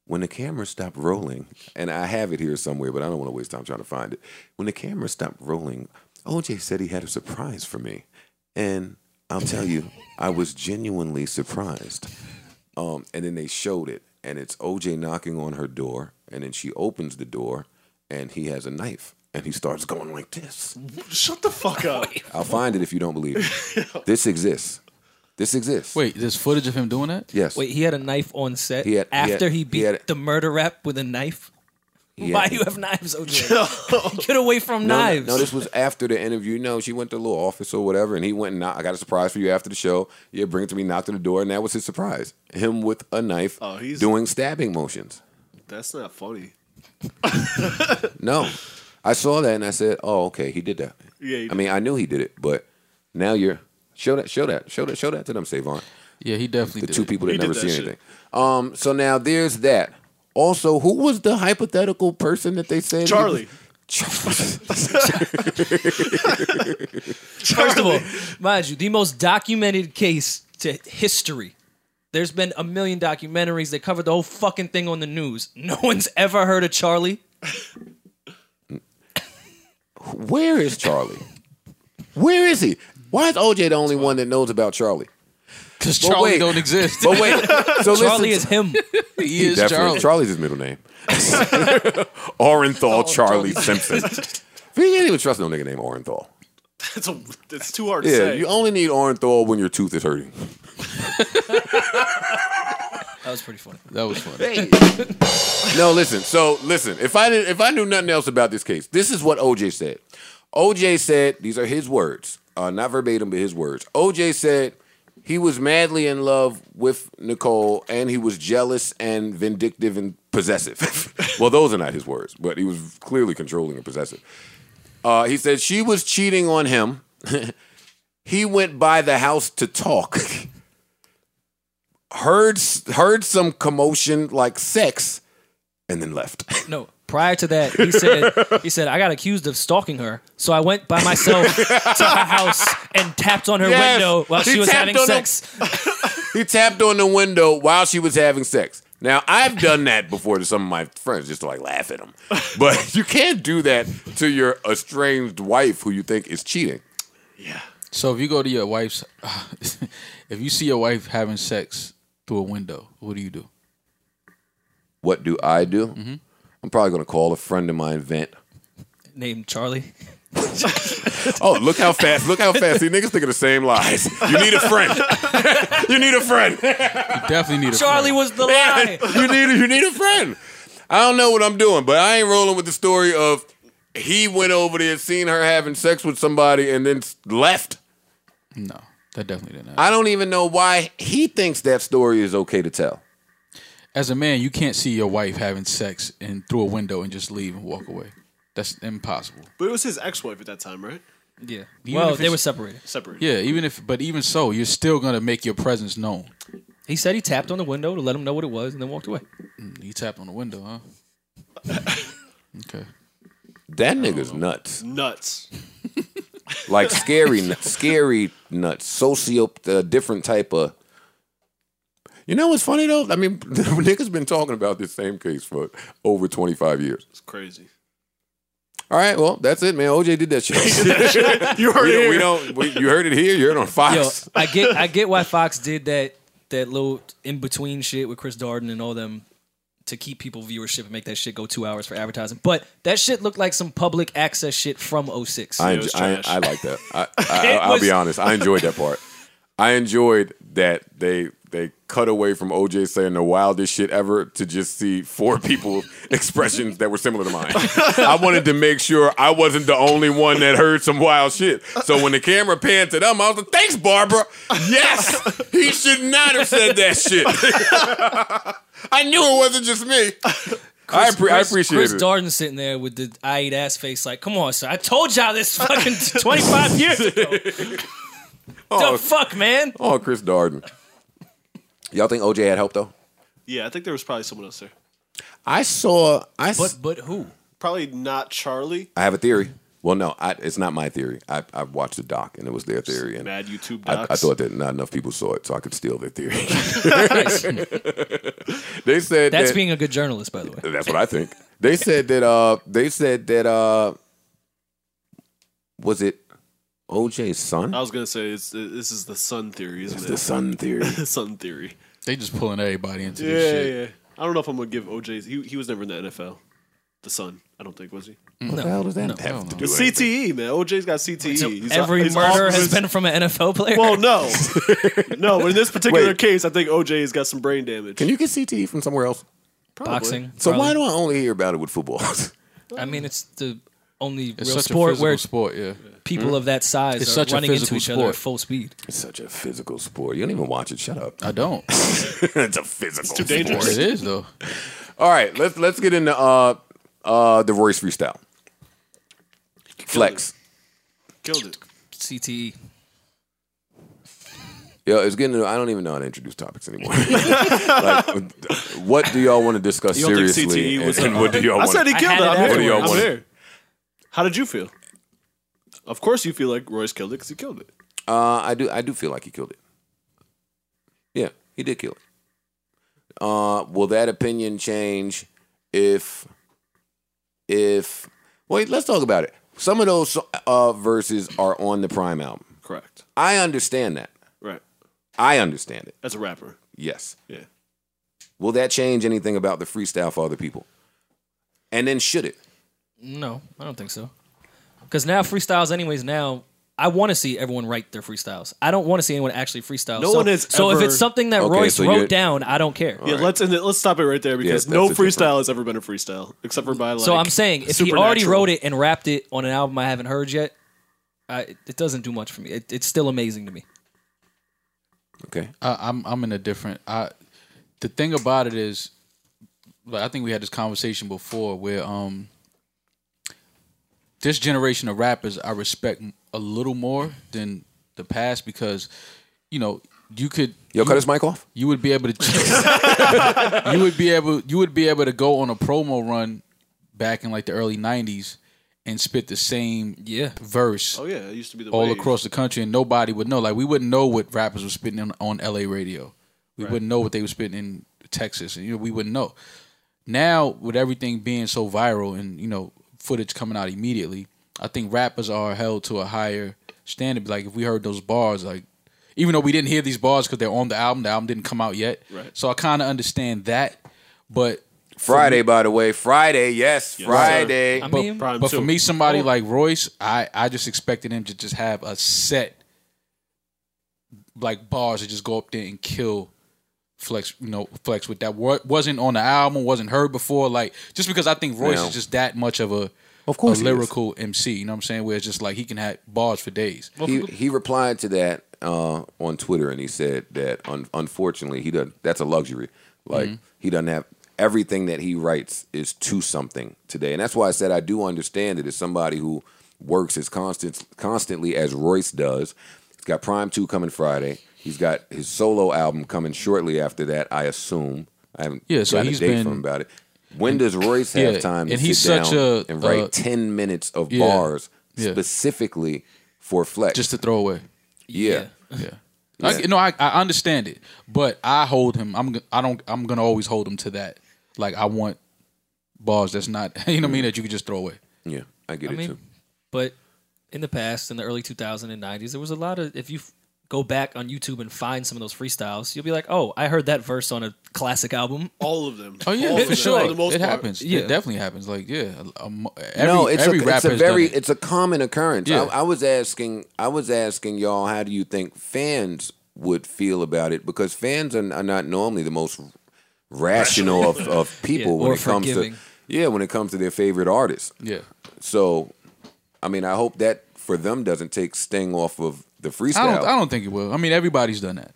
A: "When the camera stopped rolling," and I have it here somewhere, but I don't want to waste time trying to find it. When the camera stopped rolling, OJ said he had a surprise for me, and I'll tell you, I was genuinely surprised. Um, and then they showed it, and it's OJ knocking on her door, and then she opens the door, and he has a knife, and he starts going like this.
C: Shut the fuck up.
A: I'll find it if you don't believe
C: [laughs]
A: it. This exists. This exists.
D: Wait, there's footage of him doing that.
A: Yes.
E: Wait, he had a knife on set
A: He had- he had-
E: after he
A: he
E: beat
A: had-
E: the murder rap with a knife?
A: He had-
E: Why do you have knives,
A: [laughs]
E: OJ? Get away from
A: no, no,
E: knives.
A: No, this was after the interview. No, she went to the little office or whatever, and he went and knocked- I got a surprise for you after the show. Yeah, bring it to me. Knocked on the door, and that was his surprise. Him with a knife,
C: Oh, he's-
A: doing stabbing motions.
C: That's not funny.
A: [laughs] No, I saw that and I said, "Oh, okay, he did that."
C: Yeah, he
A: I mean, I knew he did it, but now you're show that, show that, show that, show that to them, Savon.
D: Yeah, he definitely
A: the
D: did.
A: two
D: it.
A: people that
C: He did
A: never
C: that
A: see
C: shit.
A: anything. Um, so now there's that. Also, who was the hypothetical person that they said?
C: Charlie.
E: First of all, mind you, the most documented case to history. There's been a million documentaries. They covered the whole fucking thing on the news. No [laughs] one's ever heard of Charlie.
A: [laughs] Where is Charlie? Where is he? Why is OJ the only one that knows about Charlie?
D: Because
A: But
D: Charlie
A: wait.
D: don't exist. [laughs]
A: But wait, [laughs] so
E: Charlie
A: listen, [laughs]
E: is him.
D: he is
A: definitely-
D: Charlie.
A: Charlie's his middle name. Orenthal Charlie
D: [laughs]
A: Simpson. You can't even trust no nigga named Orenthal.
C: It's a, it's too hard to
A: Yeah,
C: say.
A: you only need Orenthal when your tooth is hurting.
E: That was pretty funny.
D: That was funny.
A: [laughs] no, listen. So listen, if I did, if I knew nothing else about this case, this is what OJ said. OJ said these are his words, uh, not verbatim, but his words. OJ said he was madly in love with Nicole, and he was jealous and vindictive and possessive. [laughs] well, those are not his words, but he was clearly controlling and possessive. Uh, he said she was cheating on him. [laughs] he went by the house to talk. [laughs] heard heard some commotion like sex and then left.
E: No, prior to that, he said he said I got accused of stalking her, so I went by
A: [laughs]
E: myself to her house and tapped on her
A: Yes.
E: window while
A: He
E: she was
A: tapped
E: having
A: on the-
E: sex.
A: he tapped on the window while she was having sex. Now I've done that before to some of my friends just to like laugh at them. But you can't do that to your estranged wife who you think is cheating.
D: So if you go to your wife's, [laughs] if you see your wife having sex through a window, what do you do?
A: What do I do? I'm probably going to call a friend of mine vent.
E: Named Charlie.
A: [laughs] Oh, look how fast, look how fast. These niggas thinking the same lies. You need a friend. you need a friend.
D: You definitely need a
E: Charlie
D: friend.
E: was the lie.
A: [laughs] you need a, you need a friend. I don't know what I'm doing, but I ain't rolling with the story of he went over there, seen her having sex with somebody, and then s- left.
D: no, that definitely didn't. Happen.
A: I don't even know why he thinks that story is okay to tell.
D: as a man, you can't see your wife having sex and through a window and just leave and walk away. That's impossible.
C: But it was his ex-wife at that time, right?
E: Yeah.
D: Even
E: well,
D: if
E: they
D: it's-
E: were separated.
C: Separated.
D: Yeah, even if, but even so, you're still gonna make your presence known.
E: He said he tapped on the window to let him know what it was, and then walked away.
D: You tapped on the window, huh? okay.
A: That nigga's nuts.
C: Nuts.
A: Like
C: [laughs]
A: scary, nu- scary nuts. Socio, uh, different type of. You know what's funny though? I mean, [laughs] niggas been talking about this same case for over 25 years.
C: It's
A: [laughs]
C: crazy.
A: All right, well, that's it, man. OJ did that
C: [laughs]
A: shit.
C: You heard
A: we,
C: it. here.
A: don't- we don't. We, you heard it here. You heard it on Fox.
E: Yo, I get I get why Fox did that that little in between shit with Chris Darden and all them to keep people viewership and make that shit go two hours for advertising. But that shit looked like some public access shit from 06.
A: I,
C: it was
A: enj- I,
C: trash.
A: I like that. I, I, I'll be
E: was-
A: honest. I enjoyed that part. I enjoyed that they they cut away from OJ saying the wildest shit ever to just see four people expressions that were similar to mine. I wanted to make sure I wasn't the only one that heard some wild shit. So when the camera panned to them, I was like, "Thanks, Barbara. Yes, he should not have said that shit. [laughs] I knew it wasn't just me. I, appre- I
E: Chris-
A: appreciate
E: Chris
A: it.
E: Darden sitting there with the I eat ass face, like, come on, sir. I told y'all this
A: [laughs]
E: fucking 25 years ago.
A: Oh.
E: The fuck, man?
A: oh, Chris Darden. Y'all think OJ had help though?
C: Yeah, I think there was probably someone else there.
A: I saw. I, s-
E: But but [laughs] who?
C: Probably not Charlie.
A: I have a theory. Well, no, I, it's not my theory. I, I watched the doc and it was their theory, and
C: Mad YouTube
A: I,
C: docs.
A: I thought that not enough people saw it, so I could steal their theory. [laughs] they said
E: That's
A: that,
E: being a good journalist, by the way.
A: That's what I think. They said that. Uh, they said that. Uh, was it OJ's son?
E: Oh.
C: I was gonna say it's this is the sun theory, isn't
A: It's
C: it?
A: the son
E: [laughs]
A: theory.
C: [laughs] The sun theory.
D: They just pulling everybody into
C: Yeah,
D: this shit.
C: yeah. I don't know if I'm gonna give OJ's. He he was never in the NFL. The sun. I don't think was he?
A: What the hell does that
D: I
A: have
D: don't
A: to
D: know.
A: do?
C: It's
A: with anything?
C: CTE, E, man. OJ's got CTE.
E: So
C: He's-
E: every
C: he's
E: murder
C: off
E: has
C: his-
E: been from an NFL player.
C: Well,
A: [laughs]
C: no, no. But in this particular
A: Wait.
C: case, I think OJ has got some brain damage.
A: Can you get CTE from somewhere else?
E: Boxing.
A: So
E: E. probably.
A: why do I only hear about it with football? [laughs]
E: I mean, it's the only
D: It's such
E: real
D: a
E: sport
D: physical
E: where
D: sport. Yeah.
E: people of that size
D: It's
E: are
D: such a
E: running into
D: physical
E: each other at
D: sport.
E: full speed.
A: it's such a physical sport. You don't even watch it. Shut up.
D: I don't.
A: [laughs] it's a physical
C: too dangerous.
A: sport.
D: it is though.
A: All right, let's let's get into uh uh the Royce freestyle. Flex.
C: Killed it.
E: CTE.
A: Yo, it's getting. I don't even know how to introduce topics anymore. [laughs] like, what do y'all want to discuss
C: You don't think
A: seriously?
C: CTE
A: and-
C: was-
A: and, what do y'all
C: I
A: want?
C: said he
E: I
C: killed
E: had
C: it.
E: it
C: I'm
A: afterwards.
C: here. I'm
A: Oh, What do y'all
C: here. How did you feel? Of course, you feel like Royce killed it because he killed it.
A: uh, I do. I do feel like he killed it. Yeah, he did kill it. Uh, will that opinion change if if wait? Let's talk about it. Some of those uh, verses are on the Prime album.
C: Correct.
A: I understand that.
C: Right.
A: I understand it.
C: As a rapper.
A: Yes.
C: Yeah.
A: Will that change anything about the freestyle for other people? And then should it?
E: No, I don't think so. Because now freestyles, anyways. Now I want to see everyone write their freestyles. I don't want to see anyone actually freestyle.
C: No
E: so,
C: one has
E: So
C: ever-
E: if it's something that
A: Okay,
E: Royce
A: so you're-
E: wrote down, I don't care.
C: Yeah, let's end it, let's stop it right there because
A: that's
C: no
A: a different-
C: freestyle has ever been a freestyle except for by like.
E: so I'm saying if he already
C: Supernatural.
E: wrote it and rapped it on an album I haven't heard yet, I, it- it doesn't do much for me. It, it's still amazing to me.
A: Okay.
D: I, I'm I'm in a different. I the thing about it is, like I think we had this conversation before where um this generation of rappers I respect a little more than the past because you know you could
A: Yo, cut his mic off.
D: you would be able to [laughs] you would be able you would be able to go on a promo run back in like the early 90s and spit the same
E: Yeah.
D: verse
C: Oh yeah, it used to be the
D: all
C: wave.
D: across the country and nobody would know. Like we wouldn't know what rappers were spitting on, on LA radio. We wouldn't know what they were spitting in Texas. And you know, we wouldn't know. Now with everything being so viral and, you know, footage coming out immediately, I think rappers are held to a higher standard. Like if we heard those bars, like even though we didn't hear these bars because they're on the album, the album didn't come out yet.
C: Right.
D: So I kinda understand that. But
A: Friday, by the way. Friday, yes, Friday.
E: I
D: but,
E: mean,
C: Prime
D: but
C: too.
D: for me, somebody like Royce, I, I just expected him to just have a set like bars to just go up there and kill Flex, you know, Flex with that wa- wasn't on the album, wasn't heard before. Like just because I think Royce
A: Yeah.
D: is just that much of a
A: Of course
D: a
A: he is.
D: lyrical MC. You know what I'm saying? Where it's just like he can have bars for days.
A: He, he replied to that uh, on Twitter, and he said that un- unfortunately he doesn't. That's a luxury. Like
D: Mm-hmm.
A: he doesn't have everything that he writes is to something today, and that's why I said I do understand it as somebody who works as constant constantly as Royce does. He's got Prime Two coming Friday. He's got his solo album coming shortly after that. I assume. I haven't
D: Yeah, so
A: gotten
D: he's
A: a date
D: been-
A: from him about it. When does Royce
D: Yeah,
A: have time to
D: and he's
A: sit
D: such
A: down
D: a-
A: and write
D: a-
A: ten minutes of
D: Yeah,
A: bars
D: yeah.
A: specifically for Flex?
D: just to throw away.
A: yeah.
D: Yeah. I, no, I, I understand it, but I hold him. I'm g- I don't I'm gonna always hold him to that. Like I want bars that's not [laughs] you know what I mean that you can just throw away.
A: Yeah, I get
E: I
A: it
E: mean,
A: too.
E: but in the past, in the early 2000s and 90s, there was a lot of, if you f- go back on YouTube and find some of those freestyles, you'll be like, oh, I heard that verse on a classic album.
C: All of them.
D: Oh
C: All
D: yeah,
C: of
D: for
C: them,
D: sure.
C: For the most
D: it
C: part.
D: happens.
E: Yeah.
D: It definitely happens. Like yeah, um, every,
A: no, it's
D: every
A: a,
D: rapper
A: it's a
D: has done
A: very
D: it.
A: it's a common occurrence.
D: Yeah.
A: I, I was asking I was asking y'all how do you think fans would feel about it because fans are, are not normally the most rational of,
D: [laughs]
A: of people
E: Yeah,
A: when
E: or
A: it comes
E: forgiving.
A: to yeah when it comes to their favorite artists.
D: yeah.
A: So, I mean, I hope that for them doesn't take sting off of the freestyle.
D: I don't I don't think it will. I mean everybody's done that.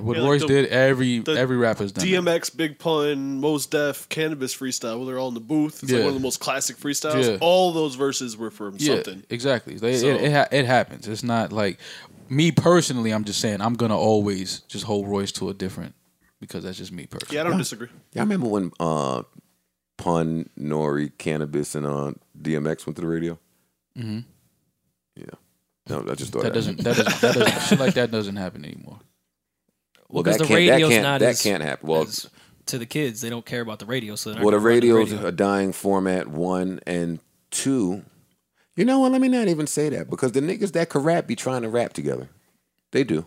D: What
C: Yeah, like
D: Royce
C: the-
D: did, every
C: the
D: every rapper's done. that.
C: DMX, Big Pun, Mos Def, Cannabis Freestyle. Well, they're all in the booth. It's
D: Yeah.
C: like one of the most classic freestyles.
D: Yeah.
C: All those verses were from something.
D: exactly. They-
C: So-
D: it, it, ha- it happens. It's not like me personally. I'm just saying I'm gonna always just hold Royce to a different because that's just me personally.
C: Yeah, I don't disagree.
A: Y'all remember when uh, Pun, Nori, Cannabis, and uh, DMX went to the radio? Mm-hmm. Yeah. No, I just thought
D: that doesn't. That doesn't. That doesn't [laughs] shit like that doesn't happen anymore.
A: Well,
E: Because
A: that
E: the
A: can't. That
E: radio's
A: can't.
E: not
A: that
E: as-
A: can't happen. Well,
E: as- to the kids, they don't care about the radio, so they're not
A: well, the
E: gonna run
A: radio's
E: radio.
A: a dying format. One and two. You know what? Let me not even say that because the niggas that can rap be trying to rap together. They do.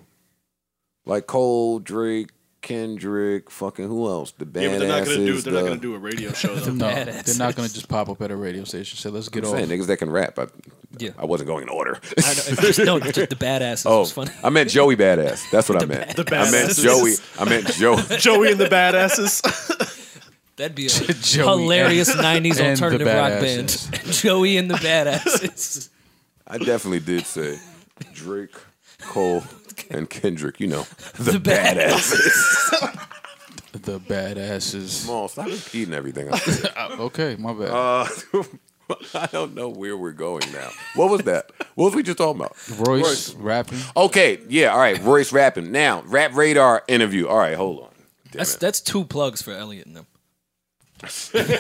A: Like Cole, Drake, Kendrick, fucking who else? The badasses.
C: Yeah, but they're not gonna do.
A: the,
C: They're not gonna do a radio show though. [laughs]
D: No,
E: Badasses.
D: they're
E: [laughs]
D: not gonna just pop up at a radio station. Say let's get
A: I'm
D: off.
A: saying niggas that can rap. I,
E: Yeah.
A: I wasn't going in order. [laughs]
E: I know, it's
D: [laughs]
E: just- no, just the badasses
A: Oh,
E: was funny.
A: I meant Joey Badass. That's what I meant.
C: The
A: I meant
C: badasses.
A: Joey. I meant Joey. [laughs]
C: Joey and the Badasses. [laughs]
E: That'd be
D: [laughs]
E: a
D: Joey
E: hilarious
D: and-
E: 90s
D: and the
E: alternative rock
D: badasses.
E: band. [laughs] Joey and
A: [laughs]
E: the badasses.
A: I definitely did say Drake, Cole, and Kendrick. You know the,
E: The
A: badasses.
D: The
A: [laughs]
D: badasses.
A: Come on, stop repeating everything. I said. [laughs]
D: Okay, my bad.
A: Uh, I don't know where we're going now. What was that? What was we just talking about?
D: Royce, rapping.
A: Okay, yeah, all right. Royce rapping now. Rap Radar interview. All right, hold on. Damn
E: That's
A: it.
E: that's two plugs for
A: [laughs]
E: Elliot and them.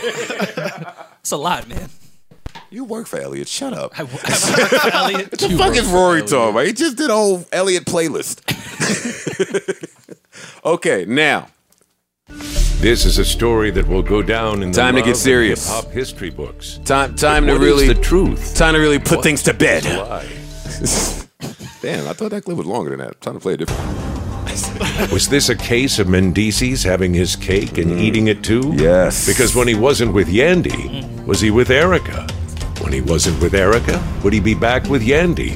E: It's a lot, man.
A: you work for Elliot. Shut up. [laughs]
E: I, I work for Elliot.
A: What the fuck is Rory talking about? He just did a whole Elliot playlist. [laughs] okay, now
J: This is a story that will go down in the
A: Time to get
J: love of
A: serious.
J: hip-hop history books.
A: time time to
J: What is
A: really
J: the truth?
A: time to really put things to bed.
J: Why?
A: [laughs] Damn, I thought that clip was longer than that. Time to play it different.
J: Was this a case of Mendices having his cake
A: Mm.
J: and eating it too?
A: Yes.
J: Because when he wasn't with Yandy, was he with Erica? When he wasn't with Erica, would he be back with Yandy?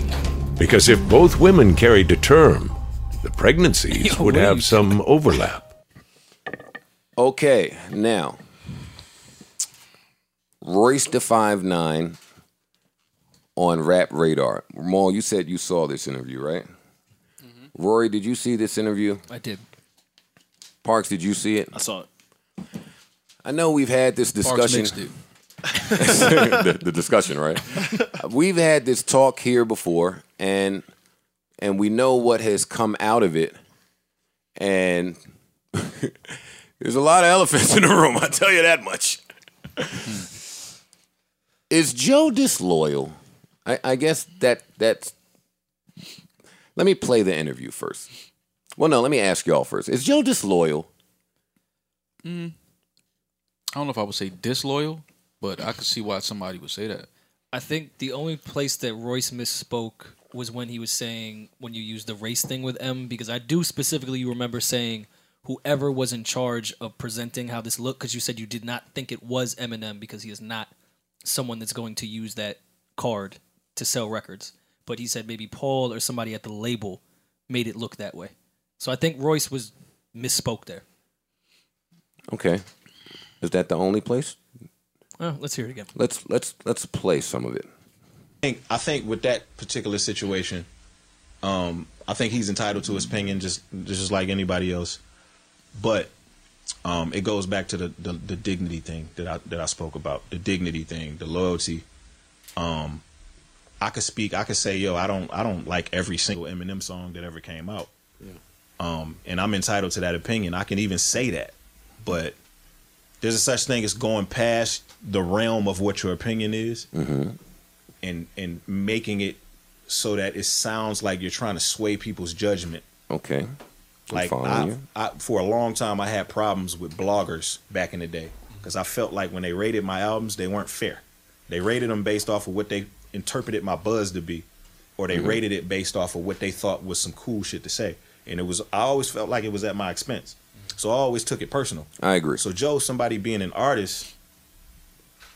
J: Because if both women carried to term, the
A: [laughs]
J: pregnancies
E: Yo,
J: would
E: wait.
J: have some overlap.
A: Okay, now Royce the five nine on Rap Radar. Maul, you said you saw this interview, right?
J: Mm-hmm.
A: Rory, did you see this interview?
E: I did.
A: Parks, did you see it?
C: I saw it.
A: I know we've had this
D: Parks
A: discussion.
D: mixed it.
A: [laughs] the, the discussion, right? [laughs] We've had this talk here before, and and we know what has come out of it, and [laughs] there's a lot of elephants in the room. I tell you that much. [laughs] Is Joe disloyal? I, I guess that that's. Let me play the interview first. Well, no, let me ask y'all first. Is Joe disloyal?
D: I don't know if I would say disloyal, but I could see why somebody would say that.
E: I think the only place that Royce misspoke was when he was saying when you use the race thing with M because I do specifically remember saying whoever was in charge of presenting how this looked because you said you did not think it was Eminem because he is not someone that's going to use that card to sell records. But he said maybe Paul or somebody at the label made it look that way. So I think Royce was misspoke there.
A: Okay, is that the only place?
E: Well, let's hear it again.
A: Let's let's let's play some of it.
B: think I think with that particular situation, um, I think he's entitled to his opinion just just like anybody else. But
K: um, it goes back to the, the, the dignity thing that I that I spoke about. The dignity thing, the loyalty. Um, I could speak. I could say, yo, I don't I don't like every single Eminem song that ever came out.
C: Yeah.
K: Um, and I'm entitled to that opinion. I can even say that, but there's a such thing as going past the realm of what your opinion is, and and making it so that it sounds like you're trying to sway people's judgment.
A: Okay. I'm
K: Like
A: following
K: I,
A: you.
K: I, for a long time, I had problems with bloggers back in the day because I felt like when they rated my albums, they weren't fair. They rated them based off of what they interpreted my buzz to be, or they
L: Mhm.
K: rated it based off of what they thought was some cool shit to say. And it was I always felt like it was at my expense, so I always took it personal.
A: I agree.
K: So Joe, somebody being an artist,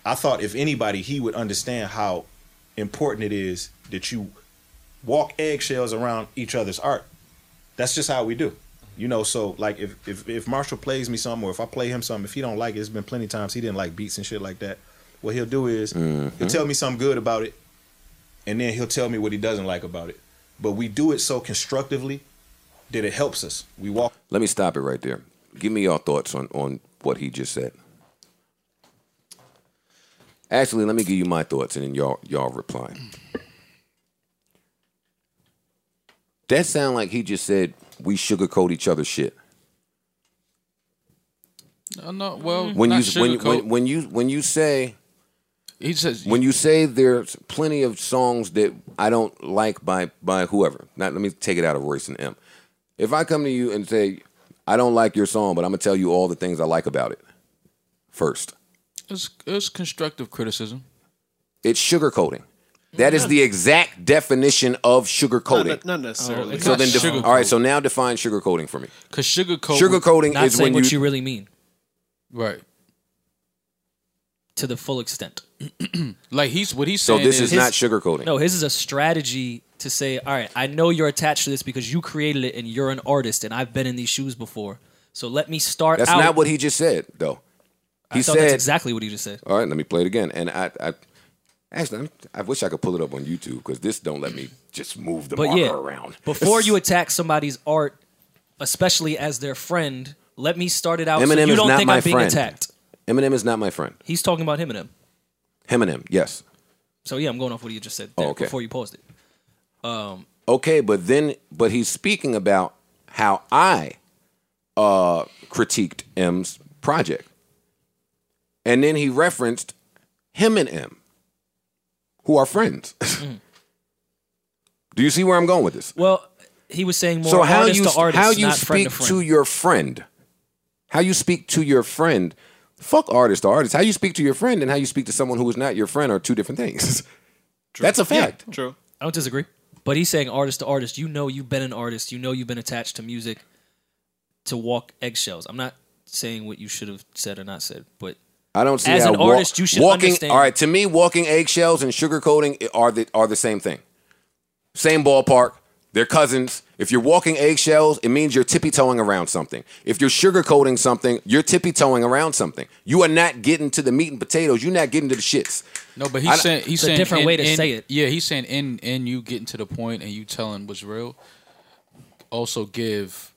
K: I thought if anybody, he would understand how important it is that you walk eggshells around each other's art. That's just how we do. You know, so like if if, if Marshall plays me something or if I play him something, if he don't like it, it's been plenty of times he didn't like beats and shit like that. What he'll do is he'll
M: Mm-hmm.
L: Mhm.
K: tell me something good about it, and then he'll tell me what he doesn't like about it. But we do it so constructively that it helps us. We walk
A: Let me stop it right there. Give me your thoughts on, on what he just said. Actually, let me give you my thoughts and then y'all y'all reply. That sound like he just said we sugarcoat each other's shit.
D: No, no, well,
A: Mm-hmm. When
D: not
A: you when,
D: sugarcoat.
A: when when you when you say
D: he says
A: when you say there's plenty of songs that I don't like by by whoever. Now let me take it out of Royce and M. If I come to you and say I don't like your song, but I'm gonna tell you all the things I like about it first.
D: it's, it's constructive criticism.
A: It's sugarcoating. That is the exact definition of sugarcoating.
D: Not- not necessarily. Oh, it's
A: so
D: not
A: then, def-
D: sugarcoat.
A: all right. So now define sugarcoating for me.
D: Because sugarcoat
A: Sugarcoating
E: Not
A: is
E: saying
A: when
E: what
A: you,
E: you really mean
D: Right. [clears throat]
E: to the full extent.
D: like he's what he's
A: So
D: saying.
A: this is not sugarcoating.
E: No, his is a strategy to say, all right, I know you're attached to this because you created it and you're an artist and I've been in these shoes before. So let me start
A: That's
E: out.
A: not what he just said, though.
E: I
A: He
E: thought
A: said
E: that's exactly what he just said.
A: All right, let me play it again. And I, I actually, I'm, I wish I could pull it up on YouTube because this don't let me just move the
E: But
A: marker
E: yeah,
A: around.
E: before you attack somebody's art, especially as their friend, let me start it out so
A: Eminem
E: you
A: is
E: don't
A: not
E: think
A: my
E: I'm being
A: friend.
E: attacked.
A: Eminem is not my friend.
E: He's talking about him and him.
A: Eminem, yes.
E: So yeah, I'm going off what you just said
A: Oh,
E: there
A: okay.
E: before you paused it. Um,
A: Okay, but then, but he's speaking about how I uh, critiqued M's project, and then he referenced him and M, who are friends.
E: Mm.
A: [laughs] Do you see where I'm going with this?
E: well, he was saying more
A: so how
E: artist
A: you
E: to artist,
A: how you
E: not friend
A: speak
E: to friend.
A: to your friend, how you speak to your friend, fuck artist to artist. How you speak to your friend and how you speak to someone who is not your friend are two different things. [laughs] That's a fact.
C: True.
E: I don't disagree. But he's saying artist to artist. You know you've been an artist. You know you've been attached to music to walk eggshells. I'm not saying what you should have said or not said, but
A: I don't see
E: As
A: how
E: an
A: wa-
E: artist, you should
A: walking.
E: understand-
A: All right, to me, walking eggshells and sugarcoating are the are the same thing. Same ballpark. They're cousins. If you're walking eggshells, it means you're tippy toeing around something. If you're sugarcoating something, you're tippy toeing around something. You are not getting to the meat and potatoes. You're not getting to the shits.
D: No, but
A: I
D: he's
A: don't-
D: saying he's
A: It's a
D: saying
A: different
D: in-
A: way to
D: in-
A: say it.
D: Yeah, he's saying in in you getting to the point and you telling what's real. Also give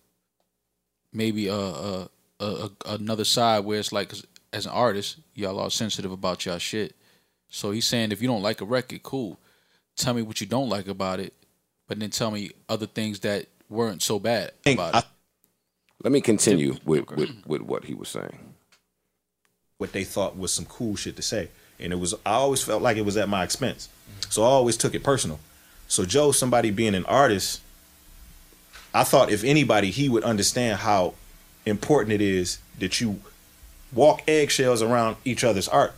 D: maybe a a, a, a another side where it's like 'cause as an artist y'all are sensitive about y'all shit. So he's saying if you don't like a record, cool. Tell me what you don't like about it, but then tell me other things that weren't so bad about it.
A: Let me continue with, with, with what he was saying.
K: what they thought was some cool shit to say. And it was I always felt like it was at my expense. So I always took it personal. So Joe, somebody being an artist, I thought if anybody, he would understand how important it is that you walk eggshells around each other's art.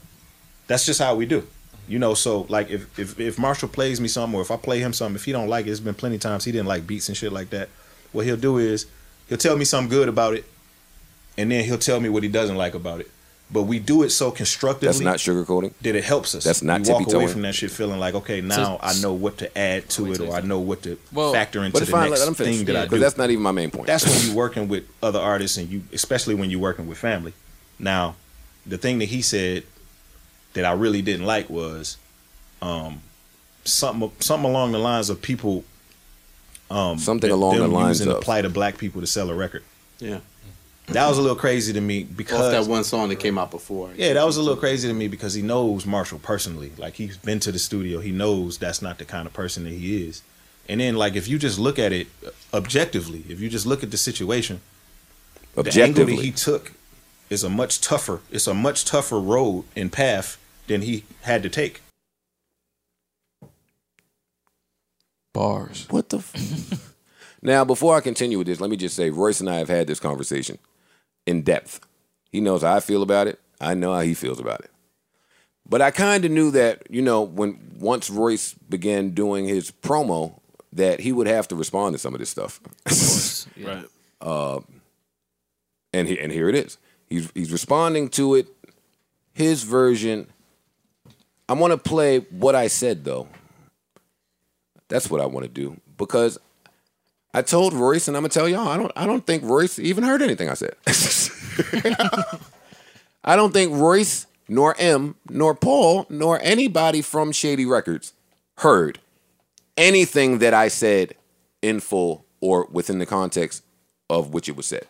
K: That's just how we do. You know, so like if if, if Marshall plays me something or if I play him something, if he don't like it, it's been plenty of times he didn't like beats and shit like that. What he'll do is he'll tell me something good about it, and then he'll tell me what he doesn't like about it. But we do it so
A: That's
K: constructively
A: not sugarcoating.
K: that it helps us.
A: That's not
K: we walk away
A: tippy-toeing.
K: from that shit feeling like, okay, now I know what to add to it, or I know what to
A: Well,
K: factor into
A: but
K: the
A: it's fine,
K: next
A: let him finish.
K: thing that
A: Yeah,
K: I
A: 'cause
K: do.
A: that's not even my main point.
K: That's when you're working with other artists, and you, especially when you're working with family. Now, the thing that he said that I really didn't like was um, something something along the lines of people. Um,
A: Something
K: th-
A: along
K: them
A: the lines
K: using the
A: of.
K: plight of black people to sell a record.
C: Yeah.
K: That was a little crazy to me because
L: Off that one song that came out before.
K: yeah, that was a little crazy to me because he knows Marshall personally. Like he's been to the studio. He knows that's not the kind of person that he is. And then like if you just look at it objectively, if you just look at the situation, the angle
A: Objectively.
K: that he took is a much tougher. It's a much tougher road and path than he had to take.
D: Bars.
A: What the? F- [laughs] now, before I continue with this, let me just say Royce and I have had this conversation in depth. He knows how I feel about it. I know how he feels about it. But I kind of knew that, you know, when once Royce began doing his promo, that he would have to respond to some of this stuff.
C: Right.
A: Uh, [laughs] and he, and here it is. He's he's responding to it. His version. I want to play what I said though. That's what I want to do because I told Royce, and I'm gonna tell y'all. I don't I don't think Royce even heard anything I said. [laughs] I don't think Royce nor M nor Paul nor anybody from Shady Records heard anything that I said in full or within the context of which it was said.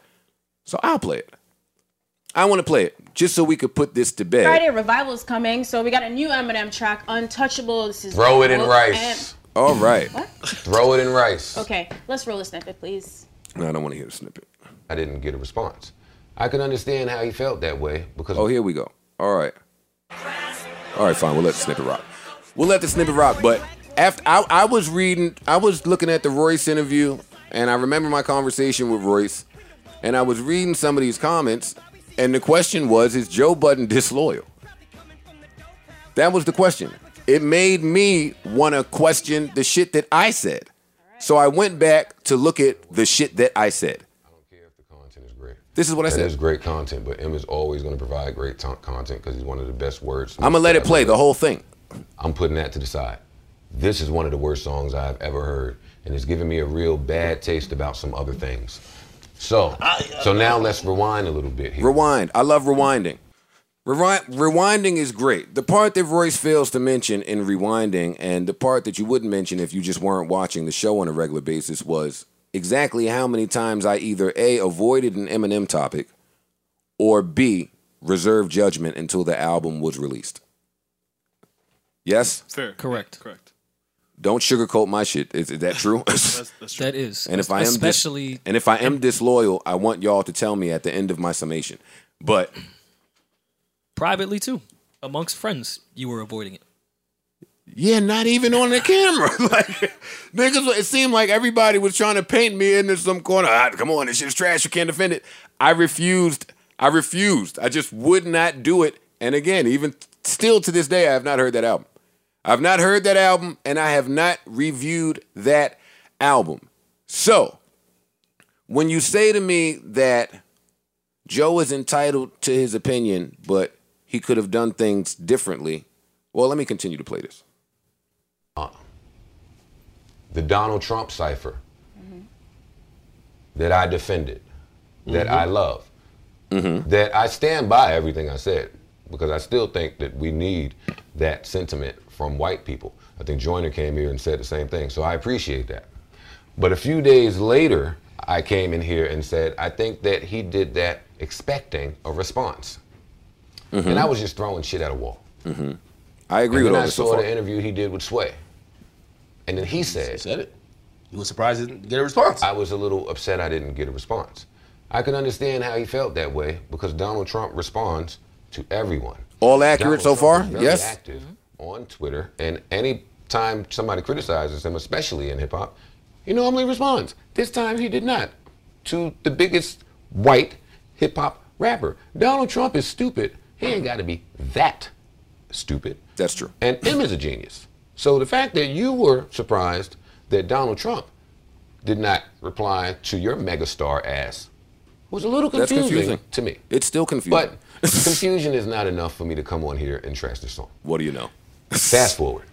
A: So I'll play it. I want to play it just so we could put this to bed.
N: Friday revival is coming, so we got a new Eminem track, Untouchable. This is
A: Throw it in
N: Well,
A: rice. All right.
N: What?
A: Throw it in rice.
N: and- okay, let's roll a snippet, please.
A: No, I don't want to hear the snippet.
M: I didn't get a response. I can understand how he felt that way because
A: Oh, here we go. All right. All right, fine. We'll let the snippet rock. We'll let the snippet rock. But after I, I was reading, I was looking at the Royce interview, and I remember my conversation with Royce, and I was reading some of these comments, and the question was, is Joe Budden disloyal? That was the question. It made me want to question the shit that I said. So I went back to look at the shit that I said. This is what I
M: And
A: said.
M: It's great content, but M is always going to provide great ton- content because he's one of the best words.
A: I'm gonna let it play the whole thing.
M: I'm putting that to the side. This is one of the worst songs I've ever heard, and it's giving me a real bad taste about some other things.
C: Oh.
M: So, so now let's rewind a little bit here.
A: Rewind. I love rewinding. Rewind, rewinding is great. The part that Royce fails to mention in rewinding, and the part that you wouldn't mention if you just weren't watching the show on a regular basis, was exactly how many times I either A, avoided an Eminem topic, or B, reserved judgment until the album was released. Yes?
C: Fair.
E: Correct.
C: Correct.
A: Don't sugarcoat my shit. Is, is that true? [laughs]
C: That's, that's true.
E: That is.
A: And if I am dis-
E: especially
A: and if I am disloyal, I want y'all to tell me at the end of my summation. But
E: privately too, amongst friends, you were avoiding it.
A: Yeah, not even on the camera. [laughs] like niggas, it seemed like everybody was trying to paint me into some corner. Ah, come on, this shit's trash. You can't defend it. I refused. I refused. I just would not do it. And again, even still to this day, I have not heard that album. I've not heard that album, and I have not reviewed that album. So, when you say to me that Joe is entitled to his opinion, but he could have done things differently, well, let me continue to play this.
M: the Donald Trump cipher that I defended, that
A: Mm-hmm.
M: I love, that I stand by everything I said because I still think that we need that sentiment from white people. I think Joyner came here and said the same thing, so I appreciate that. But a few days later, I came in here and said, I think that he did that expecting a response. And I was just throwing shit at a wall.
A: Mm-hmm. I agree
M: and
A: with
M: then
A: all
M: I
A: this so
M: saw
A: far.
M: the interview he did with Sway, and then he said, "said it." You were surprised he didn't get a response. I was a little upset I didn't get a response. I can understand how he felt that way because Donald Trump responds to everyone.
A: All accurate so
M: Donald
A: far?
M: Trump is very
A: Yes.
M: Active on Twitter, and any time somebody criticizes him, especially in hip hop, he normally responds. This time he did not. To the biggest white hip hop rapper, Donald Trump is stupid. He ain't got to be that stupid.
A: That's true.
M: And M is a genius. So the fact that you were surprised that Donald Trump did not reply to your megastar ass was a little
A: That's
M: confusing,
A: confusing.
M: to me.
A: It's still confusing. [laughs]
M: But confusion is not enough for me to come on here and trash this song.
A: What do you know?
M: Fast forward.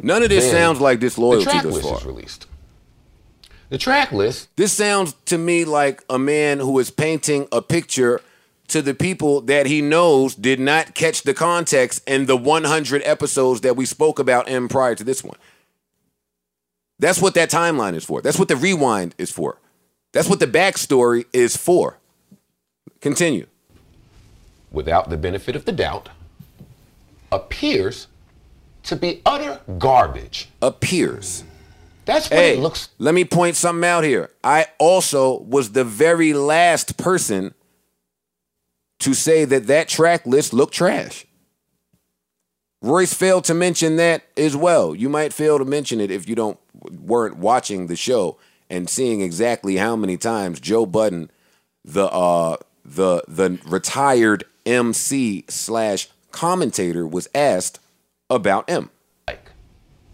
A: None of this
M: Then,
A: sounds like disloyalty
M: The track
A: thus
M: list
A: far.
M: is released. The track list.
A: This sounds to me like a man who is painting a picture to the people that he knows did not catch the context in the 100 episodes that we spoke about in prior to this one. That's what that timeline is for. That's what the rewind is for. That's what the backstory is for. Continue.
M: without the benefit of the doubt, appears to be utter garbage.
A: Appears.
M: That's what
A: Hey,
M: it looks.
A: let me point something out here. I also was the very last person to say that that track list looked trash. Royce failed to mention that as well. You might fail to mention it if you don't weren't watching the show and seeing exactly how many times Joe Budden, the uh, the the retired MC slash commentator, was asked about M.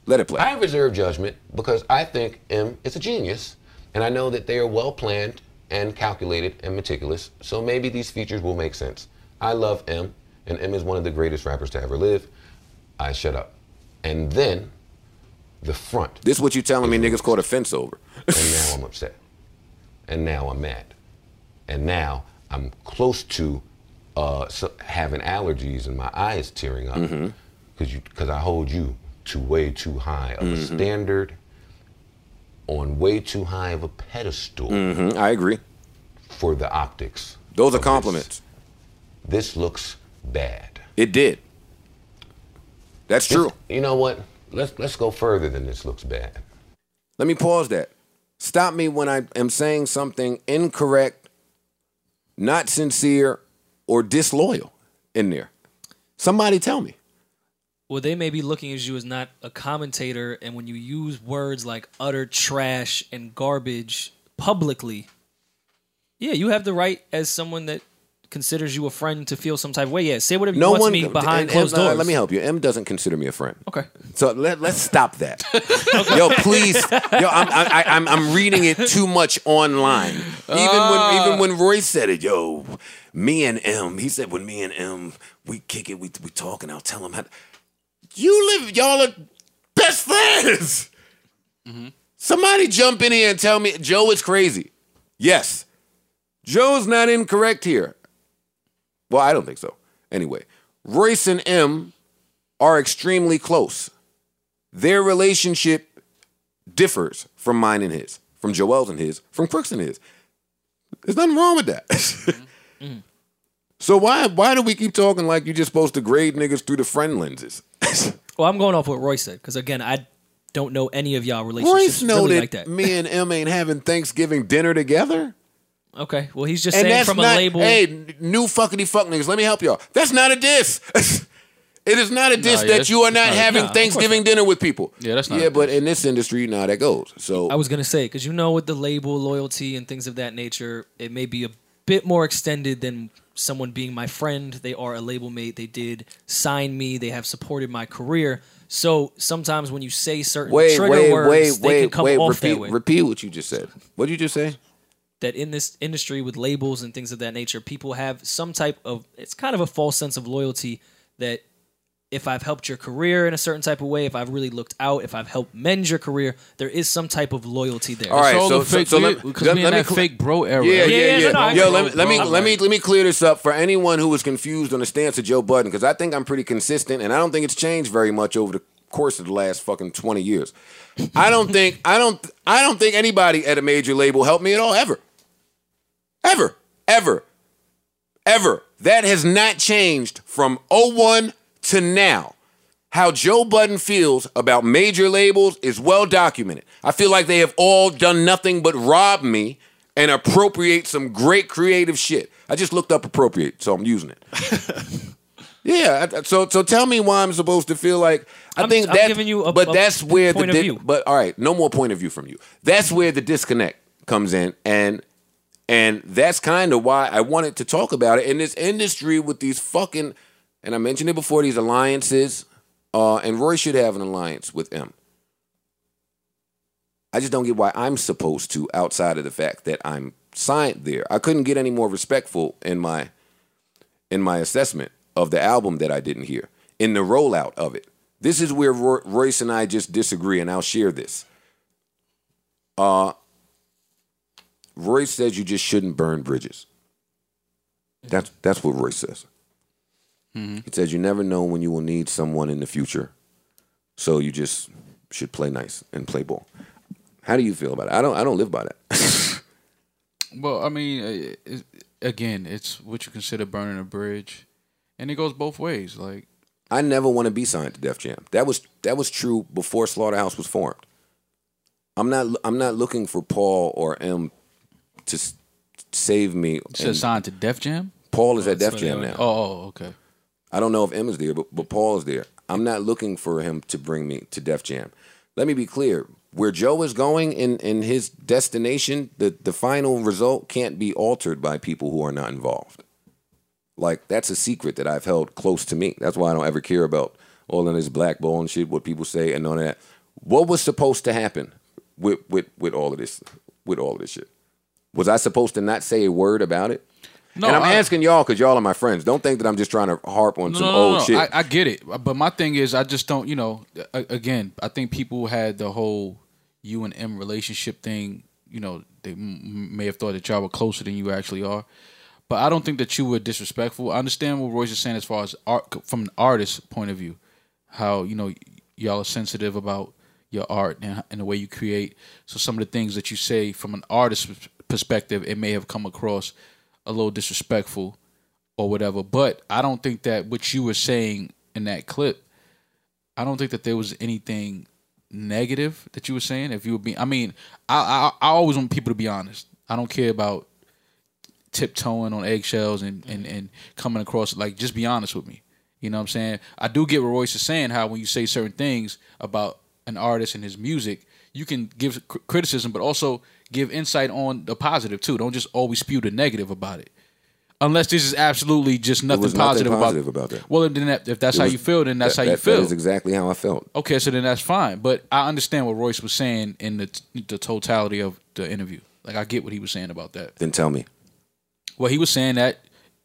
A: Let it play.
M: I reserve judgment because I think M is a genius, and I know that they are well planned and calculated and meticulous, so maybe these features will make sense. I love M, and M is one of the greatest rappers to ever live. I shut up. And then the front.
A: This is what you telling me niggas called a fence over.
M: and now I'm
A: [laughs]
M: upset. And now I'm mad. And now I'm close to uh, so having allergies and my eye is tearing up because
A: Mm-hmm.
M: you because I hold you to way too high of a
A: Mhm.
M: standard, on way too high of a pedestal.
A: Mhm, I agree.
M: For the optics,
A: Those are compliments.
M: this looks bad.
A: It did. That's true.
M: You know what? Let's let's go further than this looks bad.
A: Let me pause that. Stop me when I am saying something incorrect, not sincere, or disloyal in there. Somebody tell me.
E: Well, they may be looking at you as not a commentator, and when you use words like utter trash and garbage publicly, yeah, you have the right as someone that considers you a friend to feel some type of way. Yeah, say whatever you want to me behind
A: and- and-
E: closed
A: uh,
E: doors.
A: Let me help you. M doesn't consider me a friend.
E: Okay.
A: So let, let's stop that. Yo, please. Yo, I'm, I, I- I'm, I'm reading it too much online. Even when even when Roy said it, yo, me and M, he said when me and M, we kick it, we, we talk, and I'll tell him how. to-" You live, y'all are best friends. Somebody jump in here and tell me Joe is crazy. Yes. Joe's not incorrect here. Well, I don't think so. Anyway, Royce and M are extremely close. Their relationship differs from mine and his, from Joel's and his, from Crooks and his. There's nothing wrong with that. [laughs] So why why do we keep talking like you're just supposed to grade niggas through the friend lenses? [laughs]
E: Well, I'm going off what Roy said because again, I don't know any of y'all relationships
A: Royce know
E: really
A: that,
E: like that.
A: me and M ain't having Thanksgiving dinner together.
E: Okay, well, he's just saying from a
A: not,
E: label.
A: Hey, n- new fuckity fuck niggas, let me help y'all. That's not a diss. [laughs] it is not a diss
E: yeah,
A: that you are
E: it's
A: not
E: not a-
A: having
E: nah, of course
A: Thanksgiving dinner with people.
E: Yeah, that's not
A: Yeah,
E: a
A: but in this industry, nah, that goes. So
E: I was gonna say because you know with the label loyalty and things of that nature, it may be a bit more extended than someone being my friend. They are a label mate. They did sign me. They have supported my career. So sometimes when you say certain
A: wait,
E: trigger
A: wait,
E: words,
A: wait,
E: they can
A: wait,
E: come
A: wait.
E: off
A: Repeat,
E: that way.
A: repeat what you just said. What did you just say?
E: that in this industry with labels and things of that nature, people have some type of it's kind of a false sense of loyalty that if I've helped your career in a certain type of way, if I've really looked out, if I've helped mend your career, there is some type of loyalty there.
A: All right, so, so, so let, let- let me cl- Yeah, yeah, yeah. Yo, let me let me let me let me clear this up for anyone who was confused on the stance of Joe Budden because I think I'm pretty consistent and I don't think it's changed very much over the course of the last fucking 20 years. I don't think I don't I don't think anybody at a major label helped me at all ever. Ever. Ever. Ever. That has not changed from 01 to now. How Joe Budden feels about major labels is well documented. I feel like they have all done nothing but rob me and appropriate some great creative shit. I just looked up appropriate, so I'm using it.
E: [laughs]
A: yeah, I- I- so so tell me why I'm supposed to feel like I
E: I'm-
A: think
E: I'm
A: that's
E: giving you a-
A: but
E: a
A: that's where the
E: point of
A: di-
E: view.
A: but all right, no more point of view from you. That's where the disconnect comes in and and that's kind of why I wanted to talk about it in this industry with these fucking, and I mentioned it before, these alliances. Uh, and Roy should have an alliance with M. I just don't get why I'm supposed to outside of the fact that I'm signed there. I couldn't get any more respectful in my in my assessment of the album that I didn't hear in the rollout of it. This is where Roy, Royce and I just disagree, and I'll share this. Uh, Royce says you just shouldn't burn bridges. That's that's what Royce says.
D: Mm-hmm.
A: He says you never know when you will need someone in the future, so you just should play nice and play ball. How do you feel about it? I don't. I don't live by that.
D: Well, I mean, uh, it, again, it's what you consider burning a bridge, and it goes both ways. Like
A: [laughs] I never want to be signed to Def Jam. That was that was true before Slaughterhouse was formed. I'm not I'm not looking for Paul or M to s- save me.
D: said
A: And
D: signed to Def Jam.
A: Paul is
D: Oh,
A: at
D: that's
A: Def
D: what
A: Jam
D: they were-
A: now.
D: Oh, oh, okay.
A: I don't know if M is there, but, but Paul is there. I'm not looking for him to bring me to Def Jam. Let me be clear. Where Joe is going in, in his destination, the, the final result can't be altered by people who are not involved. Like, that's a secret that I've held close to me. That's why I don't ever care about all of this black ball and shit, what people say and all that. What was supposed to happen with, with, with all of this with all of this shit? Was I supposed to not say a word about it?
D: No,
A: and I'm
D: I-
A: asking y'all because y'all are my friends. Don't think that I'm just trying to harp on
D: No,
A: some
D: no,
A: old
D: no, no.
A: shit.
D: I, I get it, but my thing is, I just don't. You know, a- again, I think people had the whole you and M relationship thing. You know, they m- may have thought that y'all were closer than you actually are. But I don't think that you were disrespectful. I understand what Royce is saying as far as art from an artist's point of view, how you know y'all are sensitive about your art and, and the way you create. So some of the things that you say from an artist's perspective, it may have come across a little disrespectful or whatever. But I don't think that what you were saying in that clip, I don't think that there was anything negative that you were saying. If you were being, I mean, I I, I always want people to be honest. I don't care about tiptoeing on eggshells and, and, and coming across like just be honest with me. You know what I'm saying? I do get what Royce is saying how when you say certain things about an artist and his music, you can give cr- criticism, but also give insight on the positive too. Don't just always spew the negative about it. Unless this is absolutely just nothing,
A: was nothing
D: positive,
A: positive about
D: about,
A: that.
D: Well, then that, if that's
A: It
D: how
A: was-
D: you feel, then that's
A: that-
D: how you
A: that-
D: feel.
A: That is exactly how I felt.
D: Okay, so then that's fine. But I understand what Royce was saying in the the totality of the interview. Like I get what he was saying about that.
A: Then tell me.
D: Well, he was saying that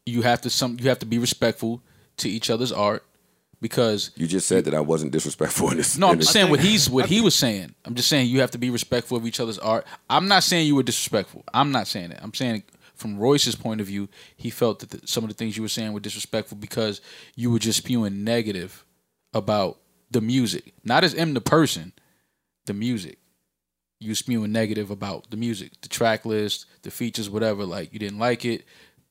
D: you have to some you have to be respectful to each other's art because
A: You just said that I wasn't disrespectful in this.
D: no,
A: in
D: I'm just
A: this-
D: saying what he's what he was saying. I'm just saying you have to be respectful of each other's art. I'm not saying you were disrespectful. I'm not saying that. I'm saying from Royce's point of view, he felt that the, some of the things you were saying were disrespectful because you were just spewing negative about the music, not as M the person, the music. You spewing negative about the music, the track list, the features, whatever. Like you didn't like it.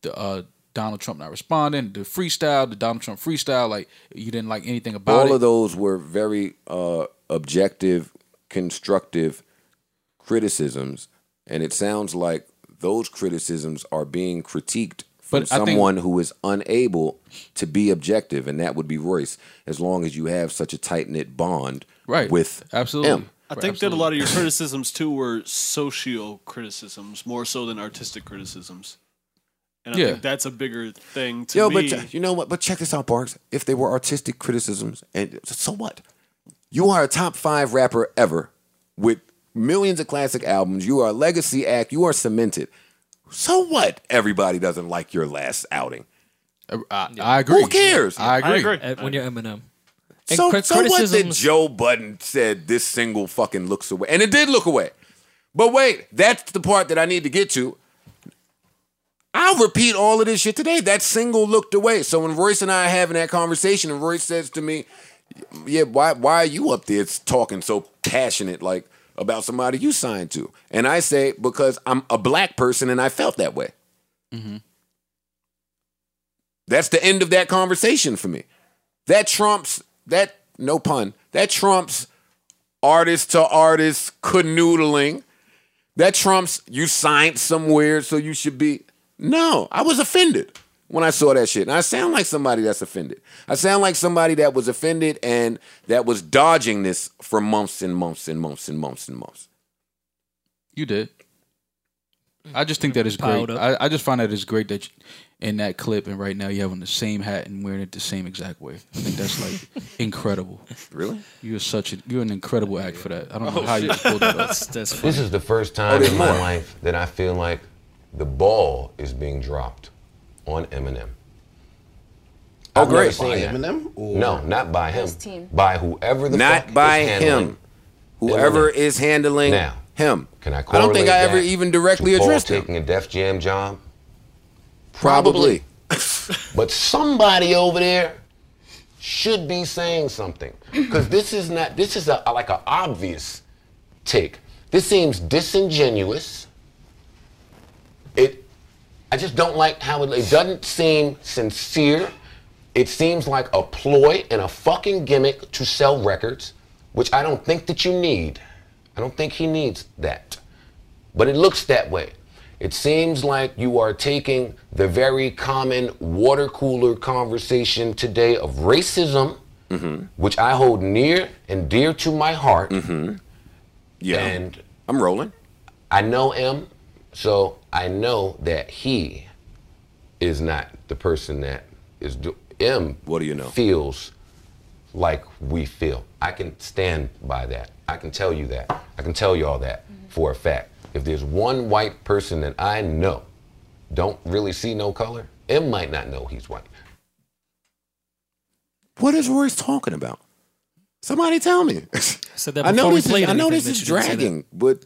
D: The uh, Donald Trump not responding, the freestyle, the Donald Trump freestyle. Like you didn't like anything about it.
A: All of those were very uh, objective, constructive criticisms, and it sounds like those criticisms are being critiqued from
D: But I think-
A: someone who is unable to be objective, and that would be Royce. As long as you have such a tight knit bond,
D: Right.
A: With
D: Absolutely.
A: M.
C: I think that a lot of your criticisms too were socio criticisms more so than artistic criticisms, and I
A: Yeah.
C: think that's a bigger thing to
A: Yo,
C: me.
A: but uh, you know what? But check this out, Barks. If they were artistic criticisms, and so what? You are a top five rapper ever with millions of classic albums. You are a legacy act. You are cemented. So what? Everybody doesn't like your last outing.
D: I, I agree.
A: Who cares?
D: I agree.
E: Uh, When you're Eminem. And
A: So,
E: cri-
A: so what did
E: criticisms-
A: Joe Budden said this single fucking looks away? And it did look away. But wait, that's the part that I need to get to. I'll repeat all of this shit today. That single looked away. So when Royce and I are having that conversation, and Royce says to me, Yeah, why why are you up there talking so passionate like about somebody you signed to? And I say, Because I'm a black person and I felt that way. That's the end of that conversation for me. That trumps that no pun. That trumps artist to artist canoodling. That trumps you signed somewhere, so you should be. No, I was offended when I saw that shit. And I sound like somebody that's offended. I sound like somebody that was offended and that was dodging this for months and months and months and months and months.
D: You did. I just think that is
E: Piled
D: great. I, I just find that it's great that you, in that clip and right now you have on the same hat and wearing it the same exact way. I think that's like incredible.
A: Really?
D: You're such a you're an incredible act for that. I don't know
E: Oh,
D: how you
E: shit.
D: pulled that up.
E: That's- that's
M: This is the first
D: Oh,
M: time
D: there's
M: in my
D: more.
M: life that I feel like the ball is being dropped on Eminem.
A: Oh,
M: I've never
A: great.
M: seen
A: By
M: that.
A: Eminem or
M: No, not by him.
A: his team?
M: By whoever the
A: Not
M: fuck
A: by
M: is handling
A: him. Whoever
M: Eminem.
A: is handling
M: Now,
A: him.
M: Can I
A: I don't think
M: correlate
A: I ever
M: that
A: even directly
M: to Paul
A: addressed him.
M: taking a Def Jam job?
A: Probably.
M: but somebody over there should be saying something because this is not. This is a like an obvious take. This seems disingenuous. It I just don't like how it, it doesn't seem sincere. It seems like a ploy and a fucking gimmick to sell records, which I don't think that you need. I don't think he needs that. But it looks that way. It seems like you are taking the very common water cooler conversation today of racism,
A: Mm-hmm.
M: which I hold near and dear to my heart. Yeah. And
A: Mm-hmm. I'm rolling.
M: I know him, so I know that he is not the person that is do- M. What do you know? Feels like we feel. I can stand by that. I can tell you that. I can tell you all that for a fact. If there's one white person that I know don't really see no color, M might not know he's white.
A: What is Royce talking about? Somebody tell me.
E: Said
A: [laughs]
E: that
A: I
E: before
A: know
E: we
A: this. Is,
E: played
A: I know
E: anything,
A: this
E: Mitch,
A: is
E: you didn't say that.
A: dragging, but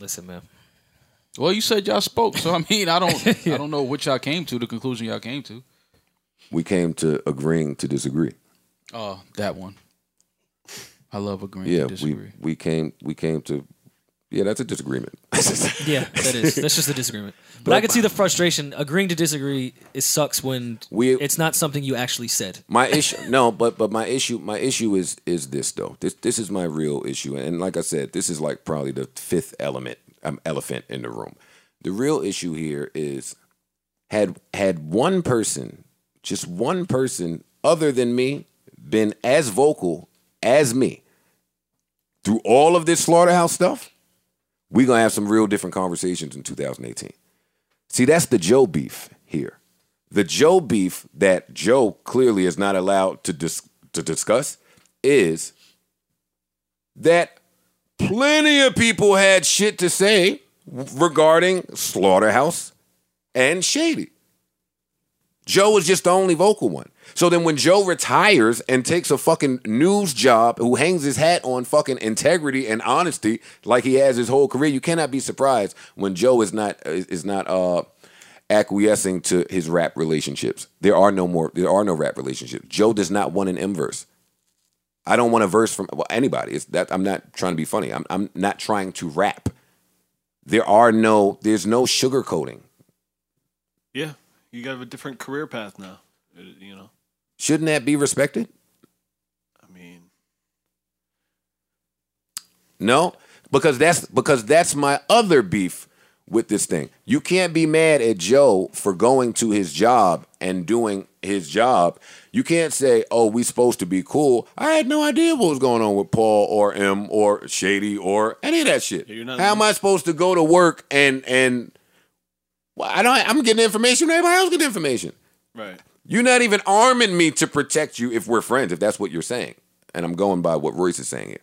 E: Listen, man.
D: Well, you said y'all spoke, so I mean, I don't, I don't know what y'all came to, the conclusion y'all came to.
A: we came to agreeing to disagree.
D: Oh, that one. I love agreeing.
A: yeah,
D: to disagree.
A: we we came we came to. Yeah, that's a disagreement. [laughs]
E: Yeah, that is. That's just a disagreement. But I can see the frustration. Agreeing to disagree, it sucks when it's not something you actually said.
A: my issue no but but my issue my issue is is this though this this is my real issue and like i said this is like probably the fifth element um, elephant in the room the real issue here is had had one person just one person other than me been as vocal as me through all of this slaughterhouse stuff we're gonna have some real different conversations in 2018 see that's the joe beef here the Joe beef that Joe clearly is not allowed to dis- to discuss is that plenty of people had shit to say regarding Slaughterhouse and Shady. Joe was just the only vocal one. So then when Joe retires and takes a fucking news job who hangs his hat on fucking integrity and honesty like he has his whole career, you cannot be surprised when Joe is not is is not uh acquiescing to his rap relationships. There are no more. There are no rap relationships. Joe does not want an M verse. I don't want a verse from well, anybody. It's that I'm not trying to be funny. I'm I'm not trying to rap. There are no. There's no sugarcoating.
C: Yeah, you got a different career path now. Uh, You know,
A: Shouldn't that be respected? No, because that's because that's my other beef with this thing. You can't be mad at Joe for going to his job and doing his job. You can't say, "Oh, we supposed to be cool." I had no idea what was going on with Paul or M or Shady or any of that shit.
C: Yeah, you're not-
A: How am I supposed to go to work and and well, I don't I'm getting information when everybody else getting information.
C: right?
A: You're not even arming me to protect you if we're friends, if that's what you're saying. And I'm going by what Royce is saying here.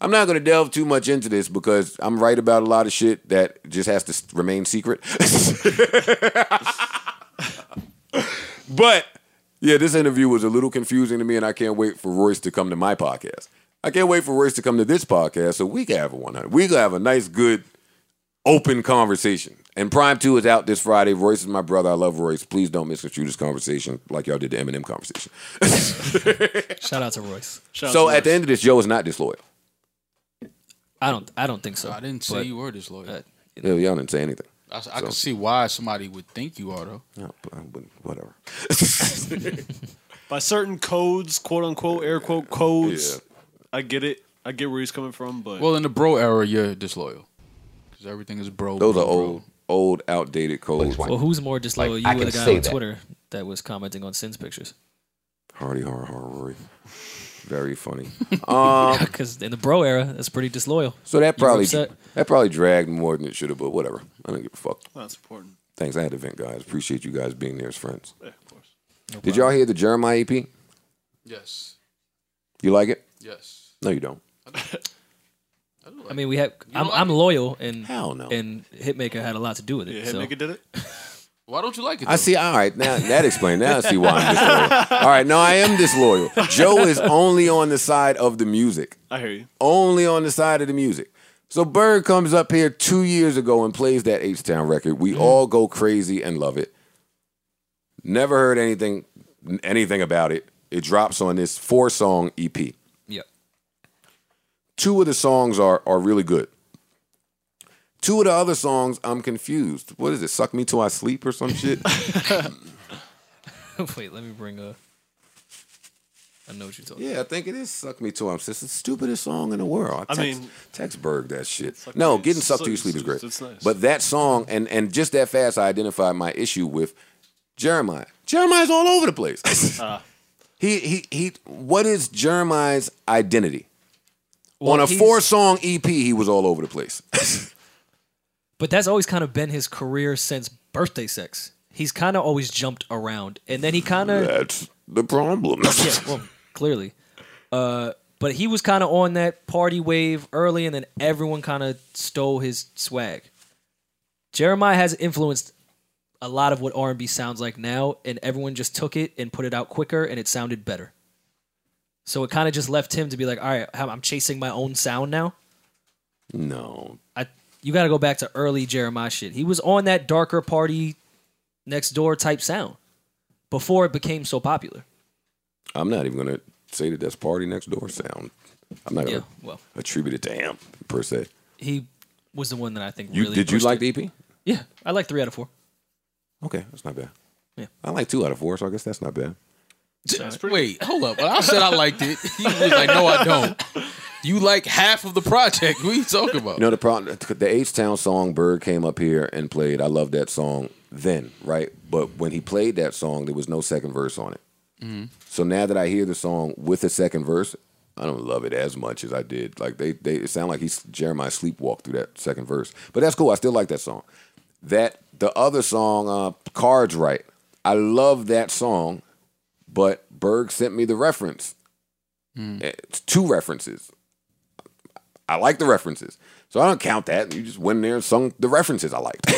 A: I'm not going to delve too much into this because I'm right about a lot of shit that just has to s- remain secret. [laughs] but yeah, this interview was a little confusing to me, and I can't wait for Royce to come to my podcast. I can't wait for Royce to come to this podcast so we can have a 100. We can have a nice, good, open conversation. And Prime 2 is out this Friday. Royce is my brother. I love Royce. Please don't misconstrue this conversation like y'all did the Eminem conversation.
E: Shout out to Royce.
A: so at the end of this, Joe is not disloyal.
E: I don't. I don't think so. I
D: didn't say you were disloyal.
A: Yeah, y'all didn't say anything.
D: I, I can see why somebody would think you are though.
A: No, but, I wouldn't- whatever. [laughs]
C: By certain codes, quote unquote, air quote codes. I get it. I get where he's coming from, but
D: Well, in the bro era, you're disloyal because everything is bro.
A: Those
D: bro,
A: are
D: bro.
A: old, old, outdated codes.
E: Well, who's more disloyal?
A: Like,
E: you
A: I
E: or
A: can
E: the guy
A: say
E: on
A: that.
E: Twitter that was commenting on Sin's pictures?
A: Hardy, har, har, Rory. Very funny. [laughs] Um,
E: Because in the bro era, that's pretty disloyal.
A: So that
E: You were
A: probably
E: upset.
A: that probably dragged more than it should have, but whatever. I don't give a fuck.
C: that's important.
A: Thanks. I had to vent, guys. Appreciate you guys being there as friends. Did y'all hear the Jeremiah EP?
D: Yes.
A: You like it?
D: Yes.
A: No, you don't.
C: [laughs]
E: I mean, we have. I'm, I'm loyal, and
A: Hell no.
E: and Hitmaker had a lot to do with it. so.
C: did it.
D: Why don't you like it?
A: I
D: though?
A: see. All right, now that explains. Now I see why I'm disloyal. All right, no, I am disloyal. Joe is only on the side of the music.
C: I hear you.
A: Only on the side of the music. So Bird comes up here two years ago and plays that H Town record. We all go crazy and love it. Never heard anything anything about it. It drops on this E four song EP.
E: Yep.
A: Two of the songs are are really good. Two of the other songs, I'm confused. What is it? Suck me till I sleep or some shit.
E: [laughs] Wait, let me bring a. I know what you're talking.
A: yeah, I think it is. Suck me till I'm. It's the stupidest song in the world.
E: I
A: I, text,
E: mean-
A: text Berg that shit. No, getting sucked till you sleep is great.
C: It's nice.
A: But that song and and just that fast, I identified my issue with Jeremiah. Jeremiah's all over the place. [laughs]
E: Uh.
C: Ah.
A: he he he. What is Jeremiah's identity?
E: Well,
A: On a
E: he's-
A: four song EP, he was all over the place. [laughs]
E: But that's always kind of been his career since birthday sex. He's kind of always jumped around, and then he kind of
A: That's the problem.
E: yeah, well, clearly. Uh, but he was kind of on that party wave early, and then everyone kind of stole his swag. Jeremiah has influenced a lot of what R and B sounds like now, and everyone just took it and put it out quicker, and it sounded better. So it kind of just left him to be like, all right, I'm I'm chasing my own sound now.
A: [laughs] No.
E: I you got to go back to early Jeremiah shit. He was on that darker party next door type sound before it became so popular.
A: I'm not even gonna say that that's party next door sound. I'm not gonna
E: Yeah, well.
A: attribute it to him per se.
E: He was the one that I think
A: You
E: really
A: did you
E: pushed
A: like E
E: it.
A: the EP?
E: Yeah, I like three out of four.
A: Okay, that's not bad.
E: Yeah.
A: I like two out of four, so I guess that's not bad.
D: Wait, hold up. I said I liked it. You was like, no, I don't. You like half of the project. What are you talking about?
A: You know the problem the H Town song Bird came up here and played. I love that song then, right? But when he played that song, there was no second verse on it.
D: Mhm.
A: So now that I hear the song with a second verse, I don't love it as much as I did. Like they, they it sound like he's Jeremiah sleepwalk through that second verse, but that's cool. I still like that song. That the other song, uh, Cards Right, I love that song, but Berg sent me the reference. It's two references. I like the references, so I don't count that. You just went in there and sung the references I liked.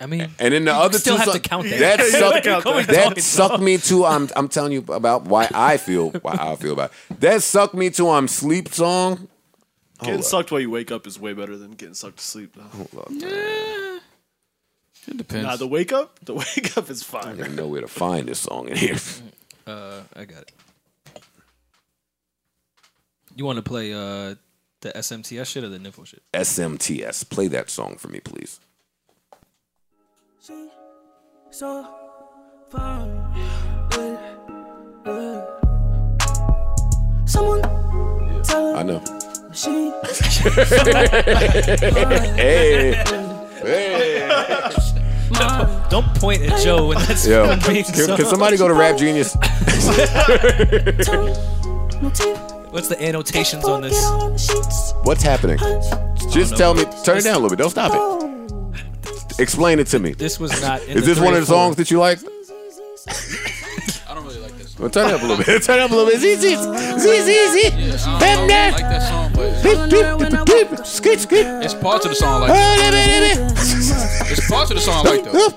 E: I mean,
A: And then the
E: You
A: other
E: still
A: two
E: have to
A: suck-
E: count
A: [laughs]
E: that.
A: That
E: Yeah, [laughs] you
A: sucked,
E: gotta
A: that.
E: count that. Talking
A: sucked me to. I'm I'm telling you about why I feel why I feel about it. that sucked me to. I'm sleep song. Hold
C: Getting
A: up.
C: sucked while you wake up is way better than getting sucked to sleep. Though.
D: It
C: Nah, the wake up, the [laughs] wake up is
A: I
C: fine.
A: don't even know where to find this song in here.
E: Uh, I got it. You want to play uh the SMTS shit or the Nympho shit?
A: SMTS, play that song for me, please.
F: So far. Someone tell her
A: I know.
F: she.
A: [laughs] hey, hey.
E: Don't, don't point at Joe when that's
A: Yo,
F: [laughs]
E: [laughs] when
A: can,
E: being sung.
A: can somebody go to Rap Genius?
E: What's the annotations on this?
A: What's happening? Just tell me. Turn it down a little bit. Don't stop it. Explain it to me.
E: This was not. In
A: Is
E: the
A: this one of the
E: three or four.
A: songs that you like?
D: I don't really like this.
A: Well, turn it up a little bit. [laughs] Turn it up a little bit. Zee, zee, zee, zee, zee. Bam, bam.
D: like that song, but
A: Beep, beep, beep, beep, beep. Skit, skit. Oh,
D: it's parts of the song I like that. It's parts of the song I like though.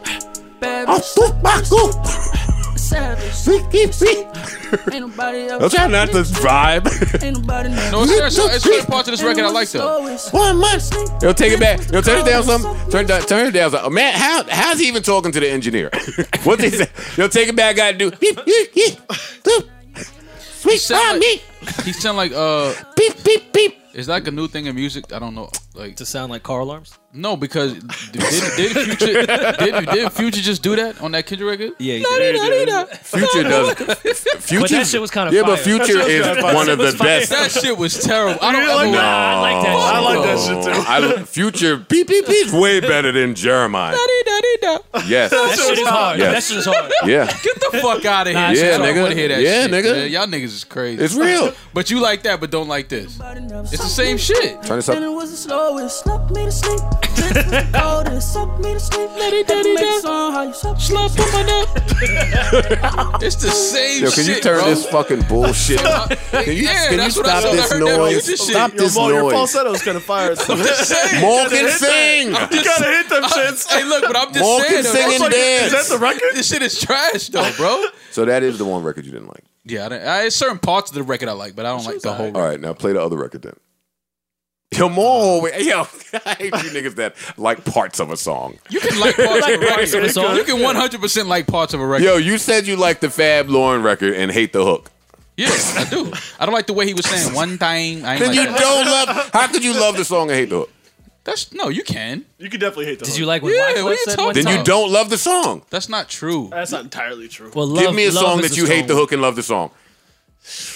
A: I'm trying not to [laughs] vibe.
D: No, seriously, it's certain parts of this record I like though.
A: One month. Yo, take it back. Yo, turn it down some. Turn it down. Turn it down some. Oh, man, how how's he even talking to the engineer? [laughs] What's he say? Yo, take it back. Got to do. Beep, beep, beep. Sweet
D: sound like, he sound like uh
A: beep beep beep.
D: Is that like a new thing in music? I don't know. Like to
E: sound like car alarms?
D: No, because did, did Future did, did Future just do that on that Kendrick record?
E: Yeah, he
D: [laughs]
A: Future does. Future.
D: that shit was kinda
A: Yeah, but
D: fire.
A: Future
D: That shit
A: is
D: was kinda
A: one
D: fire.
A: of the
D: That shit was
A: best.
D: fire. That shit was terrible. I don't You like ever- that? [laughs] I like that shit. I like that shit too.
A: I don't- Future beep beep beep is way better than Jeremiah. Yes.
D: That shit is hard.
A: Yes.
D: That shit is hard.
A: Yeah.
D: Get the fuck out of here.
A: Nah,
D: shit.
A: yeah,
D: I don't
A: nigga.
D: wanna hear that
A: Yeah,
D: shit,
A: nigga.
D: man. Y'all niggas is crazy.
A: It's real.
D: but you like that, but don't like this. It's the same shit.
A: Turn this up.
F: was the slowest. Slept me to sleep. This was the coldest. Sucked me to sleep. Let it daddy down. How you slept. Slept on my neck.
D: It's the same
A: Yo, can you
D: shit,
A: turn
D: bro.
A: this fucking
D: [laughs]
A: bullshit? up? Can you,
D: Yeah,
A: can you
D: that's what I
A: stop
D: said. I
A: this
D: heard that music
A: noise?
D: shit.
A: Stop
D: Yo,
A: this
D: Mo,
C: Your
A: noise.
C: falsetto's kind of
A: [laughs]
C: fire. So
A: More can sing.
D: I'm
C: You
D: [laughs] just-
C: gotta hit them
D: I'm-
C: shits.
D: Hey, look, but I'm just
A: More can
D: saying.
A: sing and
D: though, that's
C: [laughs]
D: like-
A: dance.
D: Is that the record? This shit is trash, though, bro.
A: So that is the one record you didn't like.
D: Yeah, I, don't- I, it's certain parts of the record I like, but I don't like the whole.
A: All right, now play the other record then. Yo, more. [laughs] Yo, I hate you niggas that like parts of a song.
D: You can like parts of a
A: parts of the
D: record.
A: song.
D: You can 100 percent like parts of a record.
A: Yo, you said you liked the Fab Lauren record and hate the hook.
D: Yeah, I do. I don't like the way he was saying one time. I ain't
C: Oh
A: Then
D: like
A: you
D: that.
A: don't love. How could you love the song and hate the hook?
D: That's no, you can.
C: You could definitely hate the.
E: Did
C: hook.
E: you like what Wyclef said one
A: Then you don't love the song.
D: That's not true.
C: That's not entirely true.
A: Give me a song that you hate the hook and love the song.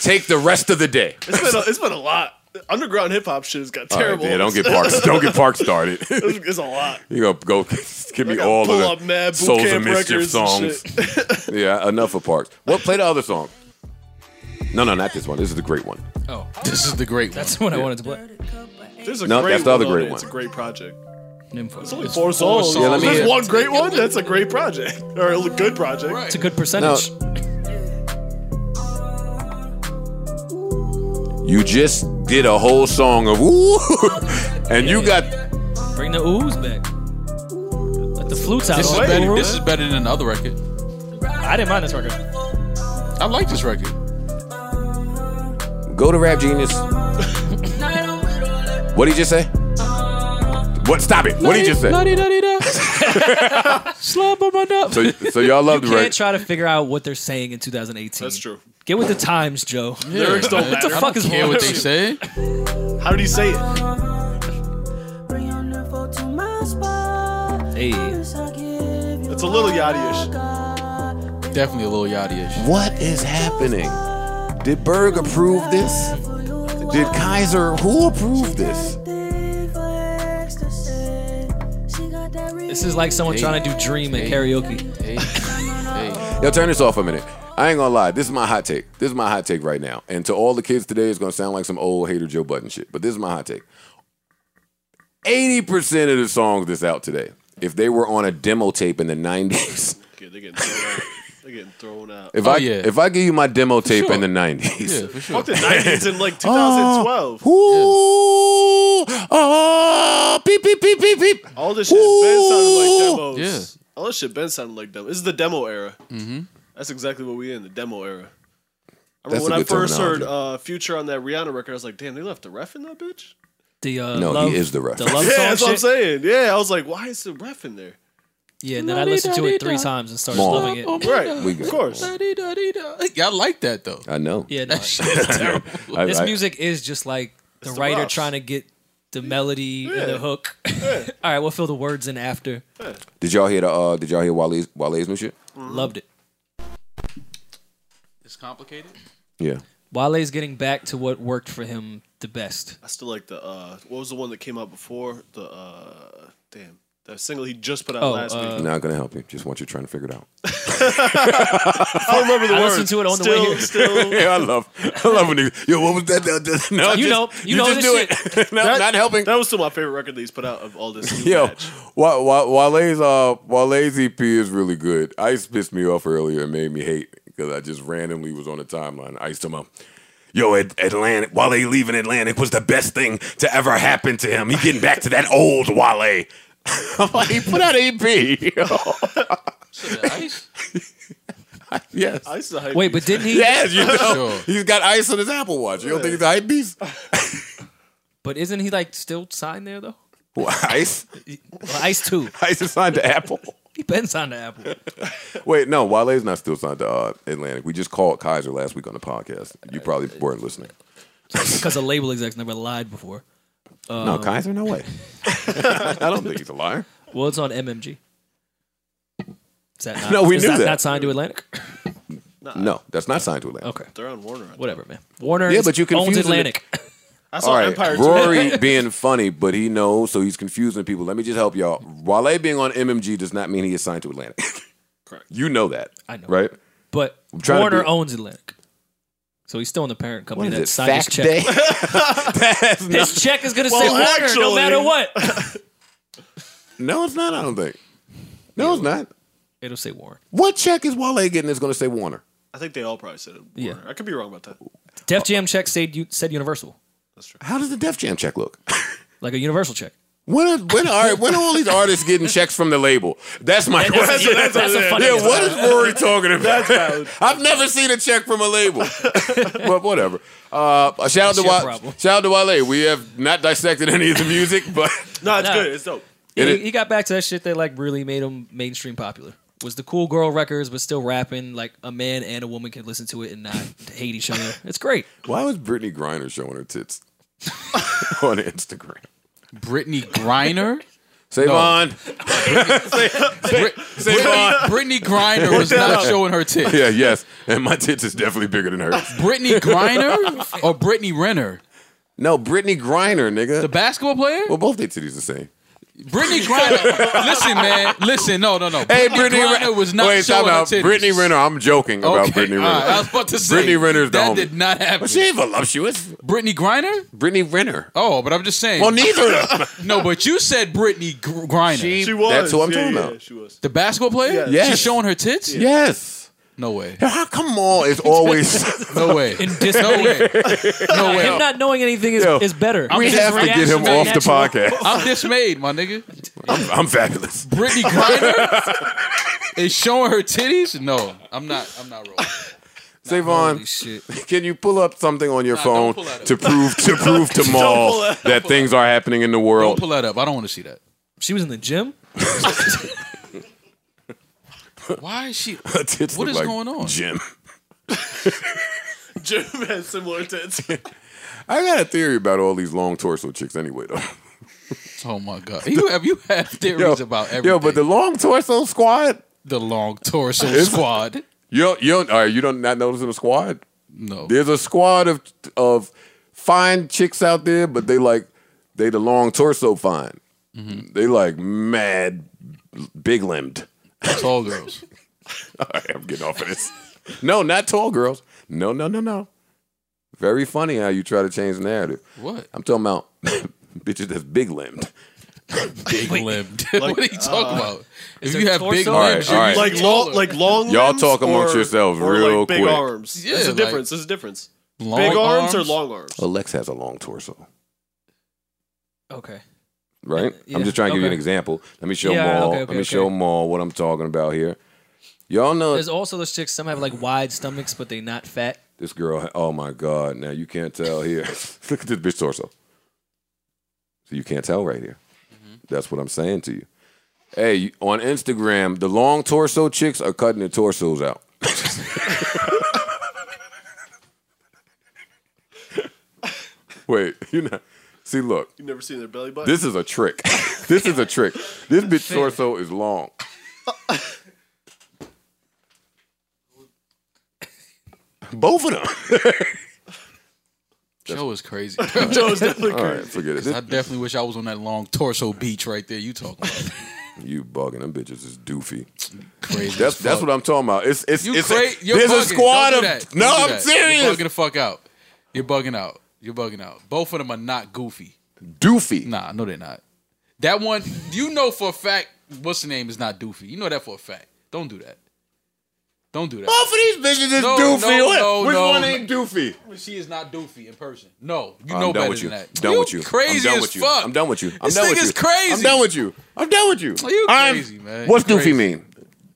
A: Take the rest of the day.
C: It's been a, it's been a lot. Underground hip hop shit has got
A: All right,
C: terrible. [laughs]
A: yeah, don't get Parks. Don't get Park started.
C: it's, it's a lot.
A: You go go give me
C: I gotta
A: all
C: pull up
A: of the
C: mad boot
A: Souls of
C: camp
A: Mischief
C: records and
A: songs. [laughs] yeah, enough of Parks. What play the other song? No, no, not this one. This is the great one.
E: Oh,
D: this is the great one.
E: That's the one I wanted to play.
C: There's a
A: No,
C: great
A: that's the other
C: on
A: great
C: it. It's a
A: one.
C: great project. It's only
E: It's
C: four
E: four
C: songs.
E: songs. Yeah, let me
C: There's
E: hear-
C: one great one. That's a great project or a good project.
E: It's a good percentage.
A: You just did a whole song of
E: [laughs]
A: ooh, and you got
E: Bring the oohs back. Let the flutes out.
D: This is,
E: all the
D: better,
E: way.
D: this is better than the other record.
E: I didn't mind this record.
D: I like this record.
A: go to Rap Genius. What did he just say? What? Stop it! What did he just say?
E: [laughs] Slap on my nut.
A: So, so y'all love
E: you
A: the
E: can't
A: record.
E: try to figure out what they're saying in 2018. That's [laughs] true. Get with the times, Joe.
D: Yeah, Lyrics don't man.
E: What the
D: matter. I
E: fuck
D: don't
E: is
D: care
E: wrong
D: what
E: with
D: they
E: you?
D: say.
C: How do you say it?
E: Hey.
C: It's a little yachty-ish.
E: [laughs]
D: Definitely a little yachty-ish.
A: What is happening? Did Berg approve this? Did Kaiser? Who approved this?
E: This is like someone trying to do Dream and karaoke.
A: Yo, turn this off a minute. I ain't gonna lie. This is my hot take. This is my hot take right now. And to all the kids today, it's gonna sound like some old hater Joe Button shit. But this is my hot take. Eighty percent of the songs that's out today, if they were on a demo tape in the nineties, [laughs]
C: Okay, they're getting thrown out. They're getting thrown out.
A: if I if I give you my demo tape in the nineties,
C: for [laughs] sure. Fuck the 90s in like 2012.
A: Ooh, oh, beep, beep, beep, beep, beep.
C: All this shit Ben sounded like demos.
A: Yeah.
C: All this shit Ben sounded like demos. This is the demo era.
A: Mm-hmm.
C: That's exactly what we in the demo era. I
A: That's
C: remember when
A: a
C: I
A: good
C: first heard
A: terminology.
C: uh, Future on that Rihanna record, I was like, damn, they left the ref in that bitch?
E: The uh,
A: No, he
E: love,
A: is the ref.
E: The
C: [laughs]
E: love
C: yeah,
E: song
C: that's what I'm
E: shit.
C: saying. Yeah, I was like, why is the ref in there?
E: Yeah, and then I listened to it three times and started
A: Mom.
E: loving it.
C: Right,
A: We
C: of
A: good.
C: course.
D: Yeah, I like that though.
A: I know.
E: Yeah, no,
A: I-
E: this
A: I-
E: music is just like the
C: It's the
E: writer
C: Ruffs.
E: trying to get the melody and
C: Yeah.
E: the hook. [laughs] All right, we'll fill the words in after.
A: Did y'all hear the? Uh, did y'all hear Wale's Wale's new shit?
C: Mm-hmm.
E: Loved it.
D: It's complicated.
A: Yeah.
E: Wale's getting back to what worked for him the best.
C: I still like the, uh, what was the one that came out before? The, uh, damn, that single he just put out last week.
A: Not gonna help you. Just want you trying to figure it out.
C: I don't remember the
E: I
C: words.
E: listened to it on the
C: still, [laughs]
E: way
A: [laughs]
E: here.
C: Still,
A: [laughs] yeah, I love, I love when you. Yo, what was that? that, that no, just-
E: You know- you know
A: just
E: this
A: do
E: shit.
A: it. [laughs] no,
C: That-
A: not helping.
C: That was still my favorite record that he's put out of all this. New
A: Yo,
C: batch.
A: Wa- Wa- Wale's uh, Wale's EP is really good. Ice pissed me off earlier and made me hate because I just randomly was on the timeline. Ice him up. Yo, At- Atlantic. Wale leaving Atlantic was the best thing to ever happen to him. He getting back to that old Wale. [laughs] I'm like, he put out E an EP.
D: Ice?
A: [laughs] yes.
C: Ice is a hype
E: Wait,
C: beast.
E: but didn't he-
A: [laughs] Yes, you know.
D: Sure.
A: He's got ice on his Apple Watch. You don't think he's a hype [laughs] beast?
E: But isn't he like still signed there though?
A: Who, ice?
E: Well, Ice Two.
A: Ice is signed to Apple.
E: He been signed
C: [laughs]
E: to Apple.
A: Wait, no, Wale's not still signed to uh, Atlantic. We just called Kaiser last week on the podcast. You probably weren't listening.
E: because a label exec's never lied before.
A: no,
E: Um,
A: Kaiser, no
E: [laughs]
A: way. I don't think he's a liar.
E: Well, it's on MMG. Is
A: [laughs]
E: that not,
A: No, we
E: is
A: knew that.
E: Not signed to Atlantic.
A: No, that's not signed to Atlantic.
E: Uh, Okay,
C: they're on Warner.
E: Whatever, man. Warner.
A: Yeah,
E: is-
A: but you
E: owns
A: confusing it.
E: Atlantic.
C: I
A: All
C: saw
A: right,
C: Empire
A: Rory
C: today. [laughs]
A: being funny, but he knows, so he's confusing people. Let me just help y'all. Wale being on MMG does not mean he is signed to Atlantic.
C: Correct.
A: You know that.
E: I know.
A: Right?
E: [laughs] But
A: I'm trying to
E: Warner
A: be-
E: owns Atlantic, so he's still in the parent company
A: What
E: that
A: is it,
E: signed his
A: Fact
E: check.
A: Day? [laughs] That's not-
E: [laughs] his check is gonna
C: Well,
E: say Warner no
C: actually-
E: matter what.
A: [laughs] No, it's not, I don't think. No, it's not.
E: It'll say Warren.
A: What check is Wale getting that's going to say Warner?
C: I think they all probably said it. Warner.
E: Yeah.
C: I could be wrong about that.
E: Def Jam check said you said Universal,
A: How does the Def Jam check look? [laughs]
E: like a Universal check.
A: When are, when are when are all these artists getting checks from the label? That's my
E: [laughs] That's a-
A: question.
E: that's a- that's a
A: [laughs]
E: funny
A: yeah,
E: answer.
A: what is Rory talking
E: [laughs]
A: about? [laughs] I've never seen a check from a label, [laughs] but whatever. Uh, a shout out
E: That's
A: to
E: your
A: Wale.
E: problem.
A: Shout out to Wale. We have not dissected any of the music,
E: [laughs]
A: but
C: No, it's
E: Nah.
C: good. It's dope.
A: It
E: he,
A: is-
E: he got back to that shit that like really made him mainstream popular. Was the cool girl records, but still rapping like a man and a woman can listen to it and not hate
A: [laughs]
E: each other. It's great. [laughs]
A: why was Brittany Griner showing her tits on Instagram?
D: Brittany Griner. [laughs]
A: Savon.
D: Brit- Brit-
E: [laughs]
D: Brittany Griner was not showing her tits.
A: Yeah, yes. And my tits is definitely bigger than hers.
D: Brittany Griner or Brittany Renner?
A: No, Brittany Griner, nigga. The
D: basketball player?
A: Well, both their titties the same.
D: Brittany Griner. listen, man. Listen, no, no, no.
A: Hey,
D: Brittany,
A: Brittany
D: Griner
A: Ren-
D: was not
A: Wait,
D: showing
A: time out.
D: her titties.
A: Brittany Renner. I'm joking about Brittany Renner.
D: all right, I was about to say,
A: Brittany Renner's the
D: that
A: homie.
D: did not happen.
A: She ain't voluptuous.
D: Brittany Griner?
A: Brittany Renner.
D: Oh, but I'm just saying.
A: Well, neither [laughs] of
D: them. no, but you said Brittany Gr- Griner.
A: She- She was. that's who I'm Yeah, talking yeah, about.
C: she was. [laughs]
D: The basketball player?
A: Yes. Yes.
D: She's showing her tits?
A: Yes. [laughs]
D: No way.
A: How come all is [laughs]
D: [laughs]
A: always
D: No way.
E: In
A: [laughs]
E: disbelief.
D: No way.
E: Him not knowing anything is,
A: Yo,
E: is better.
A: we
E: His
A: have to get him
E: reaction's
A: off the
E: natural.
A: podcast.
D: I'm dismayed, my nigga.
A: I'm, I'm
D: [laughs]
A: fabulous. [laughs]
D: Brittany Griner is showing her titties? No, I'm not. I'm not rolling.
A: Savon, can you pull up something on your
D: Nah,
A: phone
D: don't pull
A: to prove [laughs] to prove to
D: Don't
A: Maul
D: pull that up.
A: that things are happening in the
D: Don't
A: world?
D: pull that up. I don't want to see that.
E: She was in the gym?
D: Why is she?
A: [laughs] Her tits
D: what
A: look
D: is
A: like
D: going on?
A: Jim.
C: Jim had similar
A: [laughs]
C: tits.
A: I got a theory about all these long torso chicks anyway, though.
D: Oh
A: [laughs]
D: my god! You have you have theories
A: Yo,
D: about everything?
A: Yo, but the long torso squad.
D: The long torso squad.
A: Yo, yo, all right, you don't not noticing a squad? [laughs]
D: No.
A: There's a squad of of fine chicks out there, but they like they the long torso fine. They like mad big limbed. [laughs]
D: Tall girls.
A: all right, I'm getting off of this. No, not tall girls. No, no, no, no. Very funny how you try to change the narrative.
D: What?
A: I'm talking about [laughs] bitches that's big limbed.
D: Big limbed. [laughs] what are you talking
C: uh,
D: about?
C: is
D: If
C: there
D: you have
C: torso?
D: big
A: All right,
D: limbs,
A: all right.
C: Like long, like long.
A: Y'all
C: limbs
A: talk amongst
C: or-
A: yourselves
C: or
A: real
C: like big
A: quick.
C: arms.
D: Yeah,
C: there's a
D: like-
C: difference. There's a difference.
D: Long
C: big arms, or
D: arms?
C: long arms?
A: Alex has a long torso,
E: Okay.
A: right?
E: Yeah,
A: I'm just trying to give you an
E: okay.
A: example. Let me show
E: Yeah,
A: Maul.
E: okay,
A: Let
E: okay,
A: me
E: okay.
A: show Maul what I'm talking about here. Y'all know
E: There's also those chicks, some have like wide stomachs, but they not fat.
A: This girl, oh my God. Now you can't tell here. [laughs] Look at this bitch torso. So you can't tell right here.
E: Mm-hmm.
A: That's what I'm saying to you. Hey, on Instagram, the long torso chicks are cutting their torsos out. [laughs] Wait, you know. See, look.
C: You've never seen their belly button. [laughs]
A: This is a trick. [laughs] this is a trick. This bitch torso is long. Both of them.
D: Joe is [laughs] crazy.
C: Joe
A: [laughs]
C: is definitely
A: [laughs] All right, crazy. forget it.
D: I definitely wish I was on that long torso beach right there. You talking about [laughs]
A: You bugging them bitches is doofy.
D: Crazy as
A: That's that's
D: fuck.
A: what I'm talking about. It's it's
D: you
A: it's
D: crazy?
A: a, there's a squad
D: Don't
A: of
D: do that.
A: no.
D: Don't do
A: I'm
D: that. You're
A: serious.
D: bugging the fuck out. You're bugging out. You're bugging out. Both of them are not goofy.
A: Doofy.
D: Nah, no, they're not. That one, you know for a fact. What's the name is not doofy. You know that for a fact. Don't do that. Don't do that.
A: Both of these bitches is
D: No,
A: doofy.
D: no,
A: What-
D: no,
A: Which
D: no.
A: one ain't doofy?
D: She is not doofy in person. No, you
A: I'm
D: know
A: done
D: better
A: with you.
D: than that.
A: Done
D: you
A: with you. I'm
D: Crazy
A: done
D: as
A: with you.
D: fuck.
A: I'm done with you. I'm
D: This
A: done with
D: nigga's
A: you.
D: crazy.
A: I'm done with you. I'm done with you.
D: You
A: I'm-
D: crazy man.
A: What's
D: You
A: doofy
D: crazy.
A: mean?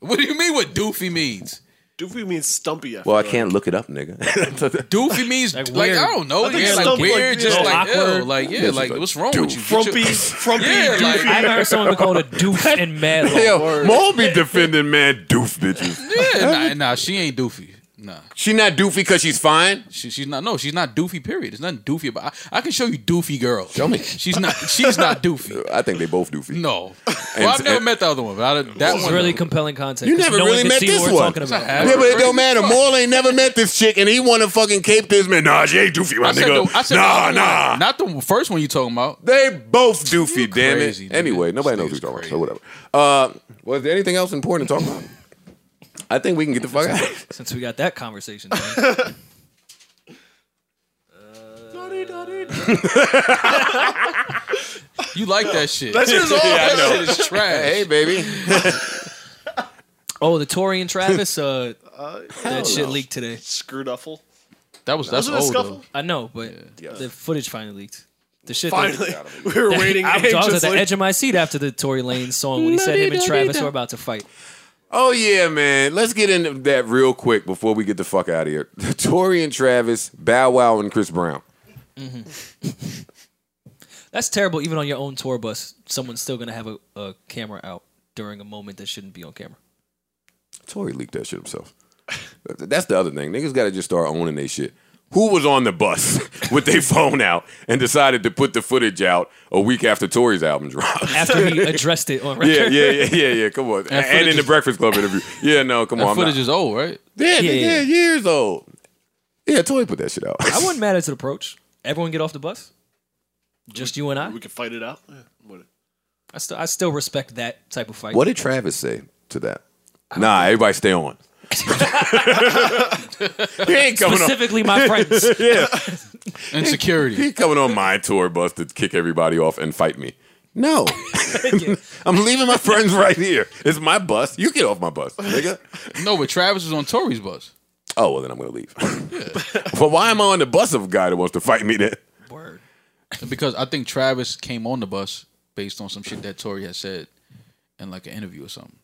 D: What do you mean? What doofy means?
C: Doofy means stumpy.
A: Well, I
C: feel
A: can't look it up, nigga. [laughs]
D: Doofy means like,
C: weird.
D: I don't know.
C: I think
D: yeah,
C: it's
D: like
C: stuff like
D: weird,
C: this.
D: just
C: Yeah.
D: like
C: Awkward.
D: ill. Like yeah,
A: Yeah,
D: like
A: just
D: what's
A: like
D: wrong with you?
A: doof.
D: Get
A: [laughs]
D: your-
C: Frumpy, frumpy,
D: Yeah, like-
E: I've never heard someone called a doof
A: [laughs]
E: in mad law.
A: Yo, Maul be defending man doof bitches.
D: Yeah, nah, nah, she ain't doofy. Nah,
A: She not doofy because she's fine.
D: she, she's not. No, she's not doofy. Period. There's nothing doofy about. I, I can show you doofy girls.
A: Show me.
D: She's not. She's
A: [laughs]
D: not doofy.
A: I think they both doofy.
D: No. Well, I've never met the other one, but I, that
E: This is
D: one
E: really compelling content.
A: You
E: 'cause
A: never
E: no
A: really
E: one can
A: met
E: see what
A: this
E: we're
A: one.
E: talking about.
A: Yeah, but it don't matter. Maul ain't never met this chick, and he want to fucking cape this man. Nah, she ain't doofy, my
D: I said,
A: nigga.
D: the, I said the
A: nah,
D: other
A: nah.
D: One, not the first one you talking about.
A: They both doofy, damn
D: crazy,
A: it.
D: nigga.
A: Anyway, nobody knows who's talking about, so whatever. Uh, was there anything else important to talk about? I think we can get the fuck out. of here.
E: Since we got that conversation, done.
D: You like that shit.
C: That
A: [laughs]
C: shit is all-
D: That
A: I know.
D: shit is trash.
A: Hey, baby.
E: oh, the Tory and Travis, uh,
C: hell
E: that shit
C: no.
E: leaked today.
C: Screwduffle.
D: That was that's
C: Wasn't it
D: old.
C: scuffle?
D: though.
E: I know, but the footage finally leaked. The shit that-
C: [laughs] Finally, [laughs] we were waiting
E: [laughs] I was, I was at the
C: anxiously.
E: edge of my seat after the Tory Lane song when he said him and Travis were about to fight.
A: Oh yeah, man. Let's get into that real quick before we get the fuck out of here. [laughs] Tori and Travis, Bow Wow and Chris Brown.
E: That's terrible. Even on your own tour bus, someone's still gonna have a, a camera out during a moment that shouldn't be on camera.
A: [laughs] Tory leaked that shit himself. That's the other thing. Niggas gotta just start owning their shit. who was on the bus [laughs] with their phone out and decided to put the footage out a week after Tory's album dropped? [laughs]
E: After he addressed it on record.
A: Yeah, yeah, yeah, yeah, yeah. Come on,
E: That
A: and
E: footage
A: in the
E: is-
A: Breakfast Club interview. Yeah, no, come
D: That
A: on. I'm
D: footage
A: not-
D: is
A: [laughs]
D: old, right?
A: Yeah,
E: Yeah,
A: yeah,
E: yeah.
A: years old. Yeah, Tory put that shit out.
E: I wasn't mad at his approach. Everyone get off the bus. Just you and I.
C: We can fight it out. Yeah, what-
E: I still I still respect that type of fight.
A: What did Travis say to that? Nah, everybody stay
E: [laughs]
A: on. he ain't coming
E: Specifically
A: on. [laughs]
E: my friends.
A: yeah.
D: Insecurity.
A: He coming on my tour bus to kick everybody off and fight me.
E: [laughs]
A: No. [laughs] I'm leaving my friends right here. It's my bus. You get off my bus, nigga.
D: No, but Travis was on Tory's bus.
A: Oh, well, then I'm going to leave. but why am I on the bus of a guy that wants to fight me then?
D: Because I think Travis came on the bus based on some shit that Tory had said in like an interview or something.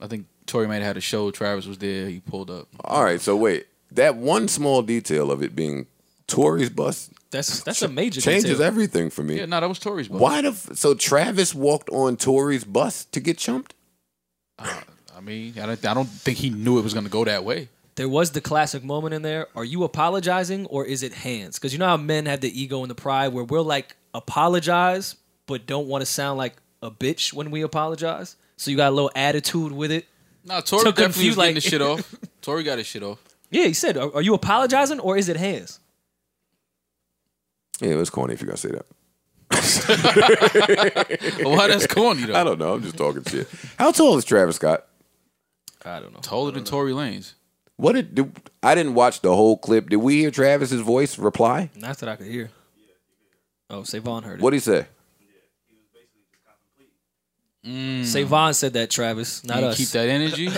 D: I think Tory might have had a show. Travis was there. He pulled up.
A: All right, so wait. That one small detail of it being Tory's bus
E: That's that's a major
A: changes
E: detail.
A: everything for me.
D: Yeah, no, that was Tory's bus.
A: Why the f- so Travis walked on Tory's bus to get chumped?
D: I mean, I don't, I don't think he knew it was going to go that way.
E: There was the classic moment in there. Are you apologizing or is it hands? Because you know how men have the ego and the pride where we're like apologize but don't want to sound like a bitch when we apologize. So you got a little attitude with it.
D: Nah, Tory
E: So
D: definitely was
E: confused,
D: getting
E: like-
D: the shit off.
E: [laughs]
D: Tory got his shit off.
E: Yeah, he said, "Are, are you apologizing or is it hands?"
A: Yeah, it was corny if you're gonna say that.
D: Why that's corny
A: [laughs]
D: though?
A: I don't know. I'm just talking shit. [laughs] How tall is Travis Scott?
E: I don't know.
D: Taller than Tory Lanez.
A: What did, did I didn't watch the whole clip. Did we hear Travis's voice reply?
E: Not that I could hear. Oh, Savon heard it.
A: What would he say?
E: Savon said that, Travis, not
D: he
E: us.
D: Keep that
E: [laughs]
D: energy.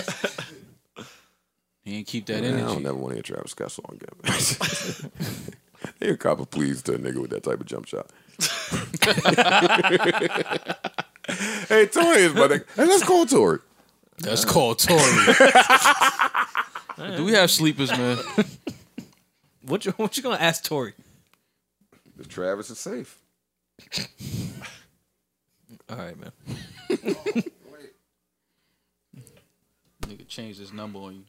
D: he ain't keep that
A: Man, I don't
D: energy.
A: never want to hear Travis Scott song [laughs] again. They're copper please to a nigga with that type of jump shot. [laughs] hey, Tory is my nigga. Hey, let's call Tory.
D: That's called
A: [laughs]
D: Tory. Do we have sleepers, man?
E: What you [laughs] what you gonna ask Tori? [laughs]
A: If Travis is safe.
E: All right, [laughs] man.
D: Nigga changed his number on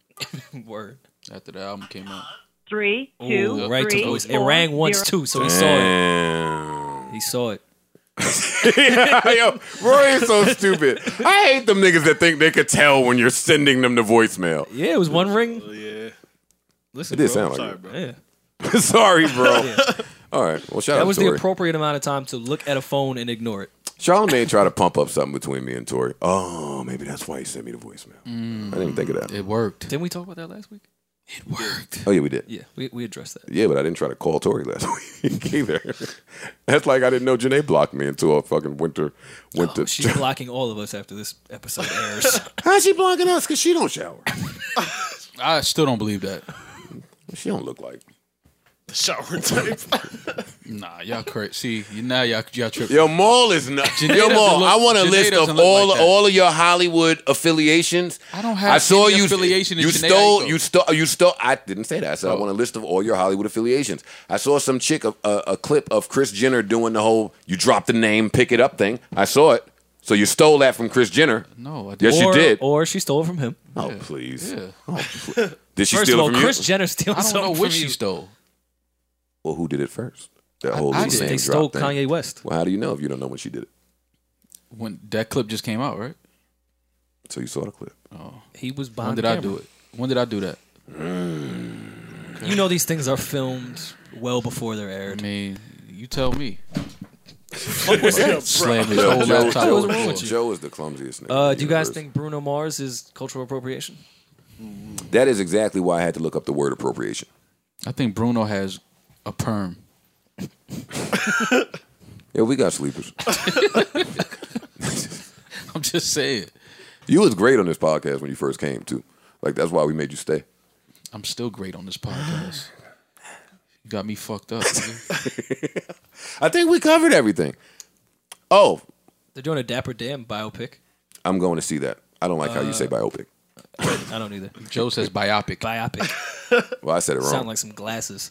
D: you.
E: Word.
D: After the album came out.
O: Three, two,
E: Ooh, right to
O: three,
E: voice. It
O: four,
E: rang once
O: zero.
E: too, so he saw it. He saw it.
A: [laughs] Yo, Roy is so stupid. I hate them niggas that think they could tell when you're sending them the voicemail.
E: Yeah, it was one ring.
C: oh, yeah.
E: Listen,
A: It did
E: bro.
A: sound like Sorry, it.
E: bro. Yeah.
A: [laughs] Sorry, bro.
E: Yeah.
A: All right. Well, shout
E: that
A: out
E: was
A: to Tori.
E: the appropriate amount of time to look at a phone and ignore it.
A: Charlamagne tried to pump up something between me and Tori. Oh, maybe that's why he sent me the voicemail. I didn't even think of that.
E: Mm.
D: It worked.
E: Didn't we talk about that last week?
A: Oh yeah, we did.
E: Yeah, we, we addressed that.
A: Yeah, but I didn't try to call Tori last [laughs] week either. That's like I didn't know Janae blocked me until I fucking went to went to.
E: She's blocking all of us after this episode airs.
A: [laughs] How's she blocking us? Cause she don't shower.
D: I still don't believe that.
A: She don't look like.
C: The shower type. [laughs]
D: Nah, y'all crazy. See, you now y'all y'all tripping.
A: Yo, Maul is not.
D: Janae
A: Yo,
D: doesn't
A: Maul,
D: look-
A: I want a
D: Janae
A: list
D: doesn't
A: of
D: look
A: all
D: like that.
A: all of your Hollywood affiliations.
D: I don't have
A: I saw
D: any
A: you
D: affiliation in
A: You
D: Janae Oh.
A: stole.
D: Aiko.
A: You stole. You stole. I didn't say that. I said I want a list of all your Hollywood affiliations. I saw some chick a, a, a clip of Chris Jenner doing the whole "you drop the name, pick it up" thing. I saw it. So you stole that from Chris Jenner.
D: No, I
A: [laughs] Yes, you
E: Or-
A: did.
E: Or she stole it from him.
A: Oh please.
D: Yeah. [laughs]
A: Oh, pl- did she
E: First
A: steal
E: of all,
A: it from
E: Chris
A: you?
E: Jenner steals
D: I don't know
E: something
D: what
E: from
D: she
E: you.
D: stole.
A: well, who did it first? That whole
D: I
A: little
D: did.
A: name
D: They
A: drop
D: stole
A: thing.
D: Kanye West.
A: Well, how do you know if you don't know when she did it?
D: When that clip just came out, right?
A: So you saw the clip.
D: Oh,
E: he was
D: When
E: behind
D: did
E: the
D: I do
E: camera.
D: it? When did I do that?
E: You know these things are filmed well before they're aired.
D: I mean, you tell me.
E: was that, bro?
D: Slam his
A: Joe,
D: whole
A: Joe-
D: laptop.
A: Joe-
D: on the floor.
A: Joe- Joe is the clumsiest nigga.
E: Uh,
A: in the
E: do you guys
A: universe.
E: think Bruno Mars is cultural appropriation?
A: That is exactly why I had to look up the word appropriation.
D: I think Bruno has a perm. [laughs]
A: Yeah, we got
E: [laughs]
A: sleepers.
D: I'm just saying.
A: You was great on this podcast when you first came too. Like that's why we made you stay.
D: I'm still great on this podcast. You got me fucked up. nigga.
A: I think we covered everything. Oh,
E: They're doing a Dapper Dan biopic.
A: I'm going to see that. I don't like how you say
E: Uh,
A: biopic.
E: I don't either.
D: Joe says biopic. [laughs]
E: Biopic.
A: Well, I said it wrong.
E: Sound like some glasses.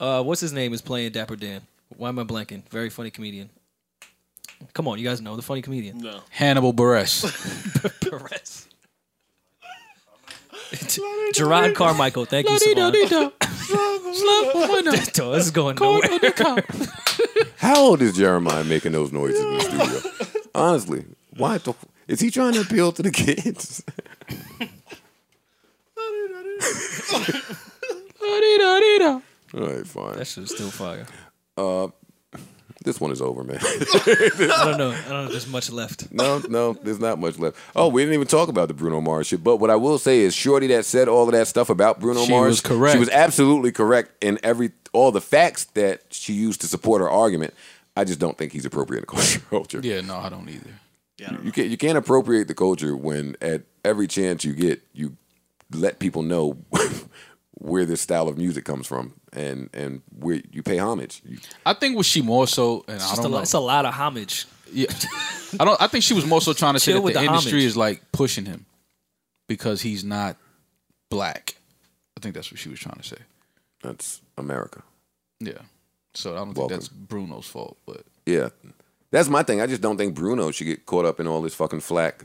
E: uh, what's his name is playing Dapper Dan? Why am I blanking? Very funny comedian. Come on, you guys know the funny comedian. [laughs]
C: No.
D: Hannibal Buress.
E: Perez. [laughs] Gerard Carmichael, thank you, Savon. [laughs] This is going nowhere. [laughs]
A: How old is Jeremiah making those noises
E: [laughs]
A: in the studio? Honestly, why the, is he trying to appeal to the kids? [laughs] All right, fine. That
E: shit's still fire.
A: Uh, this one is over, man. [laughs]
E: I don't know. I don't know. if There's much left.
A: No, no, there's not much left. Oh, we didn't even talk about the Bruno Mars shit. But what I will say is, Shorty that said all of that stuff about Bruno
D: She
A: Mars,
D: was correct.
A: She was absolutely correct in every all the facts that she used to support her argument. I just don't think he's appropriate in [laughs] culture.
D: Yeah, no, I don't either.
A: You can't you can't appropriate the culture when at every chance you get you let people know [laughs] where this style of music comes from and and where you pay homage. You-
D: I think was she more so, and
E: It's
D: I
E: just
D: don't
E: a
D: know.
E: lot, it's a lot of homage.
D: Yeah, [laughs] I don't. I think she was more so trying to say
E: Chill
D: that
E: with
D: the,
E: the
D: industry
E: homage.
D: is like pushing him because he's not black. I think that's what she was trying to say.
A: That's America.
D: Yeah. So I don't think that's Bruno's fault, but
A: Yeah. That's my thing. I just don't think Bruno should get caught up in all this fucking flack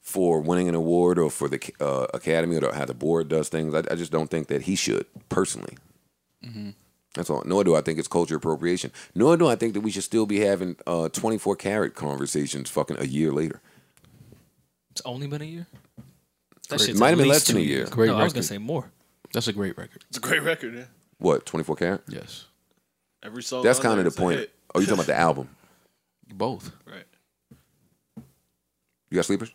A: for winning an award or for the uh, academy or how the board does things. I, I just don't think that he should personally. That's all. Nor do I think it's culture appropriation. Nor do I think that we should still be having uh, 24 carat conversations fucking a year later.
E: It's only been a year. That
A: Great-
E: shit's
A: might
E: at
A: have been
E: least
A: less than
E: two
A: a year.
E: years.
A: Great
E: no, I was
A: record.
E: gonna say more.
D: That's a great record.
C: It's a great record, yeah.
A: What, 24 carat?
D: Yes.
C: Every song.
A: That's
C: on
A: kind
C: there
A: of
C: is
A: the
C: a
A: point.
C: hit.
A: Oh, you talking about the album?
D: both.
C: Right.
A: You got sleepers?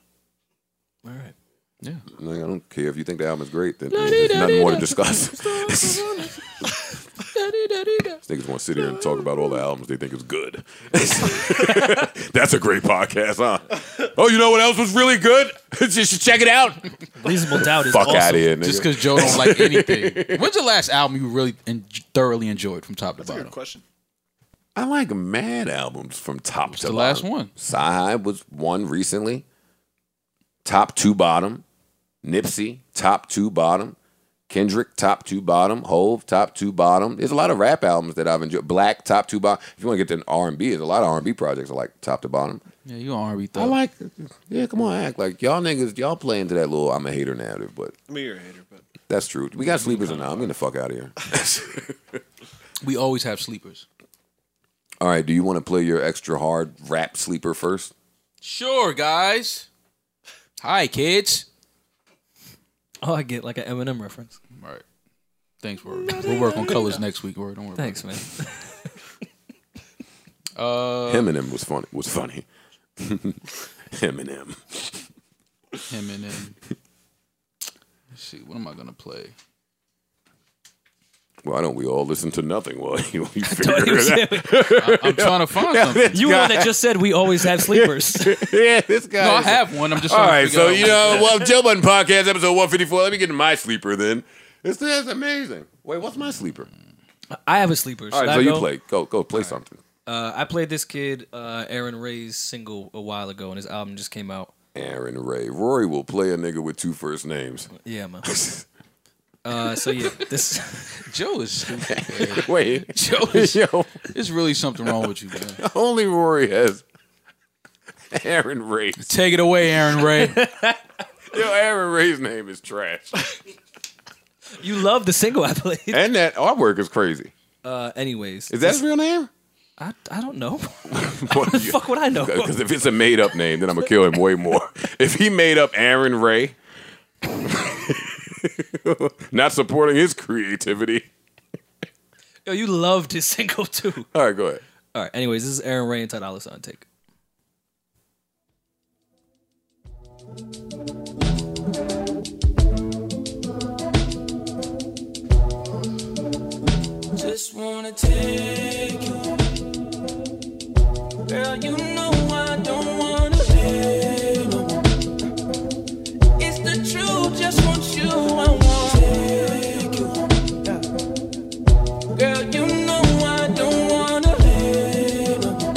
E: All right.
D: Yeah.
A: No, I don't care if you think the album is great. Then
D: La-di-da-di-da.
A: there's nothing more to discuss. [laughs] These niggas want to sit here and talk about all the albums they think is good. [laughs] That's a great podcast, huh? Oh, you know what else was really good? [laughs] Just check it out.
E: Reasonable doubt is
A: Fuck
E: awesome.
A: outta here, nigga.
D: just because Joe don't like anything. When's the last album you really en- thoroughly enjoyed from top to bottom?
C: question.
A: I like mad albums from top to
D: the
A: bottom.
D: last one?
A: Sci High was one recently. Top two bottom. Nipsey, top two bottom. Kendrick, top two bottom. Hove, top two bottom. There's a lot of rap albums that I've enjoyed. Black, top two bottom. If you want to get to R and B, there's a lot of R and B projects I like top to bottom.
D: Yeah, you an R&B thug.
A: I like. Yeah, come on, act like y'all niggas. Y'all play into that little I'm a hater narrative, but
C: I mean, you're a hater, but
A: that's true. We got sleepers or not? I'm getting the fuck out of here. [laughs]
D: We always have sleepers.
A: All right, do you want to play your extra hard rap sleeper first?
D: Sure, guys. Hi, kids.
E: Oh, I get like an Eminem
A: [laughs]
E: reference.
D: All right. Thanks, Word. We'll work on colors next week, Word. Don't worry.
E: Thanks, man.
D: About it. Uh,
A: Eminem was funny. Was funny. [laughs] Eminem.
D: him and [laughs] him. Let's see. What am I gonna
A: [laughs]
D: play?
A: Why don't we all listen to nothing while you, [laughs] you figure
E: he was
A: it
E: saying-
A: out?
D: I- I'm trying to find
A: [laughs]
D: something.
E: You one that just said we always have sleepers.
A: yeah, this guy. [laughs]
D: No, I have one. I'm just
A: All
D: trying to
A: right,
D: figure
A: so
D: out
A: you know,
D: what-
A: [laughs] well, Joe Button Podcast episode 154. Let me get in my sleeper then. This is amazing. Wait, what's my sleeper?
E: I have a sleeper.
A: All
E: Should
A: right,
E: I
A: so you
E: go?
A: play. Go, go, play something.
E: Uh, I played this kid uh, Aaron Ray's single a while ago, and his album just came out.
A: Aaron Ray. Rory will play a nigga with two first names.
E: Yeah, man. uh, so yeah, this [laughs]
D: Joe is stupid.
A: [laughs] [laughs]
D: man.
A: Wait,
D: Joe is.
A: Yo.
D: There's really something wrong with you, man.
A: [laughs] Only Rory has [laughs] Aaron [laughs] Ray.
D: Take it away,
A: [laughs]
D: Aaron Ray.
A: Yo, Aaron Ray's name is trash.
E: you love the single I played.
A: and that artwork is crazy.
E: Uh, anyways,
A: Is that
E: this-
A: his real [laughs] name?
E: I, I don't
A: [laughs]
E: know. fuck would I know?
A: Because if it's a made up name, then I'm gonna kill him way more. If he made up Aaron Ray, [laughs] not supporting his creativity.
E: Yo, you loved his single too.
A: All right, go ahead.
E: All right. Anyways, this is Aaron Ray and Todd Allison take.
F: Just wanna take you. Girl, you know I don't wanna live no more. It's the truth, just want you. I wanna take you. Girl, you know I don't wanna live no more.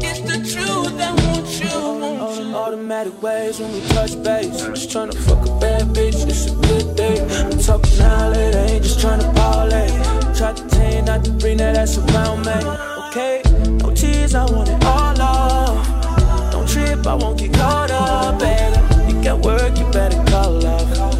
F: It's the truth, I want you. want you. Automatic ways when we touch base. I'm just tryna fuck a bad bitch. It's a good day. I'm talking all it ain't just tryna parlay. Try to tame not to bring that ass around me. Okay, no tears, I want it all off. Uh, Don't trip, I won't get caught up, baby. You got work, you better call off. Uh, Uh,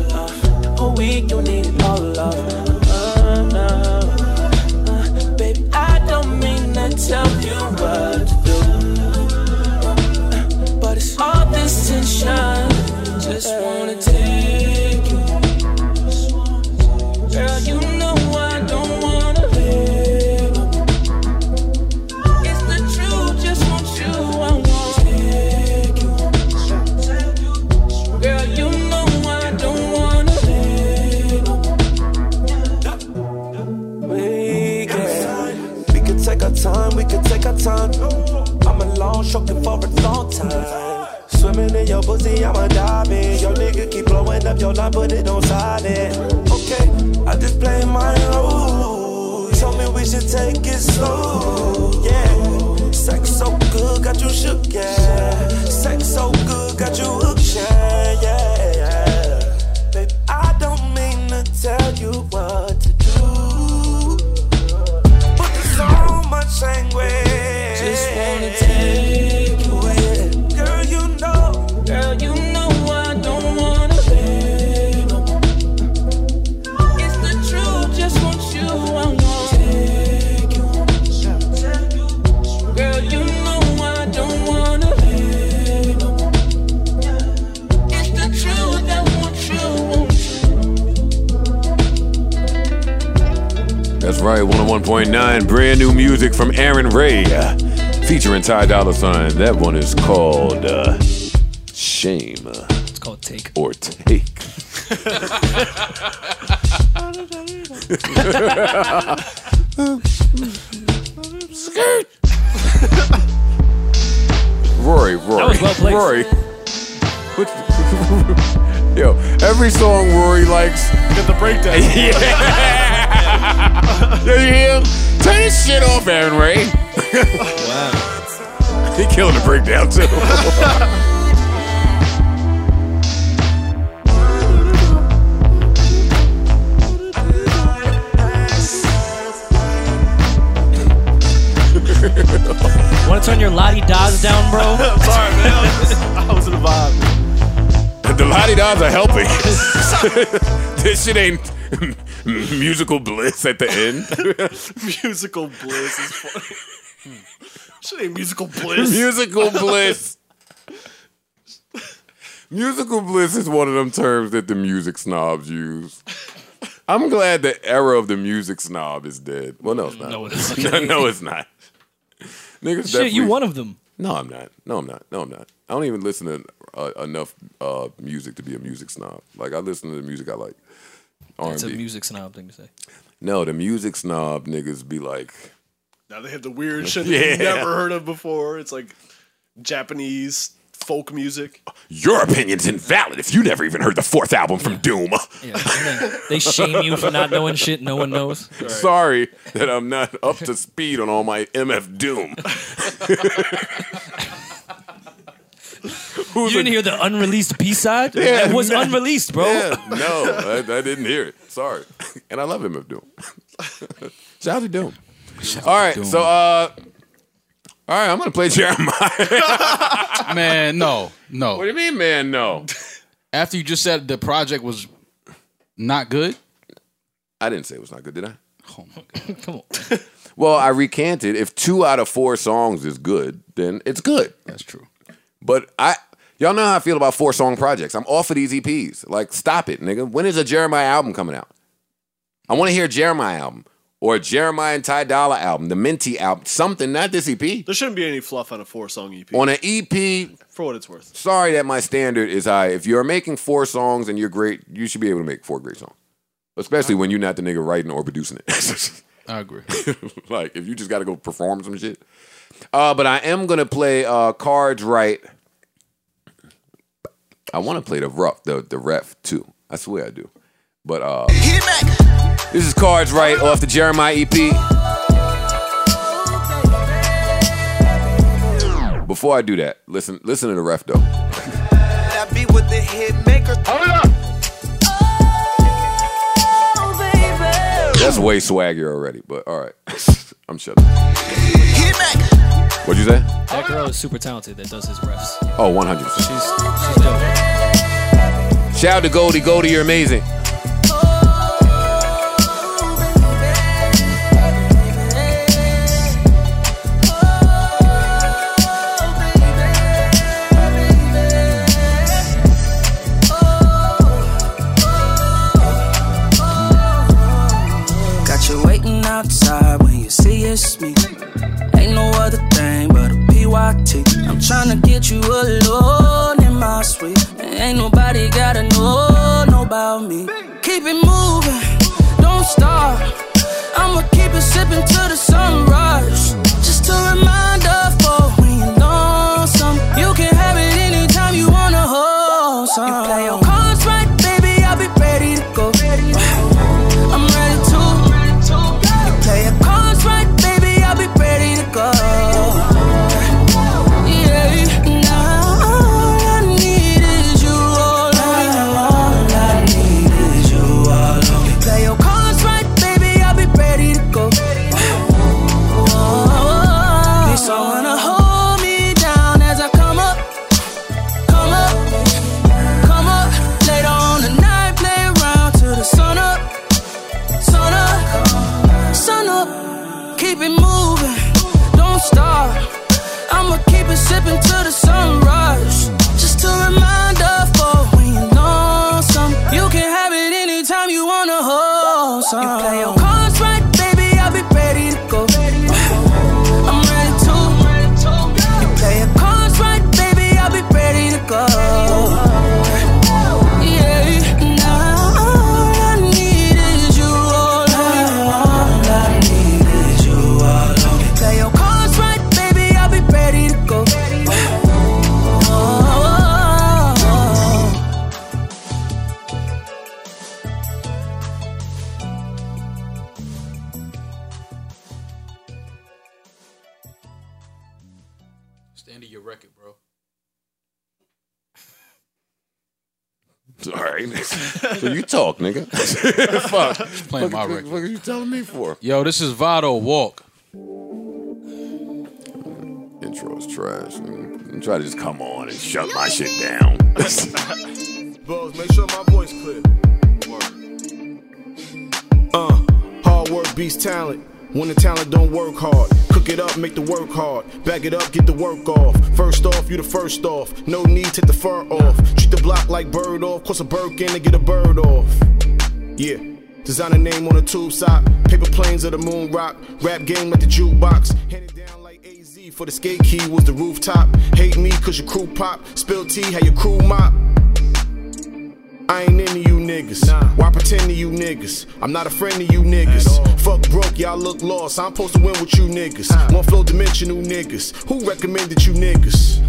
F: I'm alone, choking for a long time. Swimming in your pussy, I'm a diving. Your nigga keep blowing up your line, put it on silent. Okay, I just play my role. Told me we should take it slow. Yeah, sex so good, got you shook. Yeah, sex so good, got you hooked. Yeah, yeah, yeah. Babe, I don't mean to tell you what to do. But there's so much anguish. Just wanna take you in. Girl, you know. Girl, you know I don't wanna live no more. It's the truth, just want you. I want take you. Girl, you know I don't wanna live no more. It's the truth, I want you, want you.
A: That's right, 101.9, brand new music from Aaron Ray, uh, featuring Ty Dolla Sign. That one is called uh, Shame. It's
E: called Take.
A: Or Take.
F: Skirt.
A: Rory, Rory,
F: was well placed.
A: Rory. [laughs] What- Yo, every song Rory likes. Get the [laughs] breakdown. yeah. Yo, you hear him? Turn this shit off, Aaron Ray. [laughs] wow. He killing the breakdown too.
E: Want to turn your Lottie Daz
A: [laughs]
E: down, bro?
C: Sorry, man. [laughs] I was, I was in a vibe.
A: the Lottie Dots are helping. [laughs] this shit ain't [laughs] musical bliss at the
E: [laughs]
A: end.
C: musical bliss is funny. Shit ain't Hmm. musical bliss.
A: Musical bliss. Musical bliss is one of them terms that the music snobs use. I'm glad the era of the music snob is dead. Well, no, it's not. [laughs]
E: No, it is.
A: no, no, it's not. Niggas
E: Shit, you
A: definitely-
E: one of them.
A: No, I'm not. No, I'm not. No, I'm not. I don't even listen to uh, enough uh, music to be a music snob. Like I listen to the music I like. R&B.
E: It's a music snob thing to say.
A: no, the music snob niggas be like,
C: Now they have the weird shit
A: Yeah.
C: that you've never heard of before. It's like Japanese folk music.
A: your opinion's invalid if you never even heard the fourth album from Doom.
E: They shame you for not knowing shit no one
A: [laughs]
E: knows.
A: Sorry that I'm not up to speed on all my MF [laughs] Doom.
E: you didn't hear the unreleased B side?
A: Yeah,
E: it was
A: no.
E: unreleased, bro.
A: Yeah, no, I, I didn't hear it. Sorry. [laughs] And I love MF Doom. [laughs] Shout out to Doom. all right,
D: Doom.
A: so uh, all right, I'm gonna play [laughs] Jeremiah.
D: man, no, no. What
A: do you mean, man? No.
D: After you just said the project was not good,
A: [laughs]
D: Oh
A: I didn't say it was not good, did I?
E: Come on.
A: Well, I recanted. If two out of four songs is good, then it's good.
D: That's true.
A: But I, y'all know how I feel about four song projects. I'm off of these EPs. Like, stop it, nigga. When is a Jeremiah album coming out? I want to hear a Jeremiah album or a Jeremiah and Ty Dolla album, the Minty album, something. Not this EP.
C: There shouldn't be any fluff on a four song EP.
A: On an EP,
C: For what it's worth.
A: sorry that my standard is high. If you're making four songs and you're great, you should be able to make four great songs. Especially when you're not the nigga writing or producing it. [laughs]
D: I agree.
A: like if you just got to go perform some shit. Uh, but I am gonna play uh, cards right. I want to play the rough, the the ref too. I swear I do. But uh, this is cards right off the Jeremiah E EP. Before I do that, listen listen to the ref though.
B: That be with the hit maker. Hold up.
A: That's way swaggier already. But all right, [laughs] I'm shut. up. What'd you say?
E: That girl is super talented that does his refs.
A: Oh, 100. percent
E: She's, she's dope.
A: Shout out to Goldie. Goldie, you're amazing.
F: Got you waiting outside when you see it's me. Ain't no other thing but a PYT. I'm tryna get you alone in my suite. Ain't nobody gotta know, know about me. Keep it moving, don't stop. I'ma keep it sipping till the sunrise. Just a reminder for sip until the sunrise. Just to remind her for when you know some. You can have it anytime you wanna hold some. You play your cards right, baby, I'll be ready to go. [laughs] I'm ready to. You play your cards right, baby, I'll be ready to go. Yeah, now all I need is you, all I want. All I need is you, all I want. Play your cards right, baby, I'll be ready to go. Oh.
D: It's the end of your record, bro.
A: All right. [laughs] so you talk, nigga. [laughs] Fuck.
D: Just playing my
A: Fuck-
D: record.
A: What are you telling me for?
D: Yo, this is Vado Walk.
A: Intro is trash. nigga. Try to just come on and shut my shit down.
O: Bros, make sure my voice clear. Uh, hard work beats talent. When the talent don't work hard, cook it up, make the work hard. Back it up, get the work off. First off, you the first off. No need, take the fur off. Treat the block like bird off. Cross a bird in and get a bird off. Yeah. Design a name on a tube sock. Paper planes of the moon rock. Rap game like the jukebox. Hand it down like AZ for the skate key was the rooftop. Hate me cause your crew pop. Spill tea, how your crew mop. I ain't into you niggas. Why pretend to you niggas? I'm not a friend to you niggas. Fuck broke, y'all look lost. I'm supposed to win with you niggas. One flow dimensional niggas. Who recommended you niggas?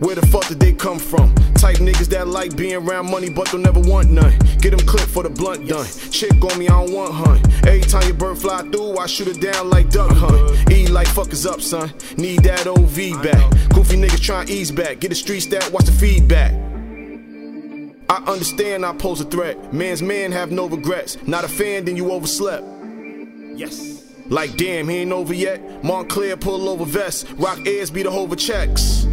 O: [laughs] Where the fuck did they come from? Type niggas that like being around money but don't never want none. Get them clipped for the blunt done. Chick on me, I don't want hun. Every time your bird fly through, I shoot it down like duck hunt. E like fuckers up, son. Need that OV back. Goofy niggas tryna ease back. Get the streets that watch the feedback. I understand I pose a threat. Man's man have no regrets. Not a fan, then you overslept. Yes. Like damn, he ain't over yet. Montclair pull over vest. Rock airs be the hover checks.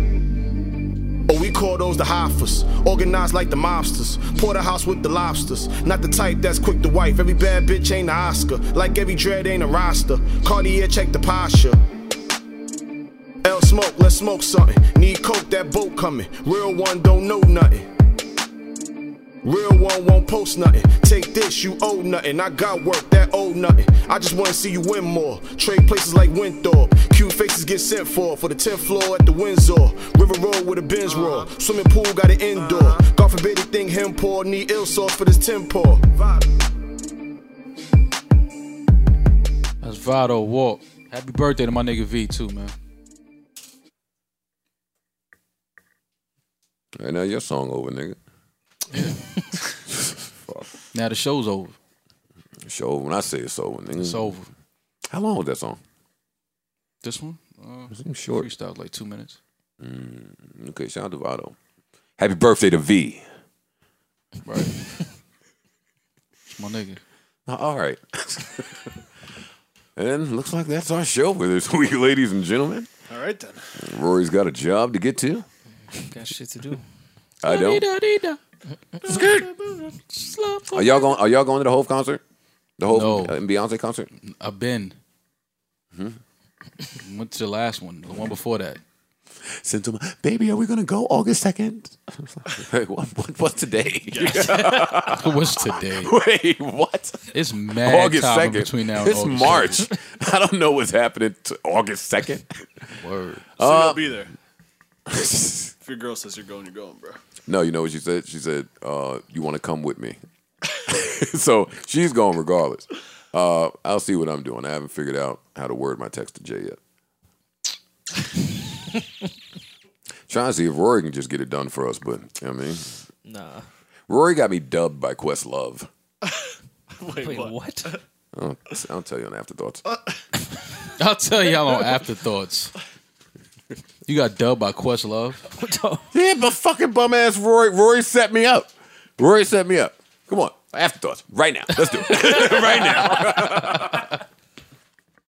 O: Or we call those the hoffers, organized like the mobsters. Porterhouse with the lobsters, not the type that's quick to wife. Every bad bitch ain't an Oscar, like every dread ain't a roster. Cartier check the posture. L smoke, let's smoke something. Need coke, that boat coming. Real one don't know nothing. Real one won't post nothing. Take this, you owe nothing. I got work that owe nothing. I just wanna see you win more. Trade places like Winthorpe. Cute faces get sent for for the 10th floor at the Windsor. River Road with a Benz roar. Swimming pool got an indoor. God forbid they think him poor. Need ill sauce for this 10 pour.
D: That's Vado Walk. Happy birthday to my nigga V too, man.
A: Right now your song over, nigga.
D: Now the show's over.
A: It's over. When I say it's over, nigga.
D: It's over.
A: How long was that song?
D: This one? Uh,
A: It's short.
D: Freestyle like two minutes.
A: Mm, okay, shout out to Vado. Happy birthday to V.
D: Right. my nigga.
A: All right. [laughs] and looks like that's our show for this [laughs] week, ladies and gentlemen.
C: All right then.
A: Rory's got a job to get to.
E: Got shit to do.
A: I don't. Are y'all going? Are y'all going to the Hove concert? The Hove uh, and Beyonce concert?
D: I've been.
A: Hmm?
D: Went to the last one, the one before that.
A: Sent him, baby. Are we gonna go August second? [laughs] what, what? What's today? [laughs]
D: What's today?
A: Wait, what?
D: It's mad time in between now and
A: it's
D: August
A: March. [laughs] I don't know what's happening to August second. [laughs]
D: Word.
C: So
A: Uh,
C: you'll be there. if your girl says you're going, you're going, bro.
A: No, you know what she said? She said, uh, you want to come with me. [laughs] so she's going regardless. Uh, I'll see what I'm doing. I haven't figured out how to word my text to Jay yet. [laughs] Trying to see if Rory can just get it done for us, but I mean,
E: Nah.
A: Rory got me dubbed by Questlove.
C: Wait, what?
E: [laughs]
A: I'll, I'll tell you on afterthoughts.
D: I'll tell y'all on afterthoughts. You got dubbed by Questlove.
A: yeah, but fucking bum ass Rory. Rory set me up. Rory set me up. Come on, afterthoughts right now. Let's do it right now.